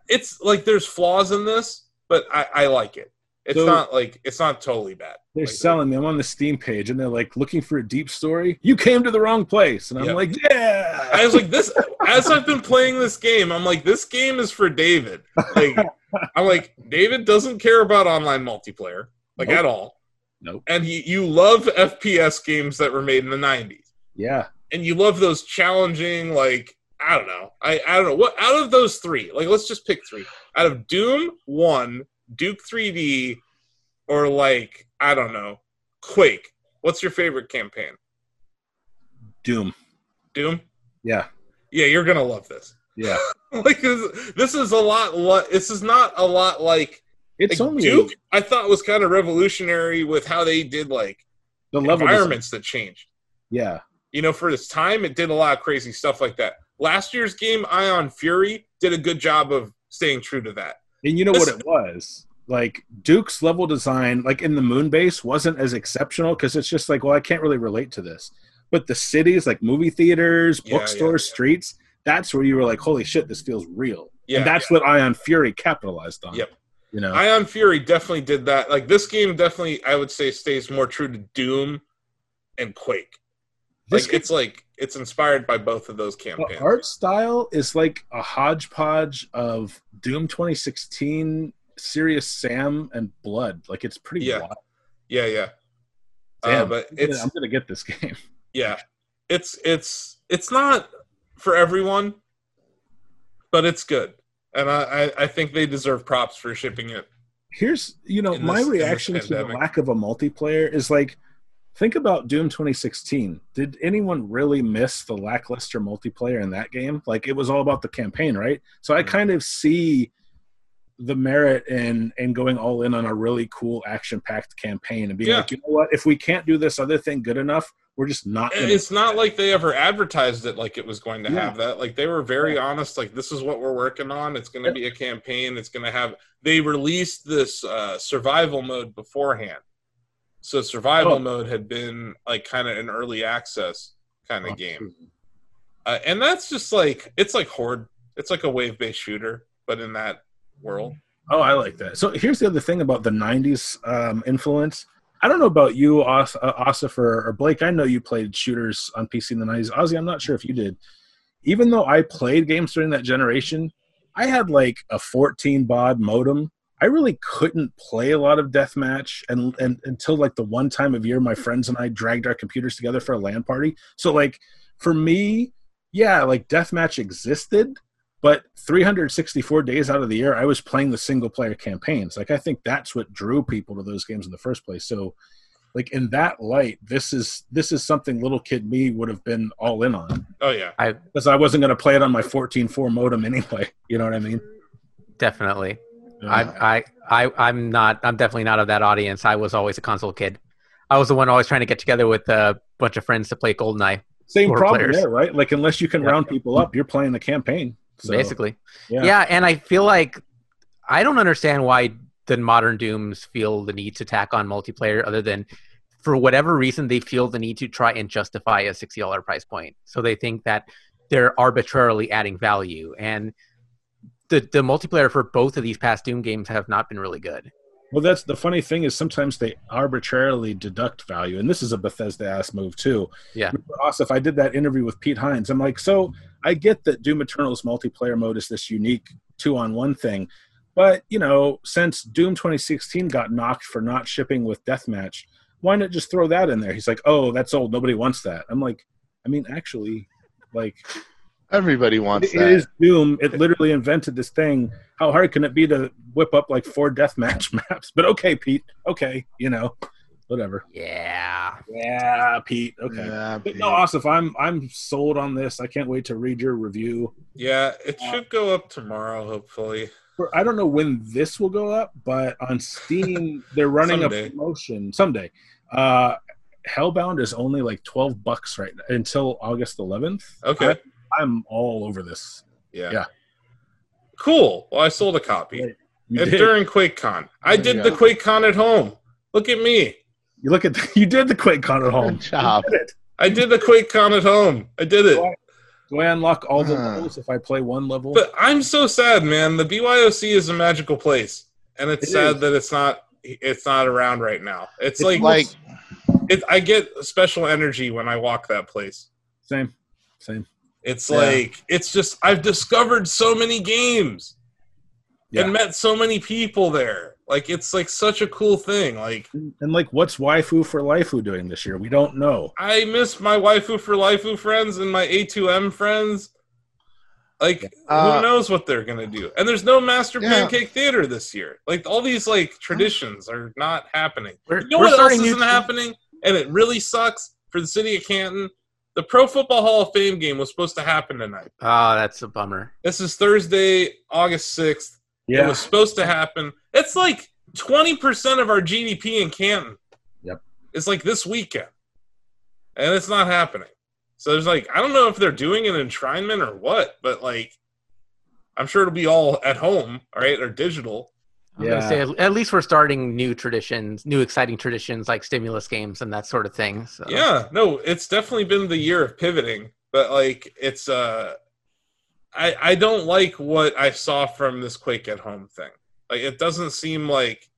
it's like there's flaws in this, but I, I like it. It's So- not like it's not totally bad. They're Like, selling me. I'm on the Steam page, and they're like looking for a deep story. You came to the wrong place, and I'm Yeah. like, yeah. I was like this as I've been playing this game. I'm like this game is for David. Like I'm like David doesn't care about online multiplayer like Nope. at all. Nope. And he you love FPS games that were made in the 90s. yeah, and you love those challenging like i don't know i i don't know what out of those three like let's just pick three out of doom one duke 3d or like i don't know quake what's your favorite campaign Doom. doom Yeah, yeah, you're gonna love this. Yeah. like this, this is a lot. Li- this is not a lot like, It's like only Duke. I thought was kind of revolutionary with how they did like the level design. environments that changed. Yeah, You know, for this time, it did a lot of crazy stuff like that. Last year's game, Ion Fury did a good job of staying true to that. and you know what This- it was like Duke's level design, like in the moon base, wasn't as exceptional because it's just like, well, I can't really relate to this. But the cities, like movie theaters, Yeah, yeah, bookstores, yeah. streets, that's where you were like, holy shit, this feels real. Yeah, and that's what Ion Fury capitalized on. Yep. You know, Ion Fury definitely did that. Like this game, definitely, I would say stays more true to Doom and Quake. This like game- it's like it's inspired by both of those the campaigns. art style is like a hodgepodge of Doom 2016, Serious Sam, and Blood. Like it's pretty Yeah. wild. Yeah, yeah. Uh, Damn, but I'm gonna- it's I'm gonna get this game. yeah, it's it's it's not for everyone, but it's good, and I I, I think they deserve props for shipping it. here's you know in my this- in this reaction to the pandemic. lack of a multiplayer is like think about doom 2016 did anyone really miss the lackluster multiplayer in that game like it was all about the campaign right so i Mhm. kind of see the merit in in going all in on a really cool action packed campaign and being Yeah. like you know what if we can't do this other thing good enough we're just not And gonna it's not like they ever advertised it like it was going to Yeah. have that. Like they were very honest. Like this is what we're working on. It's going to be a campaign. It's going to have. They released this uh, survival mode beforehand, so survival Oh. mode had been like kind of an early access kind of game, uh, and that's just like it's like horde. It's like a wave based shooter, but in that world. Oh, I like that. So here's the other thing about the '90s um, influence. I don't know about you, Os- uh, Asif or, or Blake. I know you played shooters on PC in the '90s. Ozzy, I'm not sure if you did. Even though I played games during that generation, I had like a 14 baud modem. I really couldn't play a lot of deathmatch, and, and until like the one time of year my friends and I dragged our computers together for a LAN party. So like for me, yeah, like deathmatch existed, but 364 days out of the year i was playing the single player campaigns like i think that's what drew people to those games in the first place so like in that light this is this is something little kid me would have been all in on Oh yeah, because i wasn't going to play it on my 14.4 modem anyway you know what i mean Definitely. Uh, I, I, I, I'm not. I'm definitely not of that audience. I was always a console kid. I was the one always trying to get together with a bunch of friends to play GoldenEye, same four problem players. there right like unless you can Yeah. round people up you're playing the campaign so, basically. yeah. Yeah. and I feel like I don't understand why the modern Dooms feel the need to tack on multiplayer, other than for whatever reason they feel the need to try and justify a sixty dollar price point. So they think that they're arbitrarily adding value, and the the multiplayer for both of these past Doom games have not been really good. Well, that's the funny thing is sometimes they arbitrarily deduct value, and this is a Bethesda ass move too. Yeah. Also, if I did that interview with Pete Hines, I'm like, so I get that Doom Eternal's multiplayer mode is this unique two-on-one thing, but you know, since Doom 2016 got knocked for not shipping with Deathmatch, why not just throw that in there? He's like, oh, that's old. Nobody wants that. I'm like, I mean, actually, like Everybody wants it that. is Doom. It literally invented this thing. How hard can it be to whip up like four deathmatch maps? But okay, Pete. Okay, you know, whatever. Yeah. Yeah, Pete. Okay. Yeah, But no, babe. Asif, I'm I'm sold on this. I can't wait to read your review. yeah. It should go up tomorrow, hopefully. For- I don't know when this will go up, but on Steam they're running Someday. a promotion someday. Uh, Hellbound is only like twelve bucks right now, until August 11th. Okay. I, am all over this. yeah. yeah. Cool. Well, I sold a copy. You, And did. during QuakeCon. I There you did the go. QuakeCon at home. Look at me. you look at the, you did the QuakeCon at home. Good job. You did it. I did the QuakeCon at home. I did it. Do I unlock all the Huh. levels if I play one level? But I'm so sad, man. The BYOC is a magical place, and it's It sad is. that it's not it's not around right now. It's, It's like, like- it, I get special energy when I walk that place. same, same. It's Yeah. like it's just I've discovered so many games Yeah. and met so many people there. Like it's like such a cool thing. Like And like, what's waifu for laifu doing this year? We don't know. I miss my waifu for laifu friends and my A2M friends. Like Uh, who knows what they're gonna do? And there's no Master Yeah. Pancake Theater this year. Like all these like traditions are not happening. We're, You know we're what else starting new- isn't happening? And it really sucks for the city of Canton. The The Pro Football Hall of Fame game was supposed to happen tonight. Oh, that's a bummer. This is Thursday, August 6th. It Yeah. was supposed to happen. It's like 20% of our GDP in Canton. Yep. It's like this weekend. And it's not happening. So there's like, I don't know if they're doing an enshrinement or what, but like, I'm sure it'll be all at home, all right, or digital. I'm gonna Yeah. say at- at least we're starting new traditions, new exciting traditions like stimulus games and that sort of thing. So Yeah, no, it's definitely been the year of pivoting, but like, it's, uh, I, I don't like what I saw from this Quake at Home thing. Like, it doesn't seem like,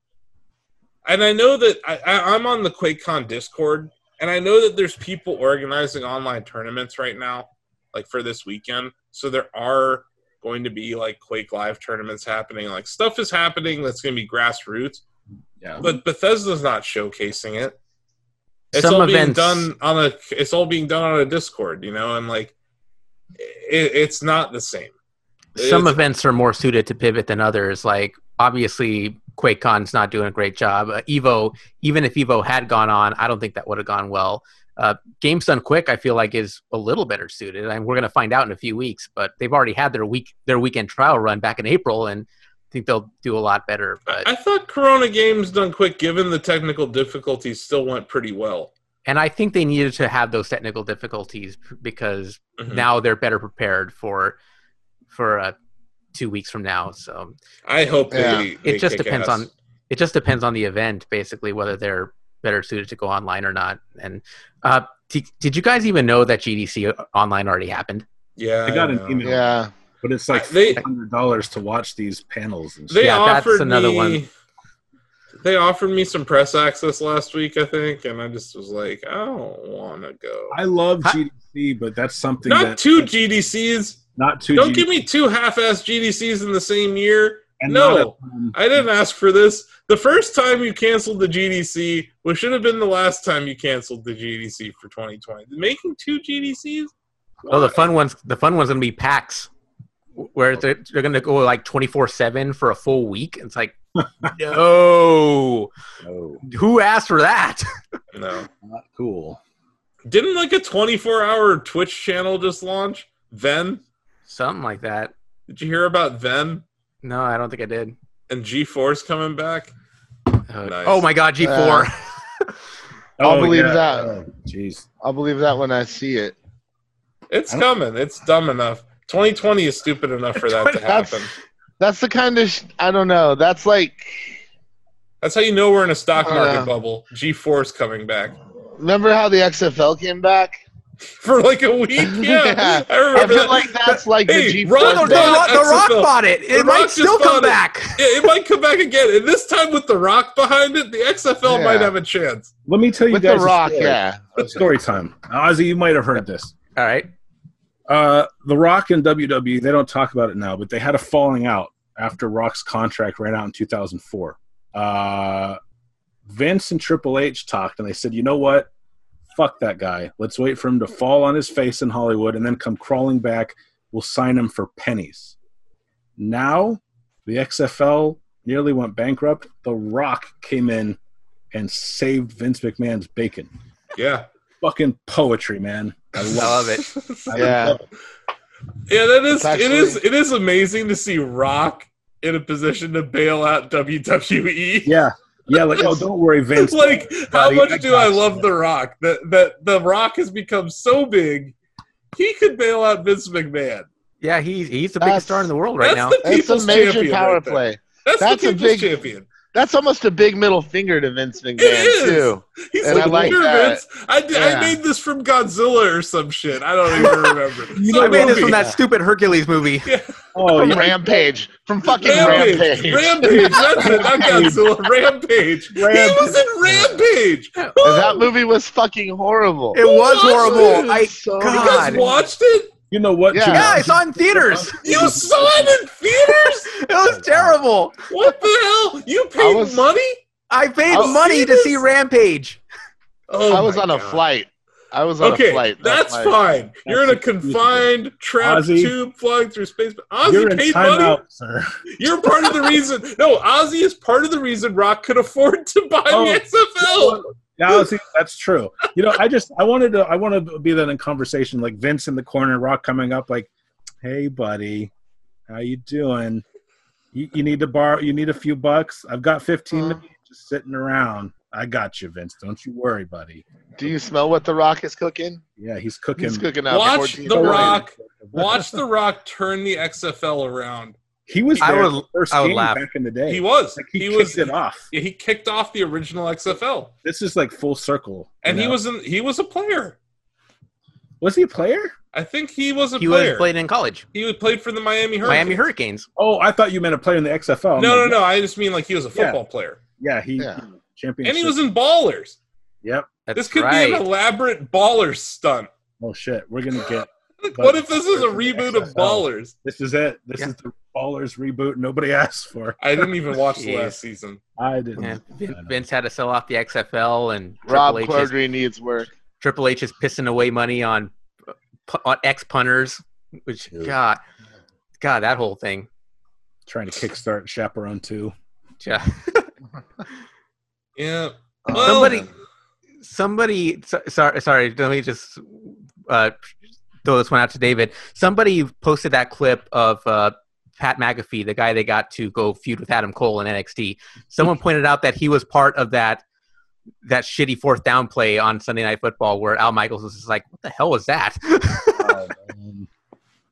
and I know that I, I, I'm on the QuakeCon Discord, and I know that there's people organizing online tournaments right now, like for this weekend. So there are going to be like Quake Live tournaments happening. Like stuff is happening that's going to be grassroots. Yeah. But Bethesda's not showcasing it. It's Some all events- being done on a. It's all being done on a Discord, you know, and like, it, it's not the same. some It's- events are more suited to pivot than others. Like obviously, QuakeCon's not doing a great job. Uh, Evo, even if Evo had gone on, I don't think that would have gone well. Uh, Games Done Quick, I feel like, is a little better suited, and we're going to find out in a few weeks. But they've already had their week, their weekend trial run back in April, and I think they'll do a lot better. But I thought Corona Games done quick, given the technical difficulties, still went pretty well. and I think they needed to have those technical difficulties p- because Mhm. now they're better prepared for for uh, two weeks from now. So I hope they. Yeah. they It just kick depends ass. on- it just depends on the event, basically, whether they're better suited to go online or not. And uh, d- did you guys even know that GDC uh, online already happened? Yeah, I got an know. email, Yeah. but it's like They- hundred dollars to watch these panels and shit. They Yeah, that's offered another me, one. They offered me some press access last week, I think, and I just was like, I don't want to go. I love Huh? GDC, but that's something Not that two GDCs. not too. Don't give me two half-ass GDCs in the same year. and no. not a- um, I didn't ask for this. The first time you canceled the GDC, which should have been the last time you canceled the GDC for 2020. Making two GDCs? Oh, the Why? fun ones. The fun ones gonna be PAX, where they're, they're gonna go like twenty four seven for a full week. It's like, no, no, who asked for that? No. not cool. Didn't like a 24-hour Twitch channel just launch? Then? Something like that. Did you hear about Then No, I don't think I did. and G4's coming back? Uh, Nice. Oh my God, G four. I'll believe that. Oh, Jeez, I'll believe that when I see it. It's I don't- coming. It's dumb enough. 2020 is stupid enough for that to That's- happen. That's the kind of sh- I don't know. That's like That's how you know we're in a stock market Uh. bubble. G4's coming back. remember how the XFL came back? For like a week? Yeah. Yeah. I remember I feel that. like that's like Hey, the G Ron- the, Ron- Force the, back. Rock- the Rock XFL. bought it. It The might Rock still just come bought it. back. Yeah, it might come back again. And this time with The Rock behind it, the XFL Yeah. might have a chance. let me tell you with the guys a Rock. story. Yeah, story time. Ozzy, you might have heard this. All right. Uh, the Rock and WWE, they don't talk about it now, but they had a falling out after Rock's contract ran out in 2004. Uh, Vince and Triple H talked, and they said, you know what? Fuck that guy. Let's wait for him to fall on his face in Hollywood and then come crawling back. We'll sign him for pennies. Now, the XFL nearly went bankrupt. The Rock came in and saved Vince McMahon's bacon. Yeah. Fucking poetry, man. I I love love it. I yeah. Yeah, that is It's actually- it is it is amazing to see Rock in a position to bail out WWE. Yeah. Yeah, like, oh, don't worry, Vince. like how buddy, I much do got I you. love The Rock? That that The Rock has become so big, he could bail out Vince McMahon. Yeah, he's he's the That's- biggest star in the world That's right now. the That's a people's major champion power right there. play. That's, That's the a people's big- champion. That's almost a big middle finger to Vince McMahon is. too. He's And like, I like "Here, that. Vince, I, did, Yeah. I made this from Godzilla or some shit. I don't even remember. You Some know I made this movie. from that stupid Hercules movie. Oh, From yeah. Rampage. From fucking Rampage. Rampage. Rampage. That's it. Not Godzilla. Rampage. He was in Rampage. And that movie was fucking Oh. horrible. It was Who watched It horrible. I was so You God. guys watched it? you know what? Yeah. Jim? yeah, it's on theaters. You saw it in theaters? It was terrible. What the hell? You paid was- money? I paid I'll money see to this. see Rampage. Oh I was my on a God. flight. I was on Okay, a flight. that's my- fine. You're in a That's excusable. confined, trapped Ozzy. tube flying through space. But Ozzy You're in paid money. timeout, sir. You're part of the reason. No, Ozzy is part of the reason Rock could afford to buy Oh. the XFL. Now see, that's true. You know, I just I wanted to I want to be that in conversation, like Vince in the corner, Rock coming up, like, "Hey, buddy, how you doing? You, you need to borrow, you need a few bucks. I've got 15 Mm. minutes just sitting around. I got you, Vince. Don't you worry, buddy. Do you smell what The Rock is cooking? Yeah, he's cooking. He's cooking up. Watch 14 The million. Rock. Watch The Rock turn the XFL around. He was I there would- the first I would game laugh. back in the day. He was. Like, he, he kicked was. it off. Yeah, he kicked off the original XFL, This is like full circle. you and he know? was in, he was a player. was he a player? I think he was a He player. was playing in college. he was- played for the Miami Hurricanes. Miami Hurricanes. Oh, I thought you meant a player in the XFL. No, I'm no, like, no. I just mean like he was a Oh, Yeah. football player, Yeah, he Yeah. championship. and he was in Ballers. Yep. That's this could right. be an elaborate Ballers stunt. Oh shit, we're gonna get Like, But- what if this is a reboot of Ballers? this. Is it? This Yeah. is the Ballers reboot nobody asked for. I didn't even watch the Jeez. last season. I didn't. Yeah, I know. Vin- Vince had to sell off the XFL, and Rob Triple H, is, Cordry needs work. Triple H is pissing away money on, pu- on ex punters. Which Yeah. God, God, that whole thing. Trying to kickstart Chaperone Two. Yeah. Yeah. Uh, Um, Well, Somebody- somebody so, sorry sorry let me just uh throw this one out to david somebody posted that clip of uh pat mcafee the guy they got to go feud with adam cole in nxt someone pointed out that he was part of that that shitty fourth down play on sunday night football where al michaels was just like what the hell was that Um,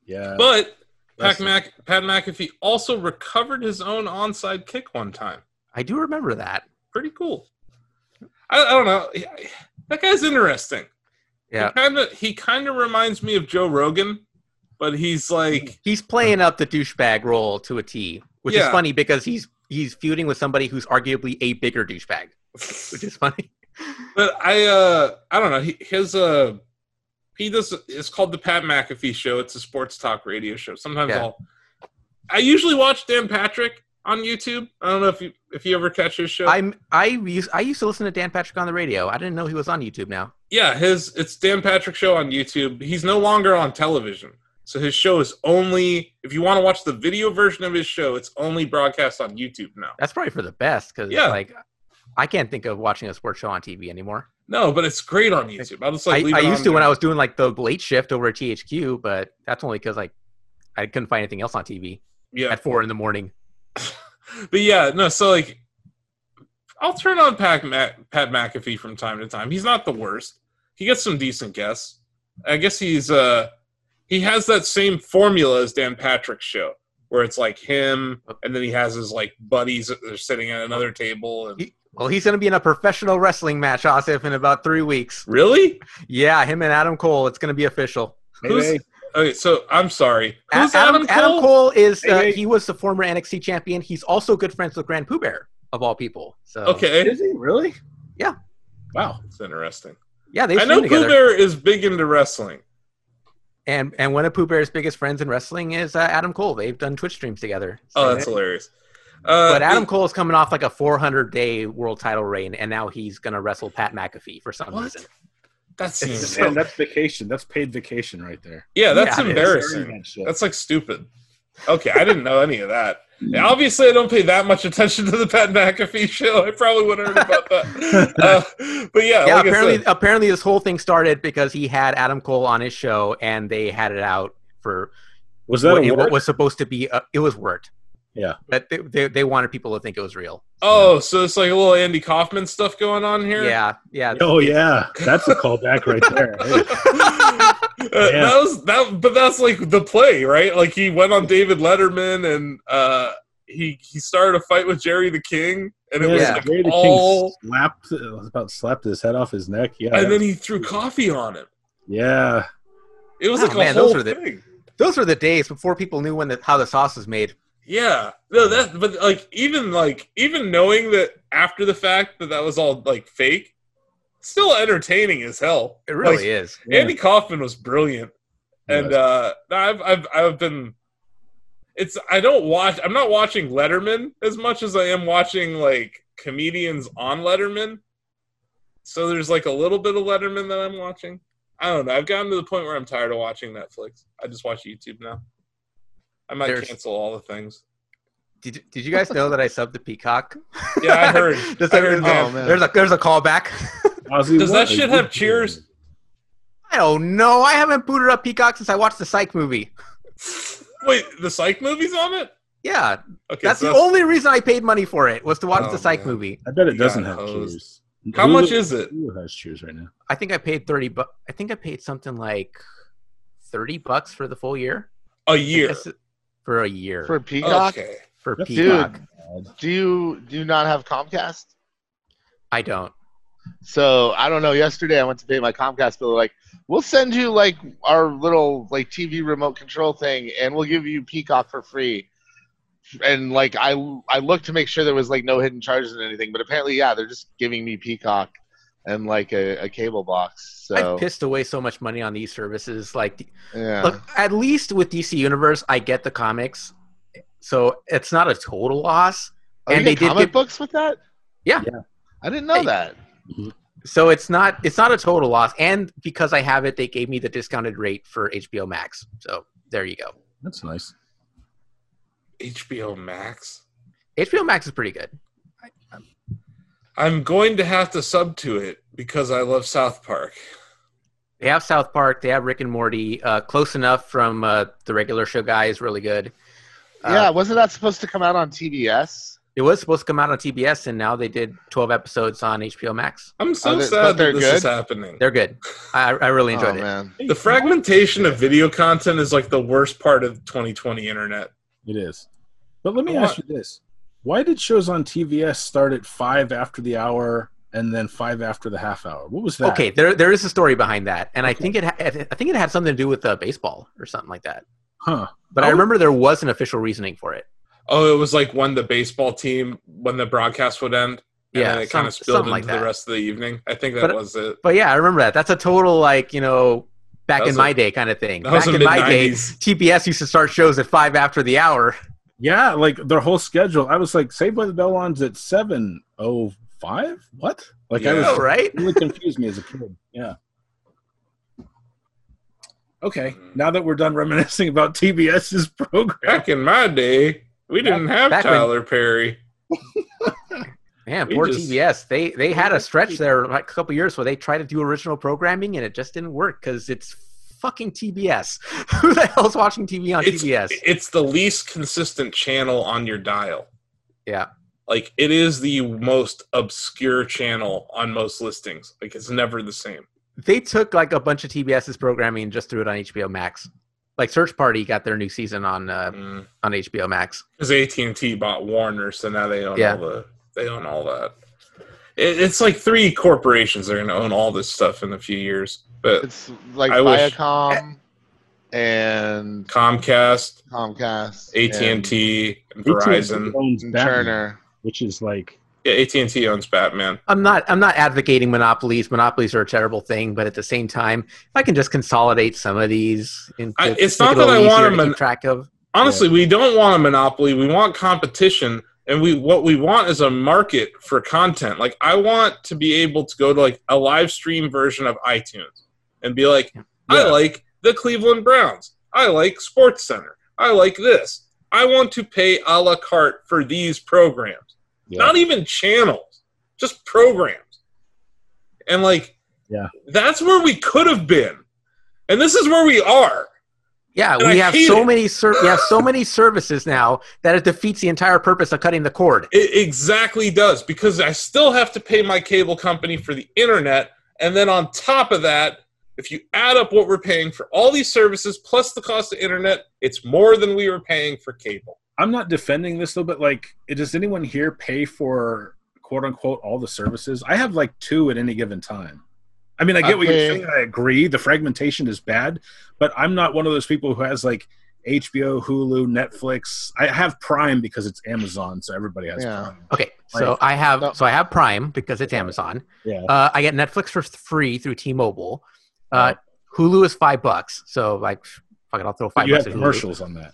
yeah, But That's- Pat, Mac, Pat McAfee also recovered his own onside kick one time. i do remember that Pretty cool. I, I don't know. He- That guy's interesting. Yeah. He kind of he kind of reminds me of Joe Rogan, but he's like he's playing up the douchebag role to a t which is Yeah. funny because he's he's feuding with somebody who's arguably a bigger douchebag which is funny But I uh I don't know. He, his uh he does it's called the Pat McAfee show. It's a sports talk radio show. Sometimes Yeah. I'll I usually watch Dan Patrick on YouTube. I don't know if you if you ever catch his show. I'm I used I used to listen to Dan Patrick on the radio. I didn't know he was on YouTube now. yeah, his it's Dan Patrick show on YouTube. He's no longer on television. So his show is only if you want to watch the video version of his show, it's only broadcast on YouTube now. That's probably for the best because Yeah. like I can't think of watching a sports show on TV anymore. No, but it's great on YouTube. I'll just like leave I, I it used on to when there. I was doing like the late shift over at THQ, but that's only because like I couldn't find anything else on TV yeah. at four in the morning. but yeah, no. So like, I'll turn on Pat, Mac- Pat McAfee from time to time. He's not the worst. He gets some decent guests. I guess he's uh he has that same formula as Dan Patrick's show, where it's like him, and then he has his like buddies that are sitting at another table. And He- well, he's going to be in a professional wrestling match, Asif, in about three weeks. really, Yeah, him and Adam Cole. It's going to be official. Maybe. who's- okay. So I'm sorry. Who's A- Adam, Cole? is uh, Hey, hey. he was the former NXT champion. He's also good friends with Grand Pooh Bear of all people. So Okay, is he really? Yeah. Wow. it's interesting. yeah, they I know stream together. Pooh Bear is big into wrestling. And and one of Pooh Bear's biggest friends in wrestling is uh, Adam Cole. They've done Twitch streams together. Oh, that's hilarious. Uh, but Adam Cole is coming off like a 400 day world title reign, and now he's gonna wrestle Pat McAfee for some What? reason. that seems Man, that's vacation. That's paid vacation right there. yeah, that's Yeah, it is. embarrassing. That shit. That's like stupid. Okay, I didn't know any of that. Yeah, obviously, I don't pay that much attention to the Pat McAfee show. I probably would have heard about that. Uh, but yeah, yeah, like apparently I said, apparently this whole thing started because he had Adam Cole on his show, and they had it out for Was that what, a it- word? what was supposed to be. A, it was worked. Yeah. but they, they they wanted people to think it was real. oh, so it's like a little Andy Kaufman stuff going on here. Yeah, yeah. Oh yeah, that's a callback right there. Hey, Uh, That was that, but that's like the play, right? Like he went on David Letterman, and uh, he he started a fight with Jerry the King, and it was Yeah. like Jerry the King all, slapped. uh, was about slapped his head off his neck. Yeah. and then he threw coffee on him. yeah. It was Oh, like a man, whole those were the- thing. Those were the days before people knew when the, how the sauce was made. Yeah, no, that but like even like even knowing that after the fact that that was all like fake, still entertaining as hell. It really Like, is. Andy Kaufman was brilliant, and uh, no, I've I've I've been. It's I don't watch. I'm not watching Letterman as much as I am watching like comedians on Letterman. So there's like a little bit of Letterman that I'm watching. I don't know. I've gotten to the point where I'm tired of watching Netflix. I just watch YouTube now. I might There's- cancel all the things. Did, did you guys know that I subbed the peacock? Yeah, I heard. I Just like- heard there's, that. Oh, man. there's a there's a callback. Ozzy, Does what that are you shit have cheers? doing? I don't know. I haven't booted up Peacock since I watched the Psych movie. Wait, the Psych movie's on it? Yeah, Okay, that's so the only reason I paid money for it was to watch Oh, the Psych man. movie. I bet it You doesn't got have hosed. cheers. How Hulu- much is it? Hulu has cheers right now. I think I paid thirty, but I think I paid something like thirty bucks for the full year. a year. That's- for a year for for, Peacock. Okay. That's Peacock. Dude. Do you do you not have Comcast? I don't. So I don't know. Yesterday I went to pay my Comcast bill. Like, we'll send you like our little like TV remote control thing, and we'll give you Peacock for free. And like I I looked to make sure there was like no hidden charges or anything, but apparently yeah, they're just giving me Peacock and like a, a cable box. So I've pissed away so much money on these services. Like, yeah, look, at least with DC Universe, I get the comics, so it's not a total loss. Oh, you and get they did comic give- books with that. Yeah. Yeah. I didn't know Hey. that. So it's not it's not a total loss. And because I have it, they gave me the discounted rate for HBO Max. So there you go. That's nice. HBO Max. HBO Max is pretty good. I'm going to have to sub to it because I love South Park. They have South Park. They have Rick and Morty. Uh, Close enough from uh, the regular show guy is really good. Uh, yeah, wasn't that supposed to come out on TBS? It was supposed to come out on TBS, and now they did 12 episodes on HBO Max. I'm so Are they- but sad they're that this good? is happening. They're good. I, I really enjoyed oh it. man, The fragmentation of video content is like the worst part of 2020 internet. It is. But let me I ask you this: Why did shows on TVS start at five after the hour and then five after the half hour? What was that? Okay, there there is a story behind that, and I think it ha- I think it had something to do with uh, baseball or something like that. Huh. But Oh. I remember there was an official reasoning for it. Oh, it was like when the baseball team when the broadcast would end. And Yeah, then it some- kind of spilled something into like the that. rest of the evening. I think that But- uh, was it. But yeah, I remember that. That's a total like you know back That in was a- my day kind of thing. That was Back the in mid my day, 90s. TBS used to start shows at five after the hour. Yeah, like their whole schedule. I was like, Saved by the Bell on's at seven oh five. What? Like I Yeah. was Oh, right? it really confused me as a kid. Yeah. Okay, now that we're done reminiscing about TBS's program, Back in my day, we didn't have back when- Tyler Perry. Man, We poor just- TBS. They they had a stretch there like a couple years where they tried to do original programming and it just didn't work because it's fucking TBS. Who the hell's watching TV on It's, TBS? it's the least consistent channel on your dial. Yeah. Like it is the most obscure channel on most listings. Like it's never the same. they took like a bunch of TBS's programming and just threw it on HBO Max. Like Search Party got their new season on uh, Because on HBO Max. AT and Mm. T bought Warner, so now they own Yeah. all the they own all that. It, it's like three corporations that are going to own all this stuff in a few years. But it's like I wish- Viacom and Comcast, Comcast, AT and T, Verizon. AT&T owns and Batman, Turner. which is like Yeah, AT and T owns Batman. I'm not I'm not advocating monopolies. Monopolies are a terrible thing, but at the same time, if I can just consolidate some of these, into, I- it's make not it a that little I want easier a to mon- keep track of. honestly we don't want a monopoly we want competition and we what we want is a market for content like i want to be able to go to like a live stream version of itunes and be like i like the cleveland browns i like sports center i like this i want to pay a la carte for these programs Yeah. not even channels just programs and like Yeah. that's where we could have been and this is where we are Yeah, And we I have hate so it. many ser- we have so many services now that it defeats the entire purpose of cutting the cord. It exactly does because I still have to pay my cable company for the internet, and then on top of that, if you add up what we're paying for all these services plus the cost of internet, it's more than we were paying for cable. I'm not defending this though, but like, it- does anyone here pay for quote unquote all the services? I have like two at any given time. I mean, I get what you're Okay. saying. I agree. The fragmentation is bad, but I'm not one of those people who has like HBO, Hulu, Netflix. I have Prime because it's Amazon, so everybody has Yeah. Prime. Okay, so I have No. so I have Prime because it's Amazon. Yeah. Uh, I get Netflix for free through T-Mobile. Uh, Hulu is five bucks, so like, fuck it, I'll throw But five you bucks have at Hulu. commercials on that.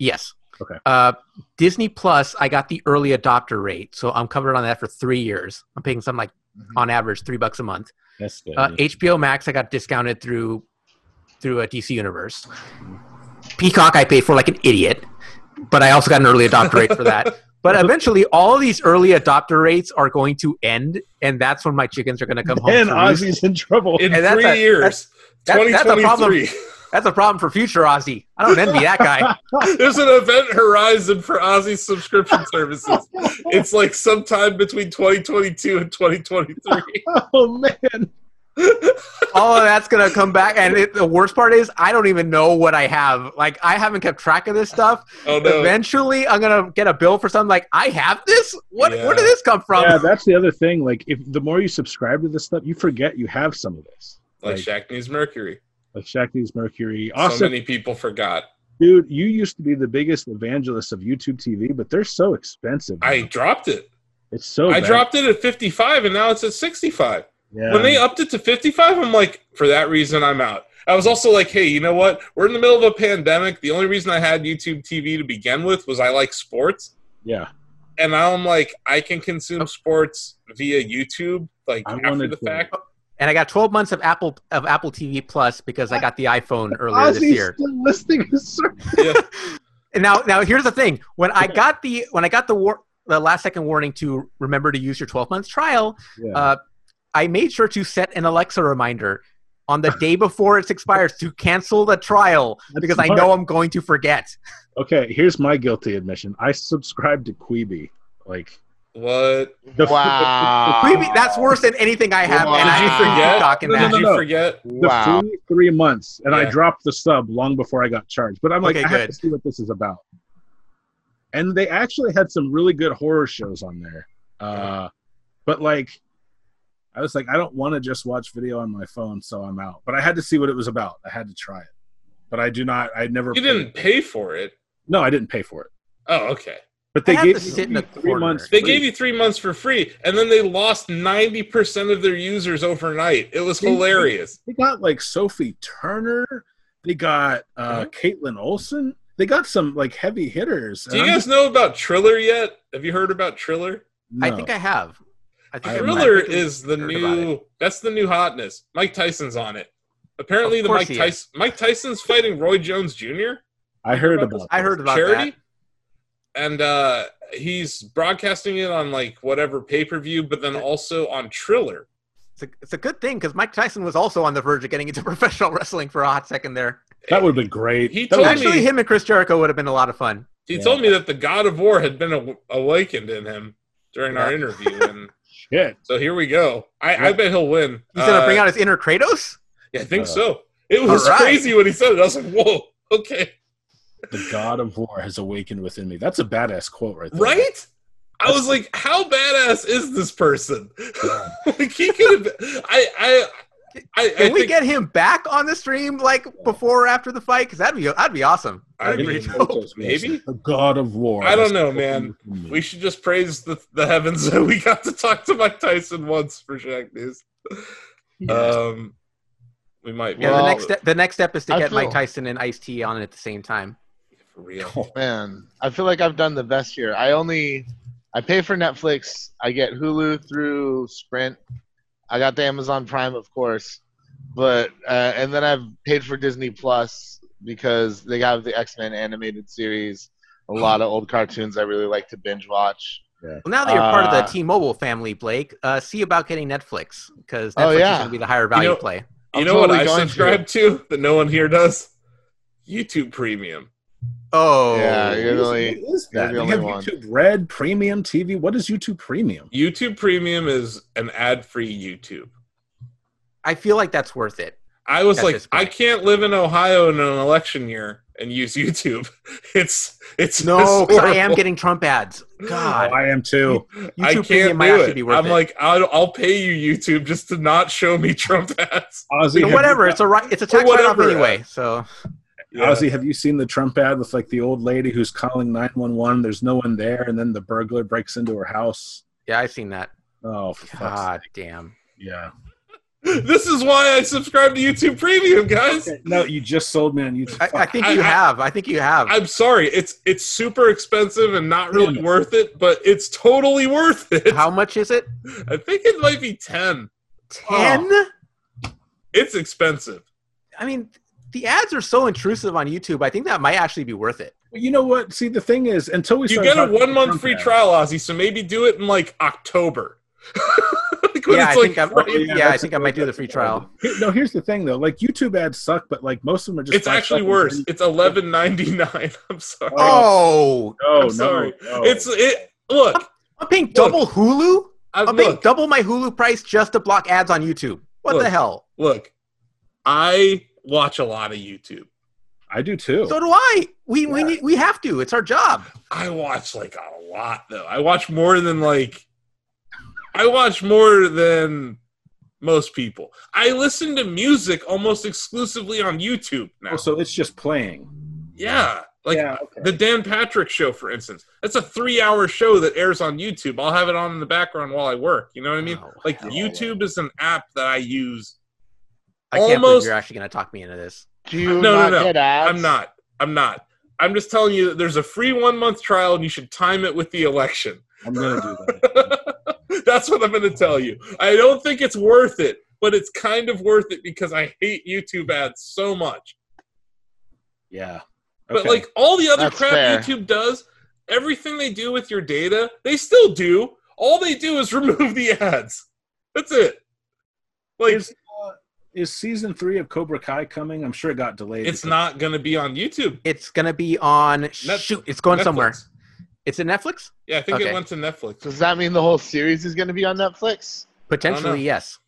Yes. Okay. Uh, Disney Plus, I got the early adopter rate, so I'm covered on that for three years. I'm paying something like, Mm-hmm. on average, three bucks a month. That's good. Uh, HBO Max, I got discounted through through a DC Universe. Peacock, I paid for like an idiot, but I also got an early adopter rate for that. But eventually, all these early adopter rates are going to end, and that's when my chickens are going to come home. And to roost. Ozzy's in trouble. in And that's three a- years. that's- that's a problem. 2023. That's a problem for future Ozzy. I don't envy that guy. There's an event horizon for Ozzy's subscription services. It's like sometime between 2022 and 2023. oh man. All of Oh, that's going to come back. And it, the worst part is, I don't even know what I have. Like, I haven't kept track of this stuff. Oh no! Eventually, I'm going to get a bill for something like, I have this? What? Where did Yeah. this come from? Yeah, that's the other thing. Like, if the more you subscribe to this stuff, you forget you have some of this. Like Shaq needs Mercury. like Shaq needs Mercury. So Also, many people forgot. dude, you used to be the biggest evangelist of YouTube TV, but they're so expensive. I dropped it. it's so I bad. dropped it at 55, and now it's at 65. Yeah. When they upped it to 55, I'm like, for that reason, I'm out. I was also like, hey, you know what? We're in the middle of a pandemic. The only reason I had YouTube TV to begin with was I like sports. yeah. And now I'm like, I can consume sports via YouTube, like I after wanted the to- fact. and I got 12 months of Apple of Apple TV Plus because I got the iPhone earlier this Ozzy's year. still listing his service. And now, now here's the thing: when I got the when I got the war, the last second warning to remember to use your 12 months trial, Yeah. Uh, I made sure to set an Alexa reminder on the day before it expires to cancel the trial That's because I smart. know I'm going to forget. Okay, here's my guilty admission. I subscribed to Quibi. Like, What? the, Wow. Maybe that's worse than anything I have. Wow. and I Did you keep forget? talking No, that. Did no, you no. forget? the Wow. free three months, and I Yeah. dropped the sub long before I got charged. But I'm like, Okay, I have good. to see what this is about. And they actually had some really good horror shows on there. Uh, but like, I was like, I don't want to just watch video on my phone, so I'm out. But I had to see what it was about. I had to try it. But I do not. I never. You didn't pay for it. No, I didn't pay for it. Oh, okay. But I they have gave to me sit in a three corner. months. They free. gave you three months for free, and then they lost 90% of their users overnight. It was They- they- hilarious. They got like Sophie Turner. They got uh, Caitlin Olsen. They got some like heavy hitters. Do and Um, you I'm guys know about Triller yet? Have you heard about Triller? just- I no. think I have. I think I might Thriller have is the heard about it. new. That's the new hotness. Mike Tyson's on it. Apparently, Of the course Mike he Tyson. Mike Tyson's fighting Roy Jones Jr. I heard about. I heard about charity, that. and uh, he's broadcasting it on like whatever pay per view, but then also on Triller. It's a, it's a good thing because Mike Tyson was also on the verge of getting into professional wrestling for a hot second there. That would have been great. He That would've told been- Actually, me- him and Chris Jericho would have been a lot of fun. He Yeah. told me that the God of War had been aw- awakened in him during our Yeah. interview, and shit. so here we go. I, I Yeah. bet he'll win. He's gonna Uh, bring out his inner Kratos. Yeah, I think Uh, so. It was all right. crazy when he said it. I was like, "Whoa, okay." The God of War has awakened within me. That's a badass quote right there. Right? I was like, how badass is this person? like he could have. I I I, I Can we think- get him back on the stream like before or after the fight? Because that'd be that'd be awesome. I That'd be mean, pretty dope. maybe? The God of War. I don't has know, awakened man. within me. We should just praise the, the heavens that we got to talk to Mike Tyson once for Shaq News. Um, we might. Yeah, Well, the next step, the next step is to I get Mike feel- Tyson and Ice T on at the same time. for real. Man, I feel like I've done the best here. I only I pay for Netflix. I get Hulu through Sprint. I got the Amazon Prime, of course, but uh, and then I've paid for Disney Plus because they have the X Men animated series, a lot of old cartoons I really like to binge watch. Well, now that you're part of the Uh, T-Mobile family, Blake, uh, see about getting Netflix because Netflix Oh, yeah. is going to be the higher value know- play. You I'm know what totally I going to. subscribe to. that no one here does? YouTube Premium. Oh, Yeah, you're the What only- is that? you're They the have only one. YouTube Red, Premium TV. What is YouTube Premium? YouTube Premium is an ad-free YouTube. I feel like that's worth it. I was That's like, his point. I can't live in Ohio in an election year and use YouTube. It's it's No, it's 'cause I am horrible. getting Trump ads. God, I am too. I YouTube can't Premium might do actually it. be worth I'm it. like, I'll, I'll pay you YouTube just to not show me Trump ads. Ozzy, You know, have whatever. It's a right. It's a tax write-off whatever, uh, anyway. So You, Ozzy, have you seen the Trump ad with like the old lady who's calling nine one one? There's no one there, and then the burglar breaks into her house. yeah, I've seen that. Oh, for fuck's God damn. sake. yeah. This is why I subscribe to YouTube Premium, guys. No, you just sold me on YouTube. I, I think you I- I- have. I think you have. I'm sorry, it's it's super expensive and not really Yeah. worth it, but it's totally worth it. How much is it? I think it might be ten. Oh. Ten. It's expensive. I mean, the ads are so intrusive on YouTube. I think that might actually be worth it. you know what? See, the thing is, until we You started get a talking about one month Trump free ads- trial, Ozzy. So maybe do it in like October. Like, when yeah, I it's, like, think I might, right- yeah, I think I might do the free trial. Here- No, here's the thing though. Like YouTube ads suck, but like most of them are just. it's five actually seconds worse. and- It's eleven ninety nine. I'm sorry. Oh, No, I'm no, sorry. no. It's it. Look, I'm paying double Hulu. I, I'm paying look, double my Hulu price just to block ads on YouTube. What the Look. hell? look. I watch a lot of YouTube. I do too. So do I. We we need, we have to. It's our job. I watch like a lot though. I watch more than like I watch more than most people. I listen to music almost exclusively on YouTube now. Oh, so it's just playing. yeah. Like yeah, okay. the Dan Patrick show, for instance. That's a three hour show that airs on YouTube. I'll have it on in the background while I work. You know what I mean? Oh, like hell YouTube is an app that I use. I can't believe Almost- you're actually going to talk me into this. Do you No, no, not no. get ads? I'm not. I'm not. I'm just telling you that there's a free one month trial and you should time it with the election. I'm gonna do that. That's what I'm going to tell you. I don't think it's worth it, but it's kind of worth it because I hate YouTube ads so much. yeah. But Okay. like all the other That's crap fair. YouTube does, everything they do with your data, they still do. All they do is remove the ads. That's it. Like is, uh, is season three of Cobra Kai coming? I'm sure it got delayed. it's because- not going to be on YouTube. It's going to be on. shoot, it's going Netflix. somewhere. It's in Netflix. Yeah, I think Okay. it went to Netflix. Does that mean the whole series is going to be on Netflix? Oh, Potentially, yes.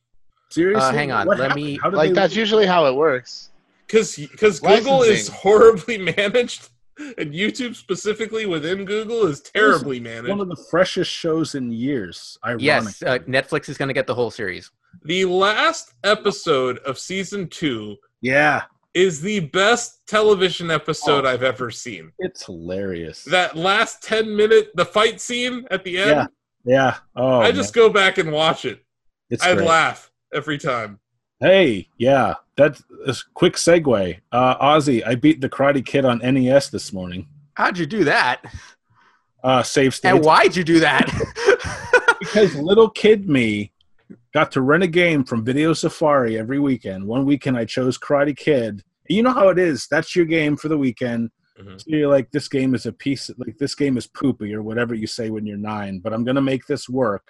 seriously. Uh, hang on, What let happened? me- How did Like they- that's usually how it works. Because because Google is Licensing. horribly managed, and YouTube specifically within Google is terribly one managed. of the freshest shows in years. Ironic. Yes, uh, Netflix is going to get the whole series. The last episode of season two yeah, is the best television episode Oh. I've ever seen. it's hilarious. That last 10 minute, the fight scene at the end, Yeah. yeah. Oh, I just go back and watch man, it. it's I great. laugh every time. Hey, yeah, that's a quick segue. Uh, Ozzy, I beat the Karate Kid on NES this morning. How'd you do that? Uh, save And state why'd you do that? because little kid me got to rent a game from Video Safari every weekend. One weekend I chose Karate Kid. You know how it is. That's your game for the weekend. Mhm. So you're like, this game is a piece. Like this game is poopy or whatever you say when you're nine. But I'm gonna make this work.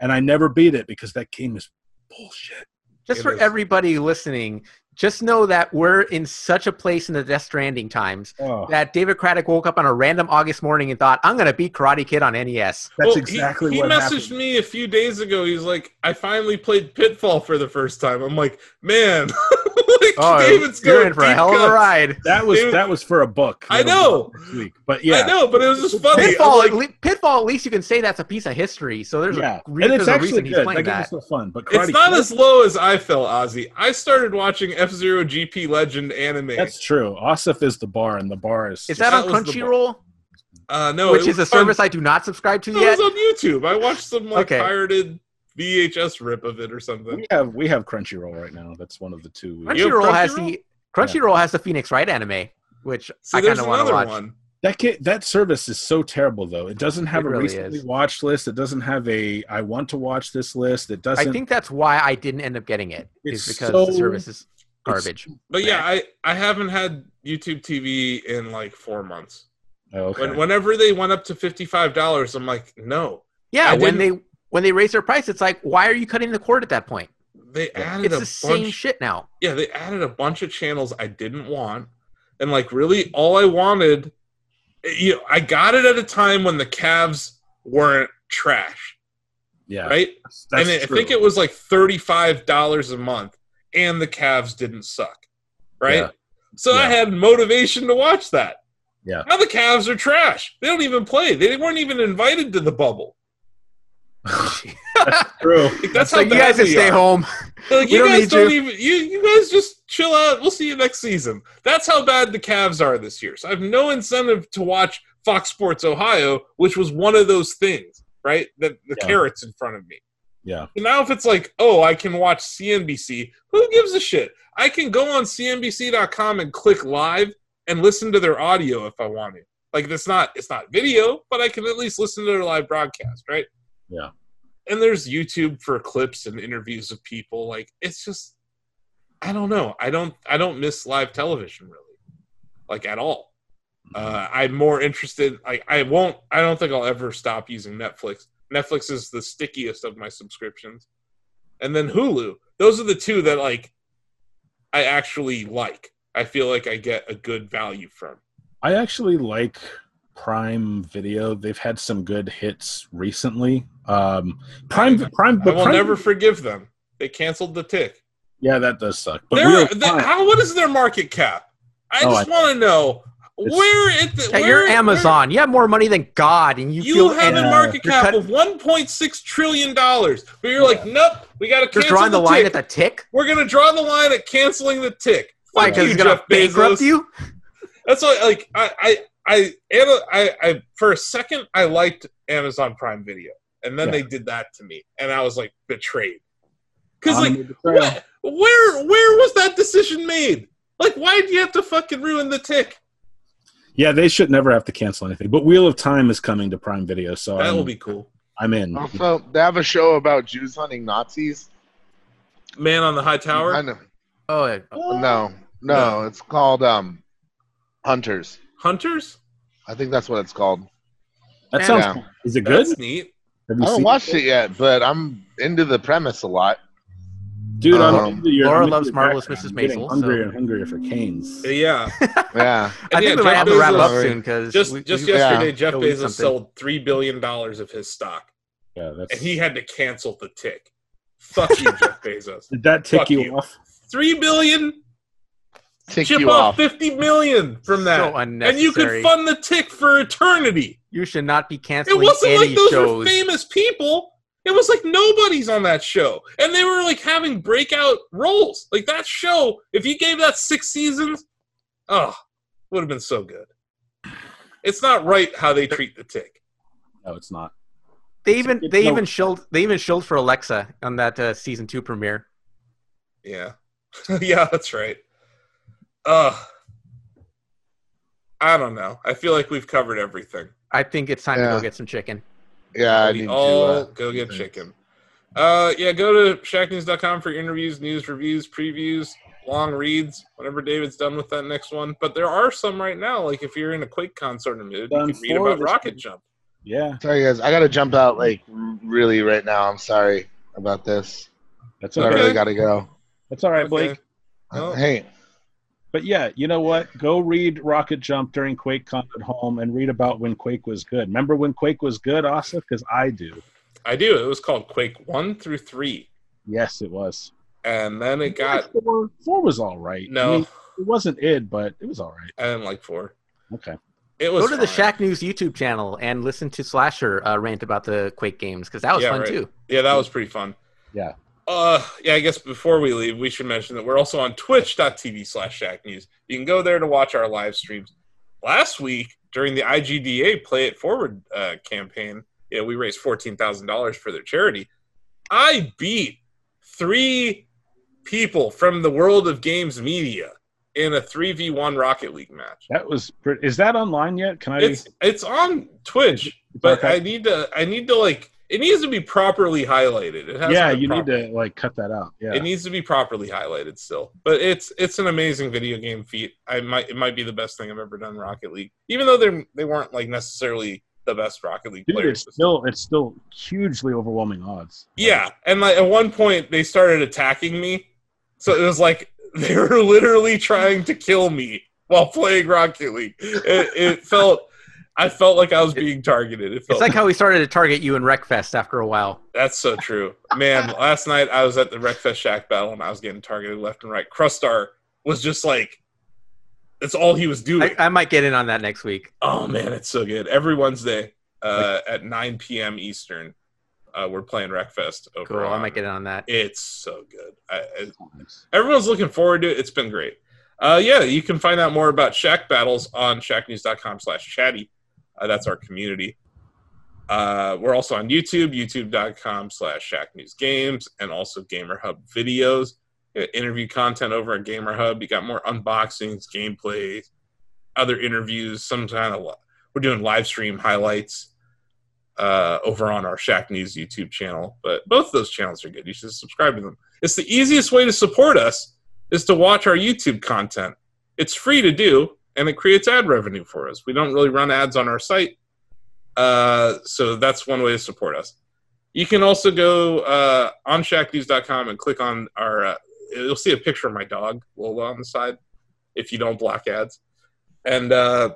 And I never beat it because that game is bullshit. just It for is. everybody listening, just know that we're in such a place in the Death Stranding times Oh, that David Craddock woke up on a random August morning and thought, "I'm going to beat Karate Kid on E NES." that's Well, he- exactly he, what messaged happened. me a few days ago. He's like, I finally played Pitfall for the first time. I'm like, man, like, David's Oh, you're going in for a deep hell of a cuts. ride. That was Dude. that was for a book. I know. Next week. but yeah, I know, but it was just funny. I'm Pitfall, like, at le- Pitfall. At least you can say that's a piece of history. So there's yeah, a, re- and there's it's a actually reason he's good. playing That game is that. so fun, but Karate it's not Kid, as low as I fell, Ozzy. I started watching F Zero GP Legend anime. That's true. Asif is the bar, and the bar is. Is that on That was the- Crunchyroll, uh, no, which it is a was on- service I do not subscribe to It yet? was on YouTube. I watched some like Okay. pirated VHS rip of it or something. we have we have Crunchyroll right now. That's one of the two. we- You have Crunchyroll has Crunchyroll? the Crunchyroll has the Phoenix Wright anime, which So I kind there's of want to another watch. one. That kid, that service is so terrible though. It doesn't have It a really recently is. watched list. It doesn't have a I want to watch this list. It I doesn't. think that's why I didn't end up getting it. Is It's because the so- service is it's- garbage. But yeah, I, I haven't had YouTube TV in like four months. Oh, okay. When, whenever they went up to fifty five dollars, I'm like, no. Yeah, I when they didn't- when they raise their price, it's like, why are you cutting the cord at that point? They added It's a the same bunch. shit now. yeah, they added a bunch of channels I didn't want, and like really all I wanted, eh, you know, I got it at a time when the Cavs weren't trash, yeah, right? that's- that's and I true. think it was like thirty-five dollars a month, and the Cavs didn't suck, right? Yeah. So I Yeah. had motivation to watch that. Yeah. Now the Cavs are trash. They don't even play. They weren't even invited to the bubble. true. Like, that's So how you bad guys can we stay are. home. They're Like, We you don't guys need don't you. even you you guys just chill out. We'll see you next season. That's how bad the Cavs are this year. So I have no incentive to watch Fox Sports Ohio, which was one of those things, right? The the Yeah. carrots in front of me. Yeah, So now if it's like, oh, I can watch CNBC, who gives a shit? I can go on CNBC.com and click live and listen to their audio if I want to. Like it's not it's not video, but I can at least listen to their live broadcast, right? Yeah. And there's YouTube for clips and interviews of people. Like it's just I don't know. I don't I don't miss live television really. Like at all. Mm-hmm. Uh, I'm more interested. I, I won't. I don't think I'll ever stop using Netflix. Netflix is the stickiest of my subscriptions, and then Hulu. Those are the two that like I actually like. I feel like I get a good value from. I actually like Prime Video. They've had some good hits recently. Um, Prime, Prime, I but will Prime- never forgive them. They canceled the tick. Yeah, that does suck. But They're- we are they- fine. how what is their market cap? I Oh, just I- want to know It's- where it. the- Hey, where- you're Amazon. You have more money than God, and you, where- you feel have a and- market you're cap cut- of 1.6 trillion dollars, but you're like, nope, we got to you're cancel drawing the, line tick. at the tick. We're gonna draw the line at canceling the tick. Why? Fuck Because you, it's gonna Jeff bankrupt Bezos. you. That's why, like, I, I, I, Anna, I, I, for a second, I liked Amazon Prime Video, and then Yeah. they did that to me, and I was like betrayed. Because Bottom like, of the barrel. what, where, where was that decision made? Like, why did you have to fucking ruin the tick? Yeah, they should never have to cancel anything. But Wheel of Time is coming to Prime Video, so That I'm, will be cool. I'm in. Also, they have a show about Jews hunting Nazis. Man on the High Tower. I know. Oh, it- No, no, it's called um, Hunters. Hunters. I think that's what it's called. That Yeah. sounds. Yeah. Cool. Is it good? That's neat. Have you I haven't seen watched it yet, but I'm into the premise a lot. Dude, Um, I'm into your, Laura I'm into loves your Marvelous background. Mrs. I'm getting Maisel, hungrier so- and hungrier for canes. Yeah. Yeah. I And think yeah, we might Jeff have to wrap Bezos- up soon because Just, just yesterday, Jeff Go eat Bezos something. sold three billion dollars of his stock, Yeah, and that's. he had to cancel the tick. Fuck you, Jeff Bezos. did that tick Fuck you, you. off? three billion, Tick chip you off off. fifty million from that, so unnecessary. and you could fund the tick for eternity. You should not be It canceling wasn't any like those were shows. famous people. It was like nobody's on that show, and they were like having breakout roles. Like that show, if you gave that six seasons, oh, would have been so good. It's not right how they treat the tick. No, it's not. They even It's they no- even shilled they even shilled for Alexa on that uh, season two premiere. Yeah, yeah, that's right. Ugh. I don't know. I feel like we've covered everything. I think it's time to Yeah. go get some chicken. Yeah, I we need to. all Uh, go get thanks. chicken. Uh, yeah, go to shacknews.com for interviews, news, reviews, previews, long reads, whenever David's done with that next one. But there are some right now. Like if you're in a Quake con sort of mood, Done you can read four about this Rocket week. Jump. Yeah, sorry, guys. I got to jump out, like, r- really right now. I'm sorry about this. that's But okay. I really got to go. That's all right, Okay. Blake. Oh. Hey, But yeah, you know what? Go read Rocket Jump during QuakeCon at home and read about when Quake was good. Remember when Quake was good, Asa? Because I do. I do. It was called Quake one through three, Yes, it was. and then it got four, four was all right. I no. mean, it wasn't it, but it was all right. I didn't like four. Okay. It was Go to the fine. Shack News YouTube channel and listen to Slasher uh, rant about the Quake games because that was Yeah, fun right. too. Yeah, that was pretty fun. Yeah. Uh, yeah, I guess before we leave, we should mention that we're also on twitch.tv slash Shack News. You can go there to watch our live streams. Last week, during the IGDA Play It Forward uh, campaign, yeah, we raised $14,000 for their charity. I beat three people from the world of games media in a 3v1 Rocket League match. That was pretty. Is that online yet? Can I? It's it's on Twitch, but I need to I need to like it needs to be properly highlighted. It hasn't yeah, been you proper- need to like cut that out. Yeah. It needs to be properly highlighted still, but it's it's an amazing video game feat. I might it might be the best thing I've ever done in Rocket League, even though they they weren't like necessarily the best Rocket League Dude, players. it's still it's still hugely overwhelming odds. yeah, and like at one point they started attacking me, so it was like they were literally trying to kill me while playing Rocket League. It, it felt I felt like I was being targeted. It It's felt like how we started to target you in Wreckfest after a while. That's so true. Man, last night I was at the Wreckfest Shack battle and I was getting targeted left and right. Crustar was just like, that's all he was doing. I, I might get in on that next week. oh, man, it's so good. Every Wednesday uh, at 9 p.m. Eastern, uh, we're playing Wreckfest. Over Cool, I on- might get in on that. It's so good. I, I, Nice. everyone's looking forward to it. It's been great. Uh, yeah, you can find out more about Shack battles on shacknews.com slash chatty. Uh, that's our community. Uh, we're also on YouTube, youtube.com slash shacknewsgames, and also Gamer Hub videos. Uh, Interview content over at Gamer Hub. You got more unboxings, gameplays, other interviews, some kind of... Li- we're doing live stream highlights uh, over on our Shack News YouTube channel. But both those channels are good. You should subscribe to them. It's the easiest way to support us is to watch our YouTube content. It's free to do, and it creates ad revenue for us. We don't really run ads on our site, uh, so that's one way to support us. You can also go uh, on shacknews.com and click on our. Uh, you'll see a picture of my dog Lola on the side, if you don't block ads, and uh,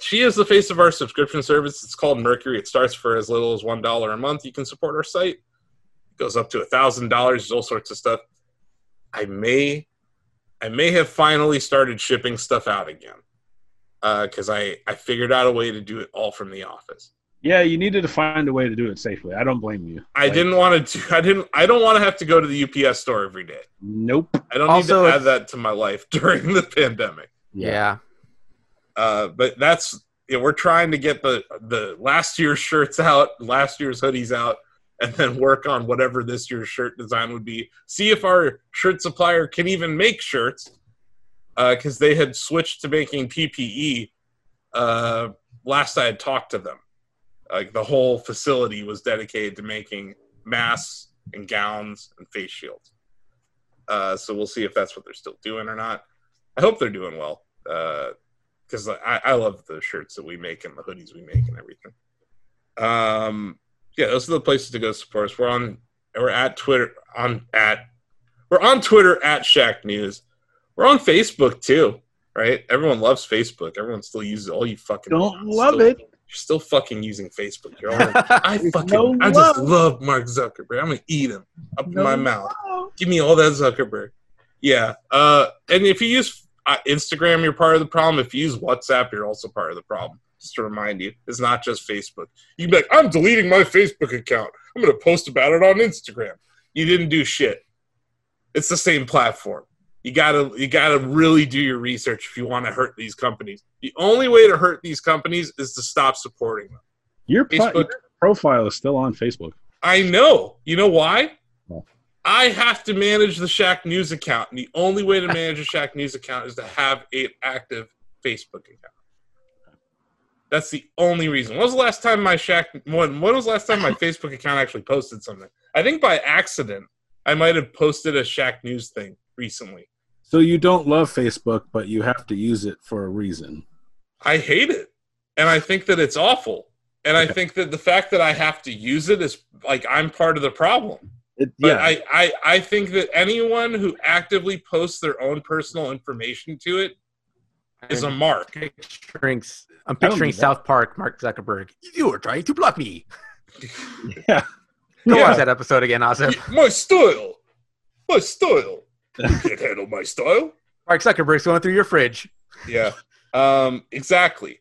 she is the face of our subscription service. It's called Mercury. It starts for as little as one dollar a month. You can support our site. It goes up to a thousand dollars. There's all sorts of stuff. I may I may have finally started shipping stuff out again because I, I figured out a way to do it all from the office. Yeah, you needed to find a way to do it safely. I don't blame you. I Like, didn't want to do I didn't I don't want to have to go to the UPS store every day. Nope. I don't Also, need to if- add that to my life during the pandemic. yeah. Uh, but that's you know, we're trying to get the the last year's shirts out, last year's hoodies out, and then work on whatever this year's shirt design would be. See if our shirt supplier can even make shirts, because they had switched to making PPE. Uh, last I had talked to them, like the whole facility was dedicated to making masks and gowns and face shields. Uh, so we'll see if that's what they're still doing or not. I hope they're doing well. Uh, because I, I love the shirts that we make and the hoodies we make and everything. Um, yeah, those are the places to go support us. We're on, we're at Twitter on at, we're on Twitter at Shack News. We're on Facebook too, right? Everyone loves Facebook. Everyone still uses it. all you fucking Don't morons love still- it. You're still fucking using Facebook. You're all like, I fucking, no I love. just love Mark Zuckerberg. I'm gonna eat him up No in my mouth. Give me all that Zuckerberg. Yeah. Uh, and if you use uh, Instagram, you're part of the problem. If you use WhatsApp, you're also part of the problem. Just to remind you, it's not just Facebook. You can be like, I'm deleting my Facebook account. I'm going to post about it on Instagram. You didn't do shit. It's the same platform. You gotta, you gotta really do your research if you want to hurt these companies. The only way to hurt these companies is to stop supporting them. Your, pro- Facebook. your profile is still on Facebook. I know. You know why? No. I have to manage the Shack News account, and the only way to manage a Shack News account is to have an active Facebook account. That's the only reason. When was the last time my Shack? When, when was the last time my Facebook account actually posted something? I think by accident, I might have posted a Shack News thing recently. So you don't love Facebook, but you have to use it for a reason. I hate it. And I think that it's awful. And I think that the fact that I have to use it is like I'm part of the problem. It, But yeah, I, I, I think that anyone who actively posts their own personal information to it is a mark. picturing, I'm don't picturing do that. South Park, Mark Zuckerberg. You are trying to block me. Yeah. Go Yeah. watch that episode again, Ozzy. My style. My style. You can't handle my style. Mark Zuckerberg's going through your fridge. Yeah. Um, exactly.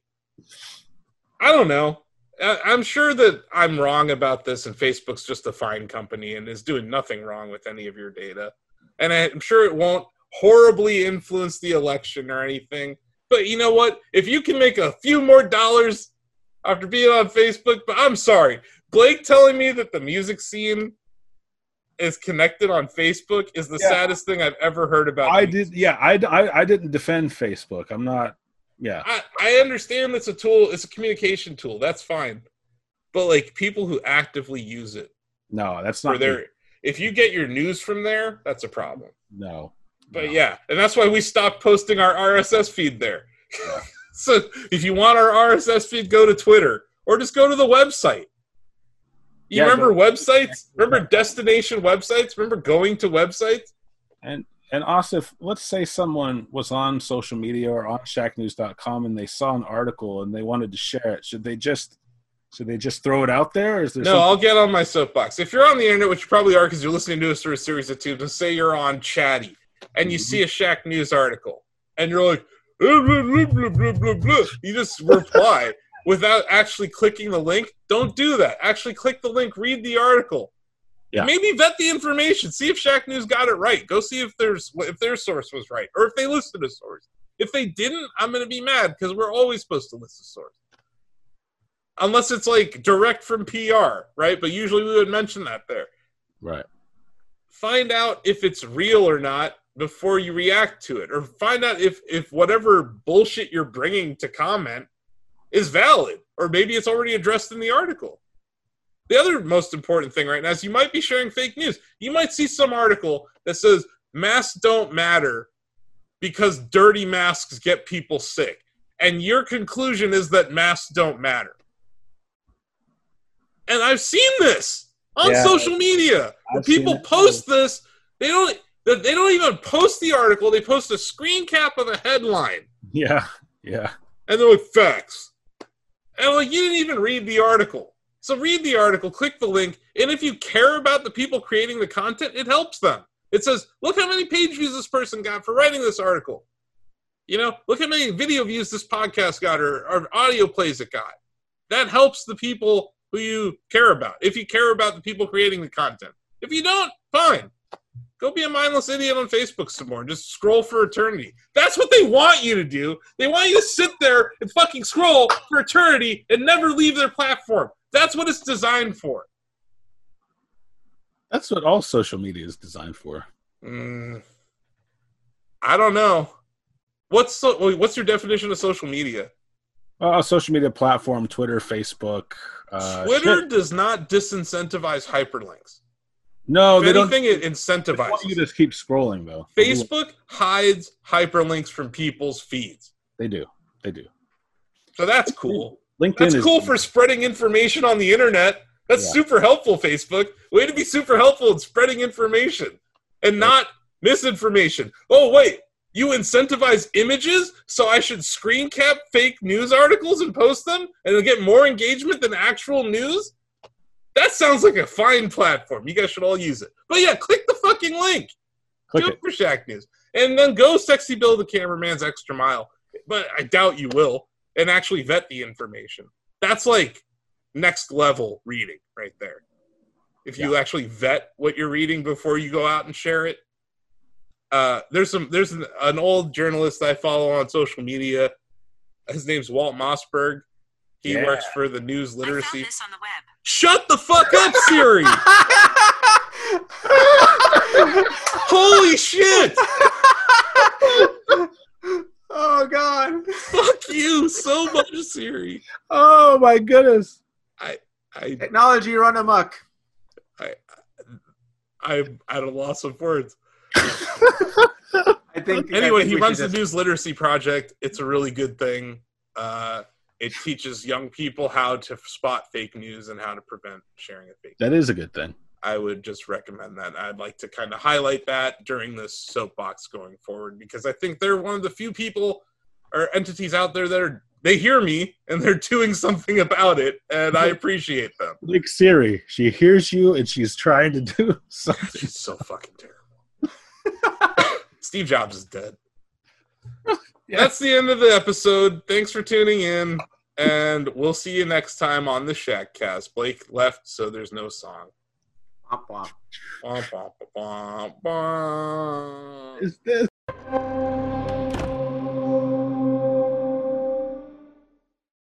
I don't know. I, I'm sure that I'm wrong about this, and Facebook's just a fine company and is doing nothing wrong with any of your data. And I'm sure it won't horribly influence the election or anything. But you know what? If you can make a few more dollars after being on Facebook, but I'm sorry, Blake telling me that the music scene is connected on Facebook is the Yeah. saddest thing I've ever heard about. I music. did. Yeah, I, I, I didn't defend Facebook. I'm not. Yeah, I, I understand it's a tool, it's a communication tool. That's fine. But like people who actively use it no, that's for not. their if you get your news from there, that's a problem. no. But No. yeah, and that's why we stopped posting our RSS feed there. so if you want our RSS feed, go to Twitter or just go to the website. Yeah, You remember websites? Remember destination websites? Remember going to websites? And and Asif, let's say someone was on social media or on shacknews.com and they saw an article and they wanted to share it. Should they just should they just throw it out there? Or is there No, I'll get on my soapbox. If you're on the internet, which you probably are because you're listening to us through a series of tubes, and say you're on Chatty, and you Mhm. see a Shack News article, and you're like, "Uh, blah, blah, blah, blah, blah, blah," you just reply without actually clicking the link. Don't do that. Actually, click the link, read the article. Yeah. Maybe vet the information. See if Shack News got it right. Go see if there's if their source was right, or if they listed a source. If they didn't, I'm gonna be mad because we're always supposed to list a source unless it's like direct from PR, right? But usually we would mention that there. right. Find out if it's real or not before you react to it, or find out if if whatever bullshit you're bringing to comment is valid, or maybe it's already addressed in the article. The other most important thing right now is you might be sharing fake news. You might see some article that says masks don't matter, because dirty masks get people sick. And your conclusion is that masks don't matter. And I've seen this on Yeah. social media. where I've seen people it. post this. They don't they don't even post the article. They post a screen cap of the headline Yeah. Yeah. and they're like facts and like you didn't even read the article so read the article click the link and if you care about the people creating the content it helps them it says look how many page views this person got for writing this article you know look how many video views this podcast got or, or audio plays it got that helps the people who you care about if you care about the people creating the content if you don't fine Go be a mindless idiot on Facebook some more. and Just scroll for eternity. That's what they want you to do. They want you to sit there and fucking scroll for eternity and never leave their platform. That's what it's designed for. That's what all social media is designed for. Mm, I don't know. What's so, what's your definition of social media? Uh, social media platform, Twitter, Facebook. Uh, Twitter shit. does not disincentivize hyperlinks. No, if Oh, they don't. anything, it They want you to incentivizes. just keep scrolling though. They do- Facebook hides hyperlinks from people's feeds. They do. They do. So that's cool. LinkedIn That's is cool for spreading information on the internet. That's Yeah. super helpful, Facebook. Way to be super helpful in spreading information and not misinformation. Oh, wait, you incentivize images, so I should screen cap fake news articles and post them and it'll get more engagement than actual news? That sounds like a fine platform. You guys should all use it. But yeah, click the fucking link. click Do it. it for Shack News. And then go sexy Bill the cameraman's extra mile. But I doubt you will. And actually vet the information. That's like next level reading right there. If you actually vet what you're reading before you go out and share it. Uh, there's some there's an, an old journalist I follow on social media. His name's Walt Mossberg. He Yeah. works for the news I found literacy. this on the web. Shut the fuck up, Siri! Holy shit! oh God! Fuck you so much, Siri. Oh my goodness. I, Technology run amok. I'm at a loss of words. I think. I Anyway, think he we runs the should just- News Literacy Project. It's a really good thing. Uh, it teaches young people how to spot fake news and how to prevent sharing of fake news. That is a good thing. I would just recommend that. I'd like to kind of highlight that during this soapbox going forward because I think they're one of the few people or entities out there that are they hear me and they're doing something about it, and I appreciate them. Like Siri, she hears you and she's trying to do something. She's so fucking terrible. Steve Jobs is dead. That's the end of the episode. Thanks for tuning in, and we'll see you next time on the Shackcast. Blake left, so there's no song. Womp womp. Womp, womp, womp, womp. Is this